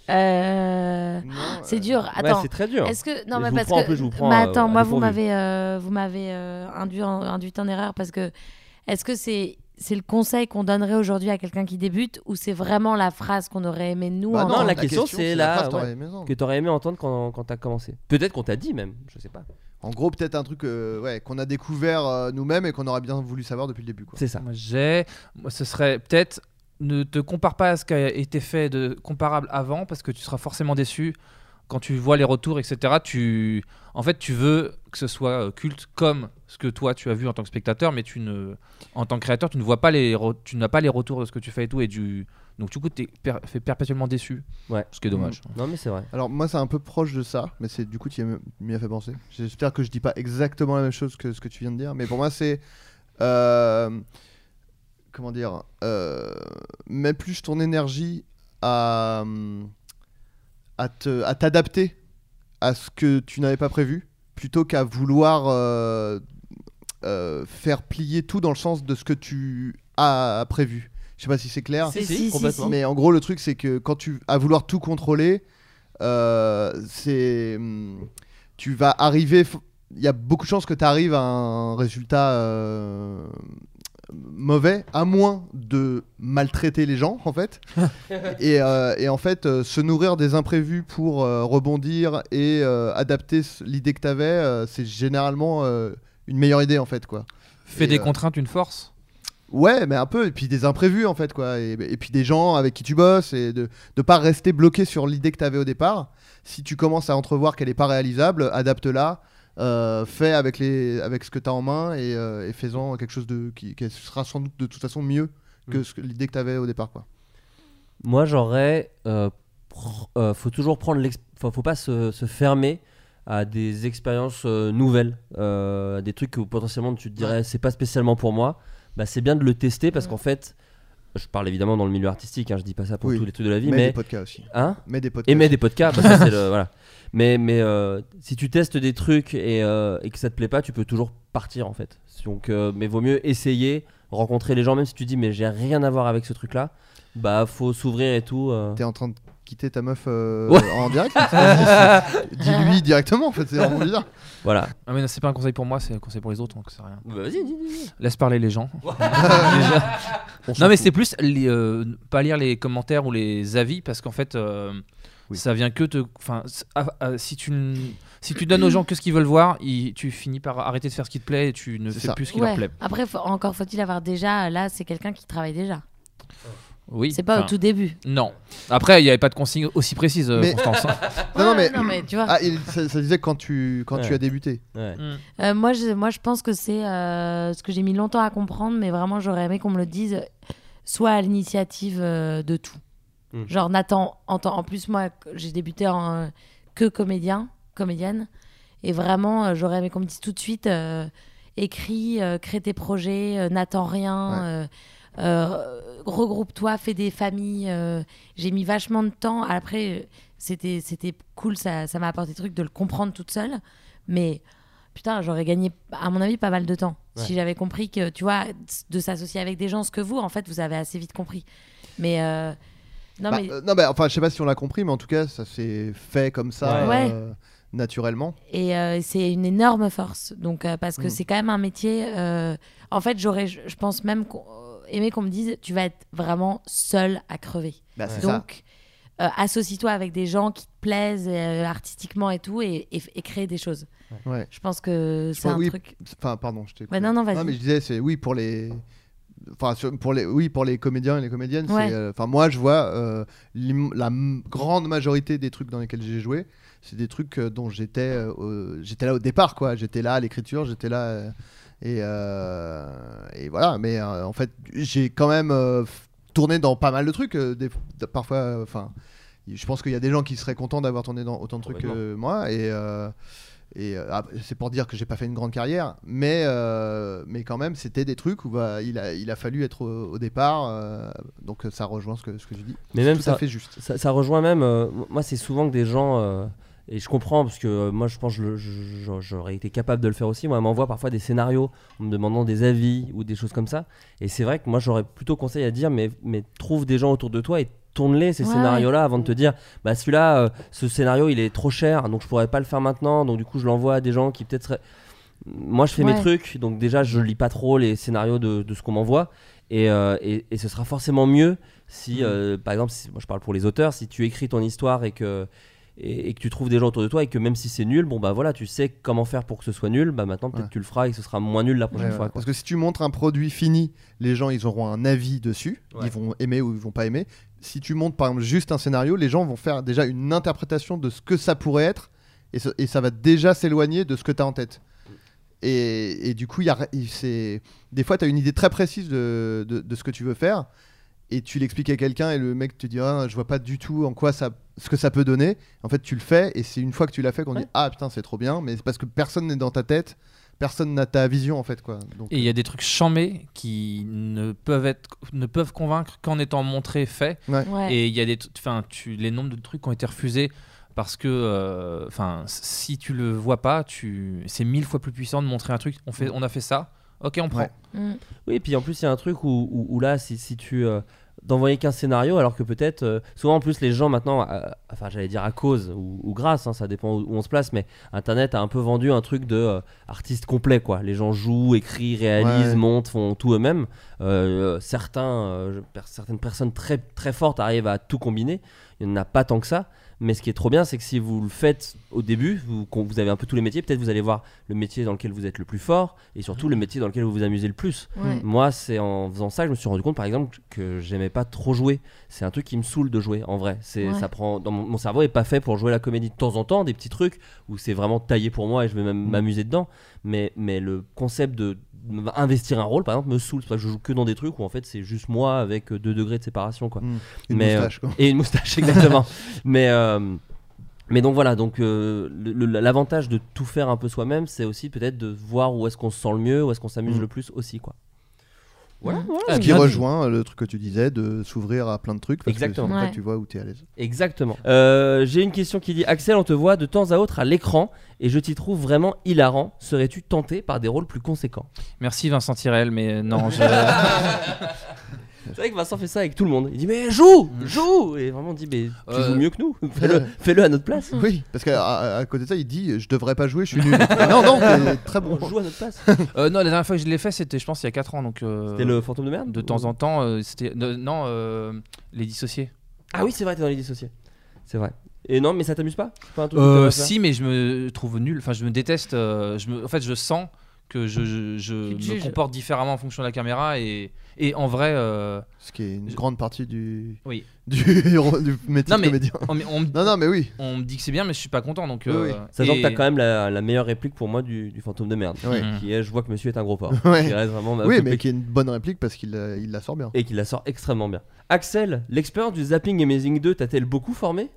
S7: Euh,
S2: Non,
S7: C'est
S2: euh,
S7: dur.
S6: Ouais,
S7: Attends.
S6: c'est très dur.
S7: Est-ce que non
S6: Je
S7: mais
S6: vous
S7: parce
S6: prends un
S7: que
S6: peu, je vous prends,
S7: mais
S6: euh,
S7: attends
S6: à
S7: moi vous
S6: dépourvu.
S7: m'avez euh, vous m'avez euh, induit en, induite en erreur parce que est-ce que c'est c'est le conseil qu'on donnerait aujourd'hui à quelqu'un qui débute ou c'est vraiment la phrase qu'on aurait aimé nous
S2: Bah
S6: non,
S7: entendre
S6: la question, c'est la-
S2: phrase, t'aurais
S6: ouais.
S2: aimé entendre.
S6: que t'aurais aimé entendre quand, quand t'as commencé Peut-être qu'on t'a dit même, je sais pas.
S2: En gros, peut-être un truc euh, ouais, qu'on a découvert euh, nous-mêmes et qu'on aurait bien voulu savoir depuis le début. Quoi.
S6: C'est ça.
S8: Moi, j'ai. Moi, ce serait peut-être. Ne te compare pas à ce qui a été fait de comparable avant parce que tu seras forcément déçu quand tu vois les retours, etc. Tu, en fait, tu veux que ce soit euh, culte comme ce que toi tu as vu en tant que spectateur, mais tu ne, en tant que créateur, tu ne vois pas les, re- tu n'as pas les retours de ce que tu fais et tout, et du, donc du coup, t'es per- fait perpétuellement déçu.
S6: Ouais.
S8: Ce qui est
S2: Mm.
S8: dommage.
S6: Non, mais c'est vrai.
S2: Alors, moi, c'est un peu proche de ça, mais c'est du coup, tu y as m- m'y as fait penser. J'espère que je dis pas exactement la même chose que ce que tu viens de dire, mais pour moi, c'est. euh, comment dire euh, Mets plus ton énergie à, hum, à te- à t'adapter à ce que tu n'avais pas prévu plutôt qu'à vouloir euh, euh, faire plier tout dans le sens de ce que tu as prévu. Je sais pas si c'est clair.
S7: Si, si, si,
S6: complètement.
S7: si.
S2: Mais en gros, le truc, c'est que quand tu à vouloir tout contrôler, euh, c'est hum, tu vas arriver. f- Il y a beaucoup de chances que tu arrives à un résultat euh, mauvais, à moins de maltraiter les gens, en fait. et, euh, et en fait, euh, se nourrir des imprévus pour euh, rebondir et euh, adapter s- l'idée que tu avais, c'est généralement euh, une meilleure idée, en fait, quoi.
S8: Fais
S2: Et,
S8: des
S2: euh,
S8: contraintes une force.
S2: Ouais, mais un peu, et puis des imprévus en fait, quoi. Et, et puis des gens avec qui tu bosses, et de ne pas rester bloqué sur l'idée que tu avais au départ. Si tu commences à entrevoir qu'elle n'est pas réalisable, adapte-la, euh, fais avec, les, avec ce que tu as en main et, euh, et fais-en quelque chose de, qui, qui sera sans doute de toute façon mieux que, ce que- l'idée que tu avais au départ, quoi.
S6: Moi, j'aurais. euh, pr- euh, faut toujours prendre. l'ex- Enfin, faut pas se, se fermer à des expériences euh, nouvelles, euh, à des trucs que potentiellement tu te dirais c'est pas spécialement pour moi. bah, c'est bien de le tester parce
S7: Mm.
S6: qu'en fait, je parle évidemment dans le milieu artistique, hein, je dis pas ça pour
S2: Oui.
S6: tous les trucs de la vie,
S2: Mets
S6: mais.
S2: des podcasts aussi.
S6: Hein
S2: Mets des podcasts.
S6: et mets des podcasts, bah, ça, c'est le- voilà. Mais, mais euh, si tu testes des trucs et, euh, et que ça te plaît pas, tu peux toujours partir en fait. Donc, euh, mais vaut mieux essayer, rencontrer les gens, même si tu dis mais j'ai rien à voir avec ce truc là, bah faut s'ouvrir et tout. euh.
S2: T'es en train de quitter ta meuf euh,
S6: Ouais.
S2: en direct Dis- Dis-lui directement, en fait, c'est vraiment bizarre.
S6: Voilà.
S9: Ah, mais non, c'est pas un conseil pour moi, c'est un conseil pour les autres,
S8: hein,
S9: donc c'est rien.
S6: Bah, vas-y, dis, dis, dis.
S9: Laisse parler les gens.
S2: On s'en
S9: Non mais
S2: fout.
S9: c'est plus les, euh, pas lire les commentaires ou les avis parce qu'en fait euh,
S2: Oui.
S9: ça vient que te enfin s- ah, ah, si tu n- si tu donnes aux gens que ce qu'ils veulent voir ils- tu finis par arrêter de faire ce qui te plaît et tu ne
S2: C'est
S9: fais
S2: ça.
S9: plus ce qui
S7: Ouais.
S9: leur plaît
S7: Après, faut- encore faut-il avoir déjà. Là, c'est quelqu'un qui travaille déjà.
S9: oui
S7: C'est pas
S9: enfin,
S7: au tout début.
S9: non après il n'y avait pas de consigne aussi précise euh,
S2: Mais-
S9: Constance hein.
S2: Non, non, mais.
S7: non, mais tu vois.
S2: Ah, il- ça, ça disait quand tu, quand tu
S6: Ouais.
S2: as débuté.
S6: Ouais.
S9: Mm.
S7: Euh, moi, je, moi, je pense que c'est euh, ce que j'ai mis longtemps à comprendre, mais vraiment, j'aurais aimé qu'on me le dise, euh, soit à l'initiative euh, de tout.
S6: Mm.
S7: Genre, Nathan, en, tant- en plus, moi, que- j'ai débuté en, euh, que comédien, comédienne, et vraiment, euh, j'aurais aimé qu'on me dise tout de suite, euh, écris, euh, crée tes projets, euh, n'attends rien, euh, euh, regroupe-toi, fais des familles. euh. j'ai mis vachement de temps. Après, euh, c'était c'était cool, ça ça m'a apporté des trucs de le comprendre toute seule, mais putain, j'aurais gagné, à mon avis, pas mal de temps.
S6: Ouais.
S7: Si j'avais compris que, tu vois, de s'associer avec des gens, ce que vous, en fait, vous avez assez vite compris. Mais. euh, non,
S2: Bah,
S7: mais.
S2: euh, non, mais enfin, je sais pas si on l'a compris, mais en tout cas, ça s'est fait comme ça,
S7: Ouais.
S2: euh, naturellement.
S7: Et euh, c'est une énorme force. Donc, euh, parce que
S2: Mm.
S7: c'est quand même un métier. euh, en fait, j'aurais, je je pense même qu'on- euh, aimé qu'on me dise, tu vas être vraiment seul à crever.
S2: Bah, c'est ça.
S7: Donc, euh, associe-toi avec des gens qui te plaisent euh, artistiquement et tout, et, et, et crée des choses.
S2: Ouais.
S7: Je pense que c'est
S2: crois-
S7: un
S2: oui.
S7: truc.
S2: Enfin, pardon, je t'ai.
S7: Ouais,
S2: coupé.
S7: Bah, non, non, vas-y.
S2: mais je disais, c'est oui pour les. Enfin, sur- pour les, oui, pour les comédiens et les comédiennes, c'est,
S7: Ouais.
S2: euh, enfin, moi, je vois euh, l'im- la m- grande majorité des trucs dans lesquels j'ai joué, c'est des trucs euh, dont j'étais, euh, au- j'étais là au départ, quoi. J'étais là à l'écriture, j'étais là, euh, et, euh, et voilà. Mais euh, en fait, j'ai quand même euh, f- tourné dans pas mal de trucs, euh, des- de- parfois, euh, enfin, y- je pense qu'il y a des gens qui seraient contents d'avoir tourné dans autant de trucs que moi, et. euh, et euh, ah, c'est pour dire que j'ai pas fait une grande carrière, mais, euh, mais quand même, c'était des trucs où bah, il, a, il a fallu être au, au départ. euh, donc ça rejoint ce que, ce que je dis.
S6: Mais même
S2: Tout
S6: ça,
S2: à fait juste.
S6: Ça, ça rejoint même. euh, moi, c'est souvent que des gens. euh, et je comprends, parce que euh, moi, je pense que je le- je- je- j'aurais été capable de le faire aussi. Moi, elle m'envoie parfois des scénarios en me demandant des avis ou des choses comme ça. Et c'est vrai que moi, j'aurais plutôt conseil à dire mais, mais trouve des gens autour de toi et tourne-les ces
S7: Ouais,
S6: scénarios-là avant de te dire bah celui-là, euh, ce scénario, il est trop cher, donc je pourrais pas le faire maintenant. Donc, du coup, je l'envoie à des gens qui peut-être seraient- Moi, je fais mes
S7: Ouais.
S6: trucs, donc déjà, je lis pas trop les scénarios de, de ce qu'on m'envoie. Et, euh, et- et ce sera forcément mieux si, euh, par exemple, si- moi je parle pour les auteurs, si tu écris ton histoire et que, et, et que tu trouves des gens autour de toi et que même si c'est nul, bon bah voilà, tu sais comment faire pour que ce soit nul, bah maintenant peut-être
S2: Ouais.
S6: tu le feras et que ce sera moins nul la prochaine
S2: Ouais,
S6: fois.
S2: ouais.
S6: quoi.
S2: Parce que si tu montres un produit fini, les gens ils auront un avis dessus,
S6: Ouais.
S2: ils vont aimer ou ils vont pas aimer. Si tu montres par exemple juste un scénario, les gens vont faire déjà une interprétation de ce que ça pourrait être et, ce- et ça va déjà s'éloigner de ce que tu as en tête. Et, et du coup, il y a- il- c'est- des fois tu as une idée très précise de, de- de ce que tu veux faire et tu l'expliques à quelqu'un et le mec te dit ah, je vois pas du tout en quoi ça ce que ça peut donner. En fait, tu le fais et c'est une fois que tu l'as fait qu'on dit ah putain, c'est trop bien, mais c'est parce que personne n'est dans ta tête. Personne n'a ta vision en fait quoi. Donc,
S9: et il y a des trucs chamés qui ne peuvent être ne peuvent convaincre qu'en étant montrés faits
S7: Ouais.
S9: Et il y a des, t- enfin, tu, les nombres de trucs qui ont été refusés parce que, euh, enfin, si tu le vois pas, tu, c'est mille fois plus puissant de montrer un truc. On fait, on a fait ça. Ok, on prend.
S2: Ouais.
S7: Mm.
S6: Oui, et puis en plus, il y a un truc où, où- où là, si, si tu. euh, d'envoyer qu'un scénario alors que peut-être euh, souvent en plus les gens maintenant euh, enfin j'allais dire à cause ou, ou grâce hein, ça dépend où, où on se place mais internet a un peu vendu un truc de euh, artiste complet quoi les gens jouent écrivent réalisent
S2: Ouais.
S6: montent font tout eux-mêmes Euh, certains euh, je- per- certaines personnes très très fortes arrivent à tout combiner il n'y en a pas tant que ça mais ce qui est trop bien c'est que si vous le faites au début vous, qu'on- vous avez un peu tous les métiers peut-être vous allez voir le métier dans lequel vous êtes le plus fort et surtout le métier dans lequel vous vous amusez le plus
S2: Mm.
S7: Ouais.
S6: moi, c'est en faisant ça que je me suis rendu compte, par exemple, que j'aimais pas trop jouer. C'est un truc qui me saoule de jouer, en vrai. C'est,
S7: Ouais.
S6: ça prend, dans mon, mon cerveau est pas fait pour jouer la comédie de temps en temps, des petits trucs où c'est vraiment taillé pour moi et je vais même m'amuser dedans. Mais, mais le concept de m- investir un rôle, par exemple, me saoule. C'est pour ça que je joue que dans des trucs où en fait c'est juste moi avec 2 degrés de séparation, quoi.
S2: euh, une
S6: mais,
S2: moustache, quoi.
S6: Et une moustache, exactement. mais, euh, mais donc voilà, donc euh, le- le- l'avantage de tout faire un peu soi-même, c'est aussi peut-être de voir où est-ce qu'on se sent le mieux, où est-ce qu'on s'amuse
S2: Mm.
S6: le plus aussi, quoi. Voilà,
S7: Mm.
S6: voilà,
S2: Ce qui
S6: Ah, bien dit.
S2: rejoint euh, le truc que tu disais de s'ouvrir à plein de trucs. Parce
S6: Exactement.
S2: Que c'est comme ça que
S7: Ouais.
S2: tu vois où t'es à l'aise.
S6: Exactement. Euh, J'ai une question qui dit Axel, on te voit de temps à autre à l'écran et je t'y trouve vraiment hilarant. Serais-tu tenté par des rôles plus conséquents
S8: Merci Vincent Tirel,
S9: euh,
S8: mais non, je...
S6: C'est vrai que Vincent fait ça avec tout le monde. Il dit Mais joue Joue Et vraiment, on dit Mais tu
S8: Mm. Euh.
S6: joues mieux que nous. Fais-le fais-le à notre place.
S2: Oui, parce qu'à à- à côté de ça, il dit Je devrais pas jouer, je suis nul. Ah non, non, t'es très bon.
S6: On joue à notre place.
S8: Euh, non, la dernière fois que je l'ai fait, c'était, je pense, il y a 4 ans. Donc, euh,
S6: C'était le fantôme de merde
S8: de temps en temps, euh, c'était de- non, euh, les dissociés.
S6: Ah oui, c'est vrai, t'es dans les dissociés. C'est vrai. Et non, mais ça t'amuse pas C'est pas un truc que
S8: Euh,
S6: t'aimerais faire
S8: si, mais je me trouve nul. Enfin, je me déteste. euh, je me, en fait, je sens que je, je, je
S7: Tu te
S8: me
S7: juges.
S8: comporte différemment en fonction de la caméra et, et en vrai. euh,
S2: Ce qui est une
S8: Je-
S2: grande partie du,
S8: Oui.
S2: du, du métier
S8: Non,
S2: de
S8: oh, mais-
S2: comédien.
S8: on, me- on me-
S2: Non, non, mais oui.
S8: on me dit que c'est bien, mais je suis pas content. Donc,
S2: Oui,
S8: euh,
S2: oui.
S6: Sachant
S8: et-
S6: que t'as quand même la, la meilleure réplique pour moi du, du fantôme de merde.
S2: Ouais.
S8: Mhm.
S6: Qui est Je vois que monsieur est un gros porc.
S2: Ouais.
S6: Qui reste vraiment ma
S2: Oui,
S6: toute
S2: mais
S6: petite-
S2: qui est une bonne réplique parce qu'il euh, il la sort bien.
S6: Et qui la sort extrêmement bien. Axel, l'expérience du Zapping Amazing 2 t'a-t-elle beaucoup formé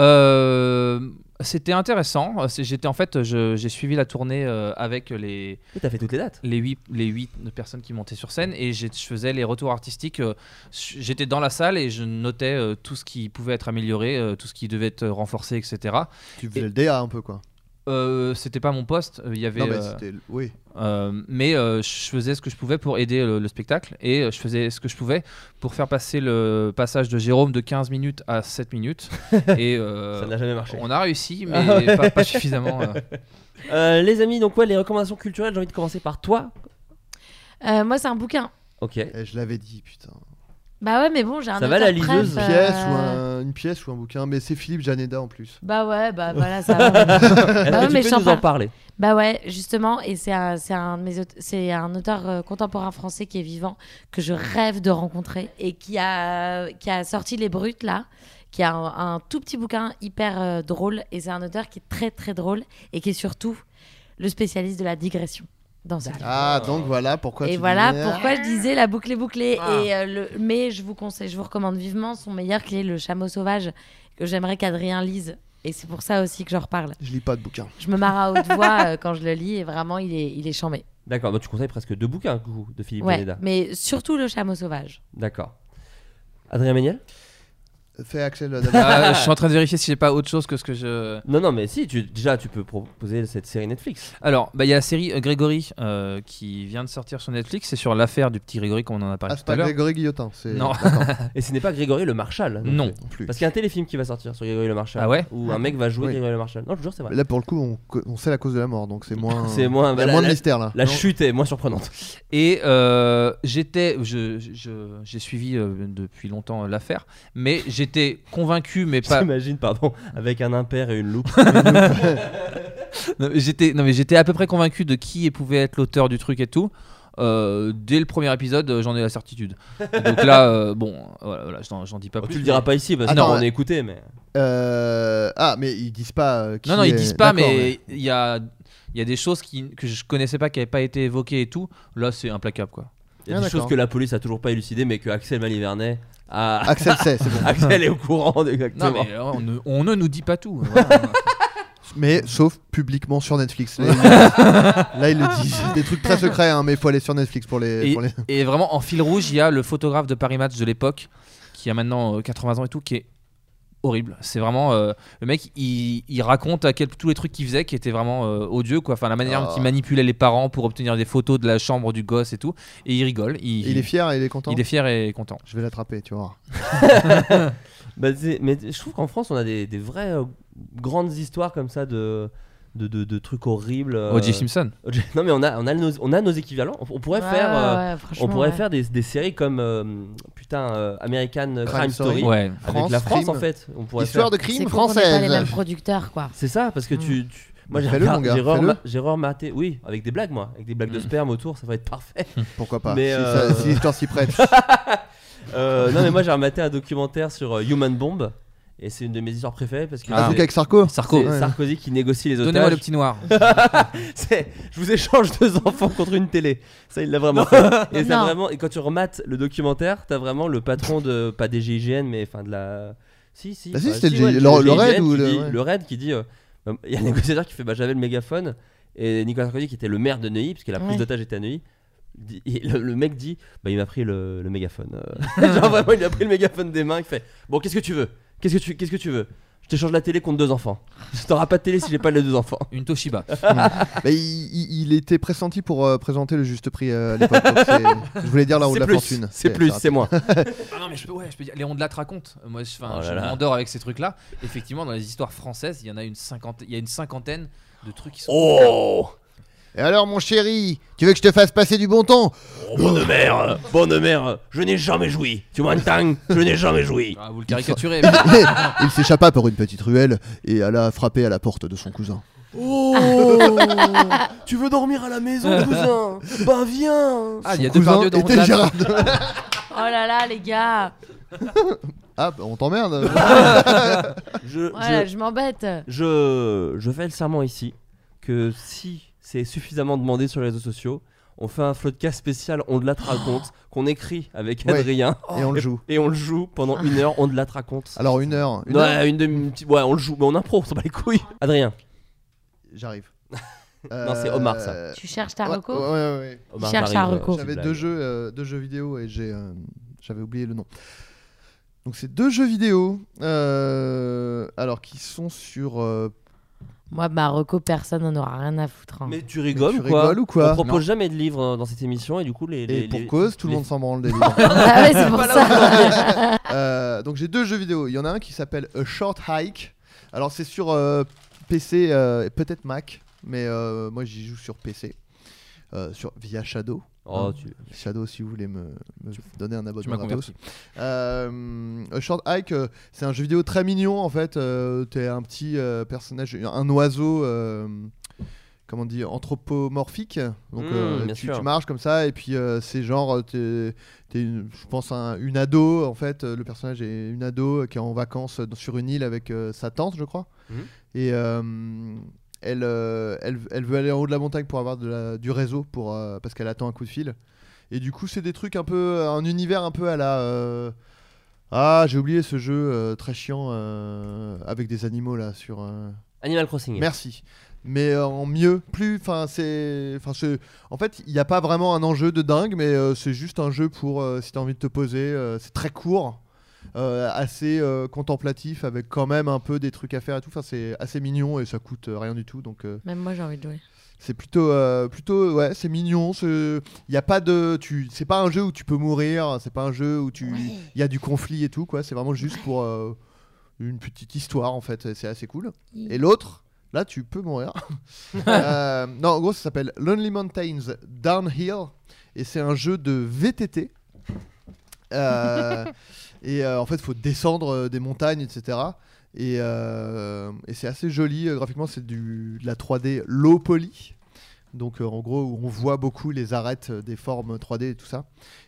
S8: Euh, c'était intéressant. Euh, c'est- J'étais en fait, je- j'ai suivi la tournée euh, avec les
S6: Et t'as fait toutes les dates.
S8: les huit les huit personnes qui montaient sur scène et j'ai- je faisais les retours artistiques. euh, su- J'étais dans la salle et je notais euh, tout ce qui pouvait être amélioré, euh, tout ce qui devait être renforcé, etc.
S2: Tu faisais le DA un peu, quoi.
S8: Euh, c'était pas mon poste. euh, Il y avait.
S2: Non, mais
S8: euh,
S2: c'était. Oui.
S8: euh, mais euh, je faisais ce que je pouvais pour aider le, le spectacle et euh, je faisais ce que je pouvais pour faire passer le passage de Jérôme de 15 minutes à 7 minutes. et euh,
S6: ça n'a jamais marché.
S8: on a réussi, mais
S6: Ah ouais.
S8: pas, pas suffisamment. euh.
S6: Euh, les amis, donc ouais, les recommandations culturelles, j'ai envie de commencer par toi.
S7: Euh, moi, c'est un bouquin.
S6: Ok.
S2: Eh, je l'avais dit, putain.
S7: Bah ouais, mais bon, j'ai un.
S6: Ça va, la
S7: auteur
S6: liseuse
S2: Une
S7: prep,
S2: pièce,
S7: euh,
S2: ou un, une pièce ou un bouquin, mais c'est Philippe Janeda en plus.
S7: Bah ouais, bah voilà, ça va.
S6: Est-ce
S7: Bah
S6: que
S7: ouais, mais
S6: tu peux
S7: je t'en
S6: nous en
S7: parle.
S6: parler
S7: Bah ouais, justement, et c'est un, c'est un, de mes aute- c'est un auteur euh, contemporain français qui est vivant, que je rêve de rencontrer, et qui a, qui a sorti Les Brutes, là, qui a un, un tout petit bouquin hyper euh, drôle, et c'est un auteur qui est très très drôle, et qui est surtout le spécialiste de la digression dans ce livre.
S2: Ah, donc voilà pourquoi
S7: Et
S2: tu
S7: voilà
S2: disais-
S7: pourquoi je disais la boucle est bouclée.
S8: Ah.
S7: Et, euh, le, mais je vous conseille, je vous recommande vivement son meilleur qui est Le Chameau Sauvage, que j'aimerais qu'Adrien lise. Et c'est pour ça aussi que j'en reparle.
S2: Je lis pas de bouquin.
S7: Je me marre à haute voix euh, quand je le lis et vraiment il est, il est chambé.
S6: D'accord, bah, tu conseilles presque deux bouquins du coup, de Philippe
S7: Ouais,
S6: Janeda.
S7: mais surtout le chameau sauvage.
S6: D'accord. Adrien Méniel
S2: Fais Axel euh, d'abord.
S8: Ah, je suis en train de vérifier si j'ai pas autre chose que ce que je.
S6: Non, non, mais si, tu, déjà, tu peux proposer cette série Netflix.
S8: Alors, bah, il y a la série euh, Grégory euh, qui vient de sortir sur Netflix. C'est sur l'affaire du petit Grégory, comme on en a parlé
S2: Ah, c'est
S8: tout à
S2: pas
S8: l'heure.
S2: Grégory Guillotin. c'est-
S8: Non.
S2: D'accord,
S6: Et ce n'est pas Grégory le Marshal.
S8: Non.
S6: plus.
S2: non plus.
S6: Parce qu'il y a un téléfilm qui va sortir sur Grégory le Marshal.
S8: Ah ouais
S6: Où un mec va jouer
S2: Oui.
S6: Grégory le Marshal. Non, je te jure, c'est vrai.
S2: Là, pour le coup, on, co- on sait la cause de la mort, donc c'est moins.
S6: C'est moins-
S2: il y
S6: bah,
S2: a
S6: la-
S2: moins de
S6: la-
S2: mystère là.
S6: La
S8: Non.
S6: chute est moins surprenante.
S8: Et euh, j'étais, je- je- je- j'ai suivi euh, depuis longtemps euh, l'affaire, mais j'étais convaincu, mais pas.
S6: J'imagine, pardon, avec un impair et une loupe.
S8: Non, mais j'étais, non mais j'étais à peu près convaincu de qui pouvait être l'auteur du truc et tout. Euh, dès le premier épisode, euh, j'en ai la certitude. Donc là, euh, bon, voilà, voilà, j'en, j'en dis pas
S2: Oh,
S6: Bon,
S8: plus.
S6: tu le diras pas ici parce
S2: Attends,
S6: qu'on
S2: ouais.
S6: est écouté, mais.
S2: Euh, Ah, mais ils disent pas. euh, qui
S8: Non, non,
S2: est-
S8: ils disent pas,
S2: D'accord,
S8: mais il y a, il y a des choses qui, que je connaissais pas, qui n'avaient pas été évoquées et tout. Là, c'est implacable, quoi.
S6: Il y a
S2: Ah,
S6: des choses
S2: d'accord.
S6: que la police a toujours pas élucidées, mais que Axel Malivernet a.
S2: Axel sait, c'est bon.
S6: Axel est au courant, exactement.
S8: Non, mais euh, on, ne, on ne nous dit pas tout. voilà.
S2: Mais sauf publiquement sur Netflix. Là, ils- là, ils le disent. Des trucs très secrets, hein, mais il faut aller sur Netflix pour les.
S8: Et,
S2: pour les-
S8: et vraiment, en fil rouge, il y a le photographe de Paris Match de l'époque, qui a maintenant euh, 80 ans et tout, qui est horrible. C'est vraiment. euh, le mec, il, il raconte à quel, tous les trucs qu'il faisait qui étaient vraiment euh, odieux, quoi. Enfin, la manière dont
S2: Ah.
S8: il manipulait les parents pour obtenir des photos de la chambre du gosse et tout. Et il rigole. Il,
S2: Il est fier et il est content.
S8: il est fier et content.
S2: Je vais l'attraper, tu vois.
S6: Bah, c'est- mais je trouve qu'en France, on a des, des vraies euh, grandes histoires comme ça de, de, de- de trucs horribles. euh,
S8: O.J. Simpson.
S6: Non, mais on a, on a, nos, on a nos équivalents. On, on pourrait
S7: Ouais,
S6: faire. euh,
S7: ouais,
S6: On
S7: franchement,
S6: pourrait
S7: ouais.
S6: faire des, des séries comme euh, putain euh, American Crime,
S2: Crime
S6: Story,
S2: Story.
S8: Ouais.
S6: avec
S2: France,
S6: la France
S2: crime.
S6: en fait. On pourrait
S2: Histoire
S6: faire-
S2: de
S7: C'est
S2: crime
S7: con qu'on ait pas les mêmes
S2: française.
S7: producteurs quoi.
S6: C'est ça parce que tu, tu- moi j'ai
S2: Fais-le,
S6: regard-
S2: mon gars,
S6: j'ai re-
S2: fais-le.
S6: j'ai rematé oui avec des blagues moi avec des blagues de sperme autour ça va être parfait.
S2: Pourquoi pas
S6: Mais,
S2: si,
S6: euh,
S2: ça- si l'histoire s'y prête.
S6: Euh, non mais moi j'ai rematé un documentaire sur euh, Human Bomb et c'est une de mes histoires préférées parce que
S2: Un
S8: Ah.
S2: truc avec Sarko.
S8: Sarko.
S6: c'est
S2: ouais.
S6: Sarkozy qui négocie les
S8: Donnez-moi le
S6: otages.
S8: petit noir.
S6: C'est, je vous échange deux enfants contre une télé. Ça, il l'a vraiment fait. Et, ça,
S7: Non.
S6: vraiment, et quand tu remates le documentaire, t'as vraiment le patron de. Pas des GIGN, mais enfin de la. Si, si.
S2: Bah si,
S6: enfin,
S2: c'était le G-
S6: le,
S2: le- le
S6: GIGN
S2: raid ou
S6: qui
S2: le-
S6: dit-
S2: ouais.
S6: le raid qui dit. euh, bah, Il y a un négociateur qui fait bah, j'avais le mégaphone. Et Nicolas Sarkozy, qui était le maire de Neuilly, parce que la prise
S7: Ouais.
S6: d'otage était à Neuilly, dit- il- le, le mec dit bah, il m'a pris le, le mégaphone. euh. Genre vraiment, il a pris le mégaphone des mains. Il fait Bon, qu'est-ce que tu veux Qu'est-ce que tu, qu'est-ce que tu veux Je t'échange la télé contre deux enfants. Je t'auras pas de télé si j'ai pas les deux enfants.
S9: Une Toshiba.
S2: Bah, il, il- il était pressenti pour euh, présenter le juste prix euh, à l'époque. donc c'est- Je voulais dire la roue de
S6: c'est
S2: la
S6: plus,
S2: fortune.
S6: c'est plus,
S2: rapide.
S6: c'est moins.
S9: Ah non, mais je peux, ouais, je peux dire, Léon de Latte raconte. Moi, je, enfin,
S6: Oh là
S9: je
S6: là.
S9: m'endors avec ces trucs-là. Effectivement, dans les histoires françaises, il y en a une cinquantaine, il y a une cinquantaine de trucs qui sont.
S6: Oh
S2: Et alors, mon chéri, tu veux que je te fasse passer du bon temps
S6: Oh, bonne mère, euh, bonne mère, euh, je n'ai jamais joui. Tu m'entends Je n'ai jamais joui.
S9: Ah, vous le caricaturez.
S2: Il s'échappa par une petite ruelle et alla frapper à la porte de son cousin.
S6: Oh Tu veux dormir à la maison, cousin Bah viens
S9: Ah,
S2: Son
S9: il y a deux
S2: cousin
S9: dans
S2: était
S9: la-
S2: Gérard.
S7: Oh là là, les gars.
S2: Ah, bah, on t'emmerde.
S6: Je,
S7: Voilà,
S6: je,
S7: je m'embête.
S6: je, je fais le serment ici que si c'est suffisamment demandé sur les réseaux sociaux, on fait un floodcast spécial, on de la te raconte, qu'on écrit avec
S2: Ouais.
S6: Adrien
S2: et on le joue.
S6: et on le joue pendant une heure, on de la te raconte.
S2: Alors, une heure. Une heure
S6: ouais, une demi une petite- ouais, on le joue, mais on impro, on s'en bat les couilles. Adrien,
S2: J'arrive.
S6: c'est Omar, ça.
S2: Euh,
S7: Tu cherches ta
S2: ouais,
S7: reco
S2: ouais, ouais, ouais.
S6: Omar
S7: Cherche
S6: Jarry,
S7: un
S6: euh,
S7: recours.
S6: c'est
S2: J'avais
S6: une
S2: deux
S6: blague.
S2: jeux, euh, deux jeux vidéo et j'ai, euh, j'avais oublié le nom. Donc c'est deux jeux vidéo, euh, alors qui sont sur. euh,
S7: Moi, ma reco, personne n'en aura rien à foutre. hein.
S6: Mais tu rigoles
S2: tu
S6: ou quoi
S2: rigoles ou quoi
S6: On propose jamais de livres euh, dans cette émission et du coup les.
S2: et
S6: les-
S2: pour
S6: les-
S2: cause, tout le
S6: les-
S2: monde s'en branle des livres.
S7: Ah ouais, c'est pour ça.
S2: Euh, donc j'ai deux jeux vidéo. Il y en a un qui s'appelle A Short Hike. Alors c'est sur euh, PC, euh, et peut-être Mac, mais euh, moi j'y joue sur PC. Euh, sur, via Shadow.
S6: Oh, tu-
S2: Hein Shadow, si vous voulez me, me donner un
S9: Tu m'as
S2: abonnement gratos.
S9: converti.
S2: Euh, A Short Hike, euh, c'est un jeu vidéo très mignon en fait. Euh, T'es un petit euh, personnage, un oiseau, euh, comment on dit, anthropomorphique. Donc
S6: Mmh,
S2: euh,
S6: bien
S2: tu,
S6: sûr.
S2: tu marches comme ça et puis euh, c'est genre, euh, t'es, t'es une- je pense un- une ado en fait. Euh, Le personnage est une ado euh, qui est en vacances dans- sur une île avec euh, sa tante, je crois.
S6: Mhm.
S2: Et euh, elle, euh, elle, elle veut aller en haut de la montagne pour avoir de la- du réseau pour, euh, parce qu'elle attend un coup de fil. Et du coup, c'est des trucs un peu. Un univers un peu à la. euh, Ah, j'ai oublié ce jeu euh, très chiant euh, avec des animaux là sur. euh,
S6: Animal Crossing.
S2: Merci. Mais euh, en mieux, plus. Enfin, c'est. Enfin, c'est- En fait, il n'y a pas vraiment un enjeu de dingue, mais euh, c'est juste un jeu pour euh, si t'as envie de te poser. euh, c'est très court, euh, assez euh, contemplatif, avec quand même un peu des trucs à faire et tout. Enfin, c'est assez mignon et ça coûte euh, rien du tout, donc. euh,
S7: Même moi, j'ai envie de jouer.
S2: c'est plutôt, euh, plutôt, ouais, c'est mignon. Il y a pas de, tu, c'est pas un jeu où tu peux mourir. C'est pas un jeu où tu, il y a du conflit et tout quoi. C'est vraiment juste pour euh, une petite histoire en fait. et C'est assez cool. Et l'autre, là, tu peux mourir. Euh, non, en gros, ça s'appelle Lonely Mountains Downhill et c'est un jeu de VTT. Euh, et euh, en fait, il faut descendre euh, des montagnes, etc. Et, euh, et c'est assez joli euh, graphiquement, c'est du- de la 3D low poly. Donc euh, en gros, où on voit beaucoup les arêtes euh, des formes 3D et tout ça.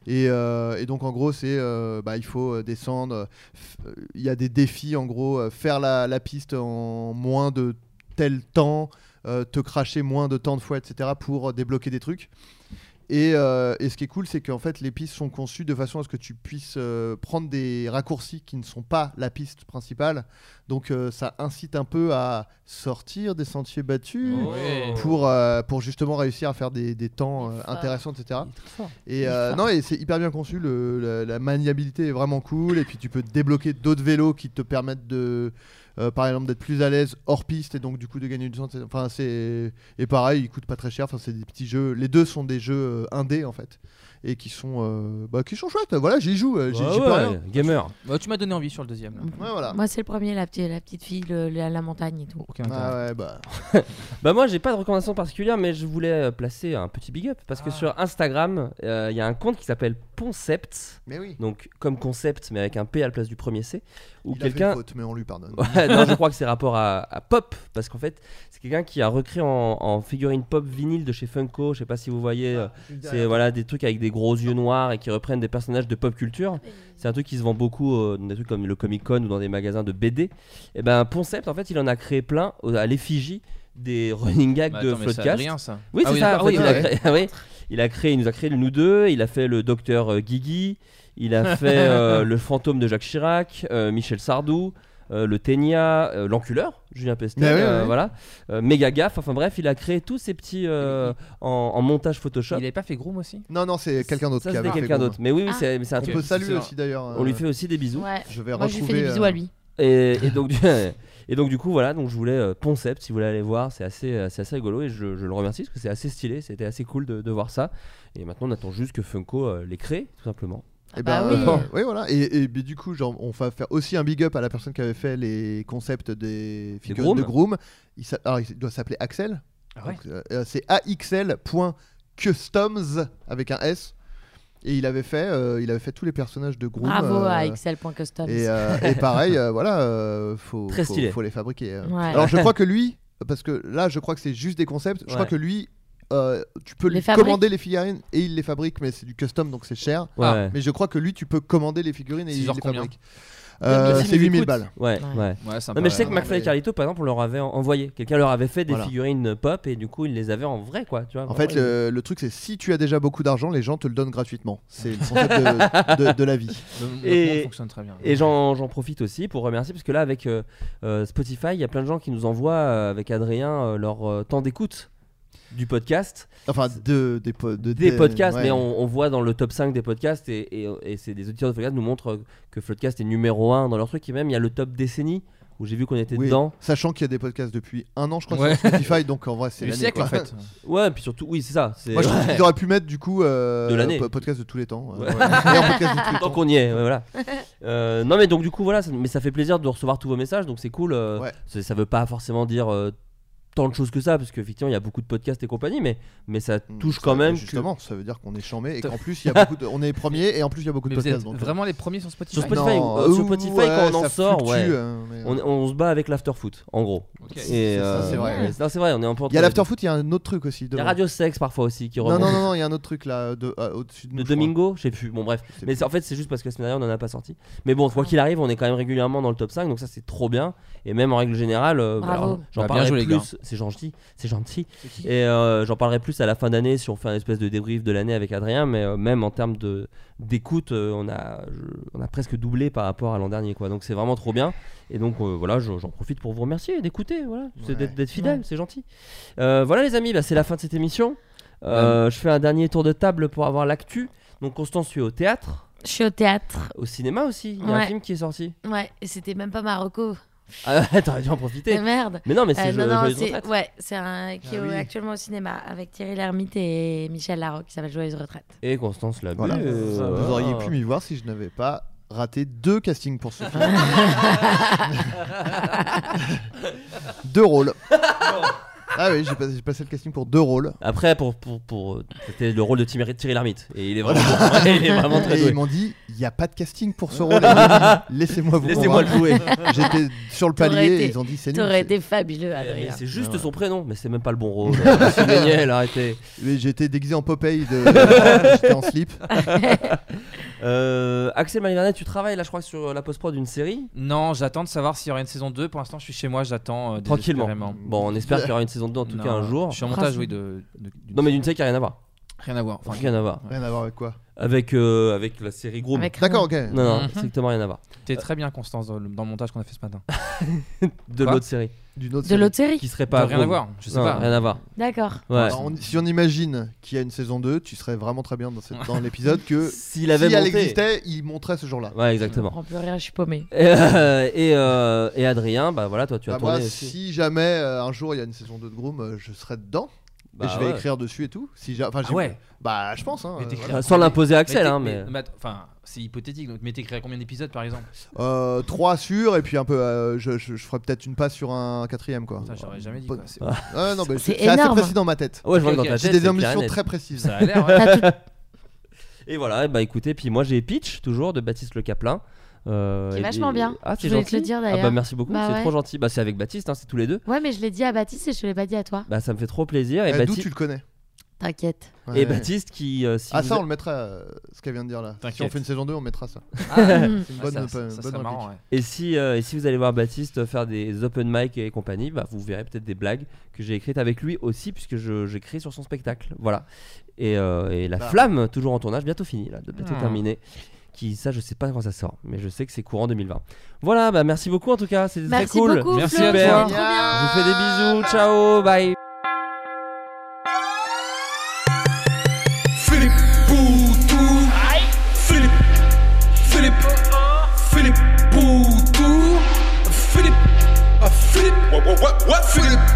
S2: Et, euh, et donc en gros, c'est euh, bah, il faut euh, descendre. euh, f- euh, Il y a des défis en gros, euh, faire la, la piste en moins de tel temps, euh, te cracher moins de temps de fois, etc. pour euh, débloquer des trucs. Et, euh, et ce qui est cool, c'est qu'en fait, les pistes sont conçues de façon à ce que tu puisses euh, prendre des raccourcis qui ne sont pas la piste principale. Donc euh, ça incite un peu à sortir des sentiers battus
S8: Oh.
S9: Ouais.
S2: pour, euh, pour justement réussir à faire des, des temps
S7: Il est
S2: euh,
S7: fort.
S2: intéressants, etc.
S6: fort.
S2: Et euh, non, et c'est hyper bien conçu, le- la, la maniabilité est vraiment cool, et puis tu peux débloquer d'autres vélos qui te permettent de, euh, par exemple, d'être plus à l'aise hors piste, et donc du coup de gagner du temps. etc. Enfin, c'est... Et pareil, ils coûtent pas très cher, enfin, c'est des petits jeux, les deux sont des jeux euh, indés en fait, et qui sont, euh, bah, qui sont chouettes, voilà, j'y joue, euh, j'y,
S6: Ouais,
S2: j'y peux
S6: Bah ouais,
S2: rien.
S6: Gamer.
S9: Bah, tu m'as donné envie sur le deuxième. là.
S2: Ouais, voilà.
S7: Moi, c'est le premier, la, petite- la petite fille, le- la, la montagne et tout.
S9: Aucun intérêt.
S2: Ah ouais, bah,
S6: Bah moi j'ai pas de recommandation particulière mais je voulais euh, placer un petit big up
S2: Ah.
S6: parce que sur Instagram euh, il y a un compte qui s'appelle Poncept
S2: mais oui.
S6: donc comme concept mais avec un P à la place du premier C où
S2: Il a fait une
S6: quelqu'un
S2: faute, mais on lui pardonne.
S6: Ouais, non, je crois que c'est rapport à, à Pop, parce qu'en fait, c'est quelqu'un qui a recréé en, en figurine Pop vinyle de chez Funko, je sais pas si vous voyez, euh, c'est voilà, des trucs avec des gros yeux noirs et qui reprennent des personnages de pop culture. C'est un truc qui se vend beaucoup euh, dans des trucs comme le Comic Con ou dans des magasins de BD. Et ben, Poncept, en fait, il en a créé plein au- à l'effigie des running gags
S9: Bah,
S6: de
S9: attends, mais c'est
S6: Floodcast.
S9: Adrien, ça.
S6: Oui,
S9: Ah
S6: c'est ça.
S9: d'accord,
S6: en fait,
S9: oui,
S6: il, a
S9: ouais.
S6: créé, ah oui. il a créé, il nous a créé le nous deux. Il a fait le docteur euh, Guigui. Il a fait euh, le fantôme de Jacques Chirac, euh, Michel Sardou. euh, le Ténia, euh, l'enculeur, Julien Pestel,
S2: Mais ouais,
S6: euh,
S2: ouais.
S6: voilà, Euh, méga gaffe, enfin bref, il a créé tous ces petits euh, en, en montage Photoshop.
S8: Il avait pas fait Groom aussi
S2: Non, non, c'est quelqu'un d'autre
S6: Ça,
S2: qui
S6: c'était
S2: avait fait
S6: quelqu'un
S2: Groom.
S6: d'autre. Mais oui, oui,
S7: Ah.
S6: c'est mais c'est un
S2: On
S6: truc.
S2: peut saluer
S8: un-
S2: aussi d'ailleurs. euh,
S6: On lui fait aussi des bisous.
S7: Ouais.
S2: Je vais
S7: Moi, je lui fais
S2: retrouver,
S7: des bisous
S2: euh,
S7: à lui.
S6: Et, et donc, du- et donc du coup voilà, donc je voulais euh, Poncept si vous voulez aller voir, c'est assez, euh, c'est assez rigolo et je, je le remercie parce que c'est assez stylé, c'était assez cool de, de voir ça. Et maintenant on attend juste que Funko euh, les crée tout simplement.
S2: Et
S7: bah
S2: ben,
S7: oui.
S2: euh, oui, voilà. Et, et ben, du coup, genre, on va faire aussi un big up à la personne qui avait fait les concepts des figures
S6: Groom.
S2: de Groom. Il, s'a- alors, il doit s'appeler Axel.
S8: Ah ouais.
S2: Donc, euh, euh, c'est axl.customs avec un S. Et il avait fait, euh, il avait fait tous les personnages de Groom.
S7: Bravo
S2: euh,
S7: à Excel.custom.
S2: Et, euh, et pareil, euh, voilà, euh, faut,
S6: Très
S2: faut-
S6: stylé.
S2: faut les fabriquer. euh.
S7: Ouais.
S2: Alors je crois que lui, parce que là je crois que c'est juste des concepts, je crois
S6: Ouais.
S2: que lui, euh, tu peux
S7: Les
S2: lui
S7: fabrique.
S2: commander les figurines et il les fabrique, mais c'est du custom donc c'est cher.
S6: Ouais,
S8: Ah.
S2: Mais je crois que lui, tu peux commander les figurines et
S8: C'est
S2: il
S8: genre
S2: les
S8: combien
S2: fabrique. Euh,
S8: Comme ça,
S2: c'est
S8: nous
S2: 8000
S8: écoute.
S2: balles.
S6: ouais,
S7: Ouais.
S6: ouais.
S8: Ouais, c'est un
S6: Non,
S8: peu-
S6: mais je sais que
S2: ouais,
S6: McFly et
S2: ouais.
S6: Carlito, par exemple, on leur avait en- envoyé. Quelqu'un leur avait fait des
S2: Ah bah, Voilà.
S6: figurines pop et du coup, ils les avaient en vrai, quoi. Tu vois,
S2: En
S6: vraiment,
S2: fait, euh,
S6: ils-
S2: le, le truc, c'est si tu as déjà beaucoup d'argent, les gens te le donnent gratuitement. C'est le concept de, de- de la vie.
S8: Le- notre
S6: Et-
S8: monde fonctionne très bien.
S6: Et j'en j'en profite aussi pour remercier, parce que là, avec euh, euh, Spotify, il y a plein de gens qui nous envoient, euh, avec Adrien, euh, leur euh, temps d'écoute du podcast.
S2: Enfin, de, des, po- de-
S6: Des
S2: de-
S6: podcasts,
S2: ouais.
S6: mais on, on voit dans le top 5 des podcasts, et, et, et c'est des auditeurs de Floodcast nous montrent que Floodcast est numéro 1 dans leur truc, et même il y a le top décennie, où j'ai vu qu'on était
S2: Oui.
S6: dedans.
S2: Sachant qu'il y a des podcasts depuis un an, je crois,
S8: Ouais.
S2: sur Spotify, donc en vrai, c'est
S8: du
S2: l'année,
S8: siècle
S2: quoi.
S8: en fait.
S6: Ouais, et puis surtout, oui, c'est ça. c'est-
S2: Moi, je trouve
S6: Ouais.
S2: qu'ils auraient pu mettre du coup euh,
S6: De l'année.
S2: po- podcast de tous les temps. euh,
S6: Ouais.
S2: ouais. Meilleur podcast de tous
S6: Tant
S2: les temps.
S6: qu'on y est, ouais, voilà. Euh, non mais donc du coup voilà, ça, mais ça fait plaisir de recevoir tous vos messages, donc c'est cool. euh,
S2: Ouais.
S6: c'est- Ça veut pas forcément dire euh, tant de choses que ça, parce qu'effectivement il y a beaucoup de podcasts et compagnie, mais, mais ça touche
S2: Mm. Ça-
S6: quand même. que-
S2: Justement, ça veut dire qu'on est chambé et qu'en plus, il y a beaucoup de... on est premier et en plus, il y a beaucoup de
S8: Mais vous êtes
S2: podcasts. donc, euh.
S8: vraiment les premiers sur Spotify.
S6: euh. Sur Spotify,
S2: Non,
S6: ou- euh, sur
S2: ouh,
S6: Spotify,
S2: ouais,
S6: quand on en
S2: ça
S6: sort,
S2: fluctue,
S6: ouais.
S2: euh, mais,
S6: on, on se bat avec l'afterfoot, en gros.
S8: Ok.
S6: Et, euh,
S2: C'est ça, c'est vrai, ouais.
S6: Non c'est vrai, on est un peu. entre
S2: Il y a
S6: les
S2: l'afterfoot, il y a un autre truc aussi.
S6: deux. Il y a
S2: demain.
S6: Radio Sex parfois aussi qui
S2: Non,
S6: remonte.
S2: non, non, non, il y a un autre truc là de, à- au-dessus de nous.
S6: De
S2: je crois.
S6: Domingo, je sais plus. Bon, bref.
S2: sais
S6: Mais
S2: plus.
S6: c'est- en fait, c'est juste parce que la semaine dernière, on n'en a pas sorti. Mais bon, quoi qu'il arrive, on est quand même régulièrement dans le top 5, donc ça, c'est trop bien. Et même en règle générale, euh, bah,
S7: Bravo.
S6: alors, j'en
S8: Bah, bien
S6: parlerai
S8: joué, les gars.
S6: plus. C'est gentil, c'est gentil. Et euh, j'en parlerai plus à la fin d'année si on fait un espèce de débrief de l'année avec Adrien. Mais euh, même en termes de d'écoute, euh, on a je- on a presque doublé par rapport à l'an dernier, quoi. Donc c'est vraiment trop bien. Et donc euh, voilà, je- j'en profite pour vous remercier d'écouter, voilà, C'est
S2: Ouais.
S6: d'être- d'être fidèle,
S7: Ouais.
S6: c'est gentil. Euh, voilà les amis, bah, c'est la fin de cette émission. Euh, Je fais un dernier tour de table pour avoir l'actu. Donc Constance, tu es au théâtre,
S7: Je suis au théâtre.
S6: au cinéma aussi. Il y a un
S7: Ouais.
S6: film qui est sorti.
S7: Ouais, et c'était même pas Marocco.
S6: Ah, T'aurais dû en
S7: Eh
S6: profiter.
S7: merde.
S6: Mais non, mais
S7: Euh,
S6: c'est
S7: non,
S6: jo-
S7: non,
S6: Joyeuse
S7: c'est
S6: Retraite.
S7: ouais, c'est un qui
S2: Ah
S7: est
S2: oui.
S7: actuellement au cinéma avec Thierry Lhermitte et Michel Larocque qui s'appelle Joyeuse Retraite.
S6: Et Constance l'a
S2: Voilà.
S6: bu, euh,
S2: Vous
S6: voilà.
S2: auriez pu m'y voir si je n'avais pas raté deux castings pour ce film. deux rôles. Ah oui, j'ai pas- j'ai passé le casting pour deux rôles.
S6: Après, pour, pour, pour, euh, c'était le rôle de Thierry Thierry Lhermitte. Et il est vraiment, il est vraiment très
S2: Et ils
S6: doué.
S2: m'ont dit, il n'y a pas de casting pour ce rôle. Et j'ai dit, Laissez-moi vous
S6: Laissez-moi le
S2: convaincre.
S6: jouer.
S2: J'étais sur le
S7: T'aurais
S2: palier et
S7: été-
S2: ils ont dit, c'est nul.
S7: T'aurais été fabuleux,
S6: Eh, Mais
S7: Adrien.
S6: C'est juste
S2: Ouais.
S6: son prénom, mais c'est même pas le bon rôle. Euh, C'est Méniel, arrêtez.
S2: Mais J'étais déguisé en Popeye, de... j'étais en slip.
S6: Euh, Axel Malivernet, tu travailles là, je crois, sur la post-prod d'une série.
S8: Non, j'attends de savoir s'il y aura une saison 2. Pour l'instant, je suis chez moi, j'attends. euh,
S6: Tranquillement.
S8: désespérément.
S6: Bon, on espère qu'il y aura une saison 2 en tout
S8: Non,
S6: cas un jour.
S8: Je suis en montage, oui. De, de-
S6: Non, mais d'une série qui a rien à voir.
S8: Rien à voir. Enfin,
S6: Rien à voir.
S2: Rien à voir avec quoi.
S6: Avec, euh, avec la série Groom.
S7: Avec-
S2: D'accord, ok.
S6: Non, non,
S8: Mhm.
S6: strictement rien à voir.
S8: t'es très bien, Constance, dans le, dans le montage qu'on a fait ce matin.
S6: De
S8: Quoi
S6: l'autre série.
S2: D'une autre
S7: De
S2: série.
S7: l'autre série.
S6: Qui serait
S8: Pas
S6: pas.
S8: rien à
S6: Groom.
S8: voir. Je sais
S6: Non,
S8: pas.
S6: Rien à voir.
S7: D'accord.
S6: Ouais.
S2: Alors, on- si on imagine qu'il y a une saison 2, tu serais vraiment très bien dans, cette- dans l'épisode que si
S6: S'il avait
S2: elle
S6: monté- Ah
S2: existait, il montrait ce jour-là.
S6: Ouais, exactement.
S7: On peut rien, je suis paumé.
S6: Et, euh, et, euh, et Adrien, bah voilà, toi tu as
S2: Bah,
S6: tourné
S2: moi,
S6: aussi.
S2: si jamais euh, un jour il y a une saison 2 de Groom, euh, je serais dedans.
S6: Bah,
S2: et je vais
S6: ouais.
S2: écrire dessus et tout. Si j'ai- enfin, j'ai-
S8: Ah ouais.
S2: Bah, je pense. hein,
S8: Mais
S2: euh,
S8: t'écris-
S2: voilà.
S6: Euh, Sans l'imposer à Axel,
S8: t'es-
S6: hein, mais.
S8: att- Enfin, c'est hypothétique. Donc, mais t'écrirais combien d'épisodes par exemple
S2: Euh, Trois sûrs, et puis un peu. euh, je, je, je ferai peut-être une passe sur un quatrième, quoi.
S8: Putain, j'aurais jamais dit
S2: Pas-
S8: quoi. c'est-
S2: Ouais, non, mais
S7: C'est
S2: c'est c'est assez
S7: énorme.
S2: précis dans ma tête.
S6: Ah Ouais, je vois que
S8: Ok,
S6: dans ta
S8: ok.
S2: J'ai
S6: tête.
S2: des
S6: c'est
S2: ambitions
S6: clair et net.
S2: très précises.
S8: Ça a l'air. ouais.
S7: T'as tout-
S6: Et voilà, et bah écoutez, puis moi j'ai Pitch toujours de Baptiste Le Caplin. Euh,
S7: Qui est
S6: et-
S7: vachement bien.
S6: Ah, c'est
S7: Je voulais
S6: gentil.
S7: te le dire,
S6: ah bah
S7: d'ailleurs.
S6: merci beaucoup,
S7: Bah,
S6: c'est
S7: ouais.
S6: trop gentil. Bah c'est avec Baptiste, hein, c'est tous les deux.
S7: Ouais, mais je l'ai dit à Baptiste et je te l'ai pas dit à toi.
S6: Bah ça me fait trop plaisir. Et,
S2: Eh, D'où
S6: Baptiste,
S2: tu le connais
S7: T'inquiète.
S2: Ouais.
S6: et Baptiste qui. euh, si
S2: Ah,
S6: vous-
S2: ça, on le mettra, euh, ce qu'elle vient de dire là. Si on
S8: T'inquiète.
S2: fait une saison 2, on mettra ça.
S8: Ah,
S2: C'est une
S8: ah,
S2: bonne,
S8: ça-
S2: bonne,
S8: ça- ça
S2: bonne
S8: serait
S2: réplique.
S8: marrant. ouais.
S6: Et si, euh, et si vous allez voir Baptiste faire des open mic et compagnie, bah, vous verrez peut-être des blagues que j'ai écrites avec lui aussi, puisque je- j'écris sur son spectacle. Voilà. Et, euh, et La
S2: Bah.
S6: Flamme, toujours en tournage, bientôt fini, là, de- bientôt
S8: Ah.
S6: terminé. Qui, ça, je sais pas quand ça sort, mais je sais que c'est courant 2020. Voilà, bah merci beaucoup en tout cas, c'était très
S7: Merci
S6: cool.
S7: beaucoup.
S8: Merci
S7: Flo,
S8: à toi.
S7: c'était trop
S6: Super.
S7: bien.
S6: Je vous fais des bisous, ciao, bye.
S10: Philippe Poutou. Philippe. Philippe. Philippe Poutou. Philippe. Ah, Philippe. Ouais, ouais, ouais, ouais, Philippe ah, ah, ah,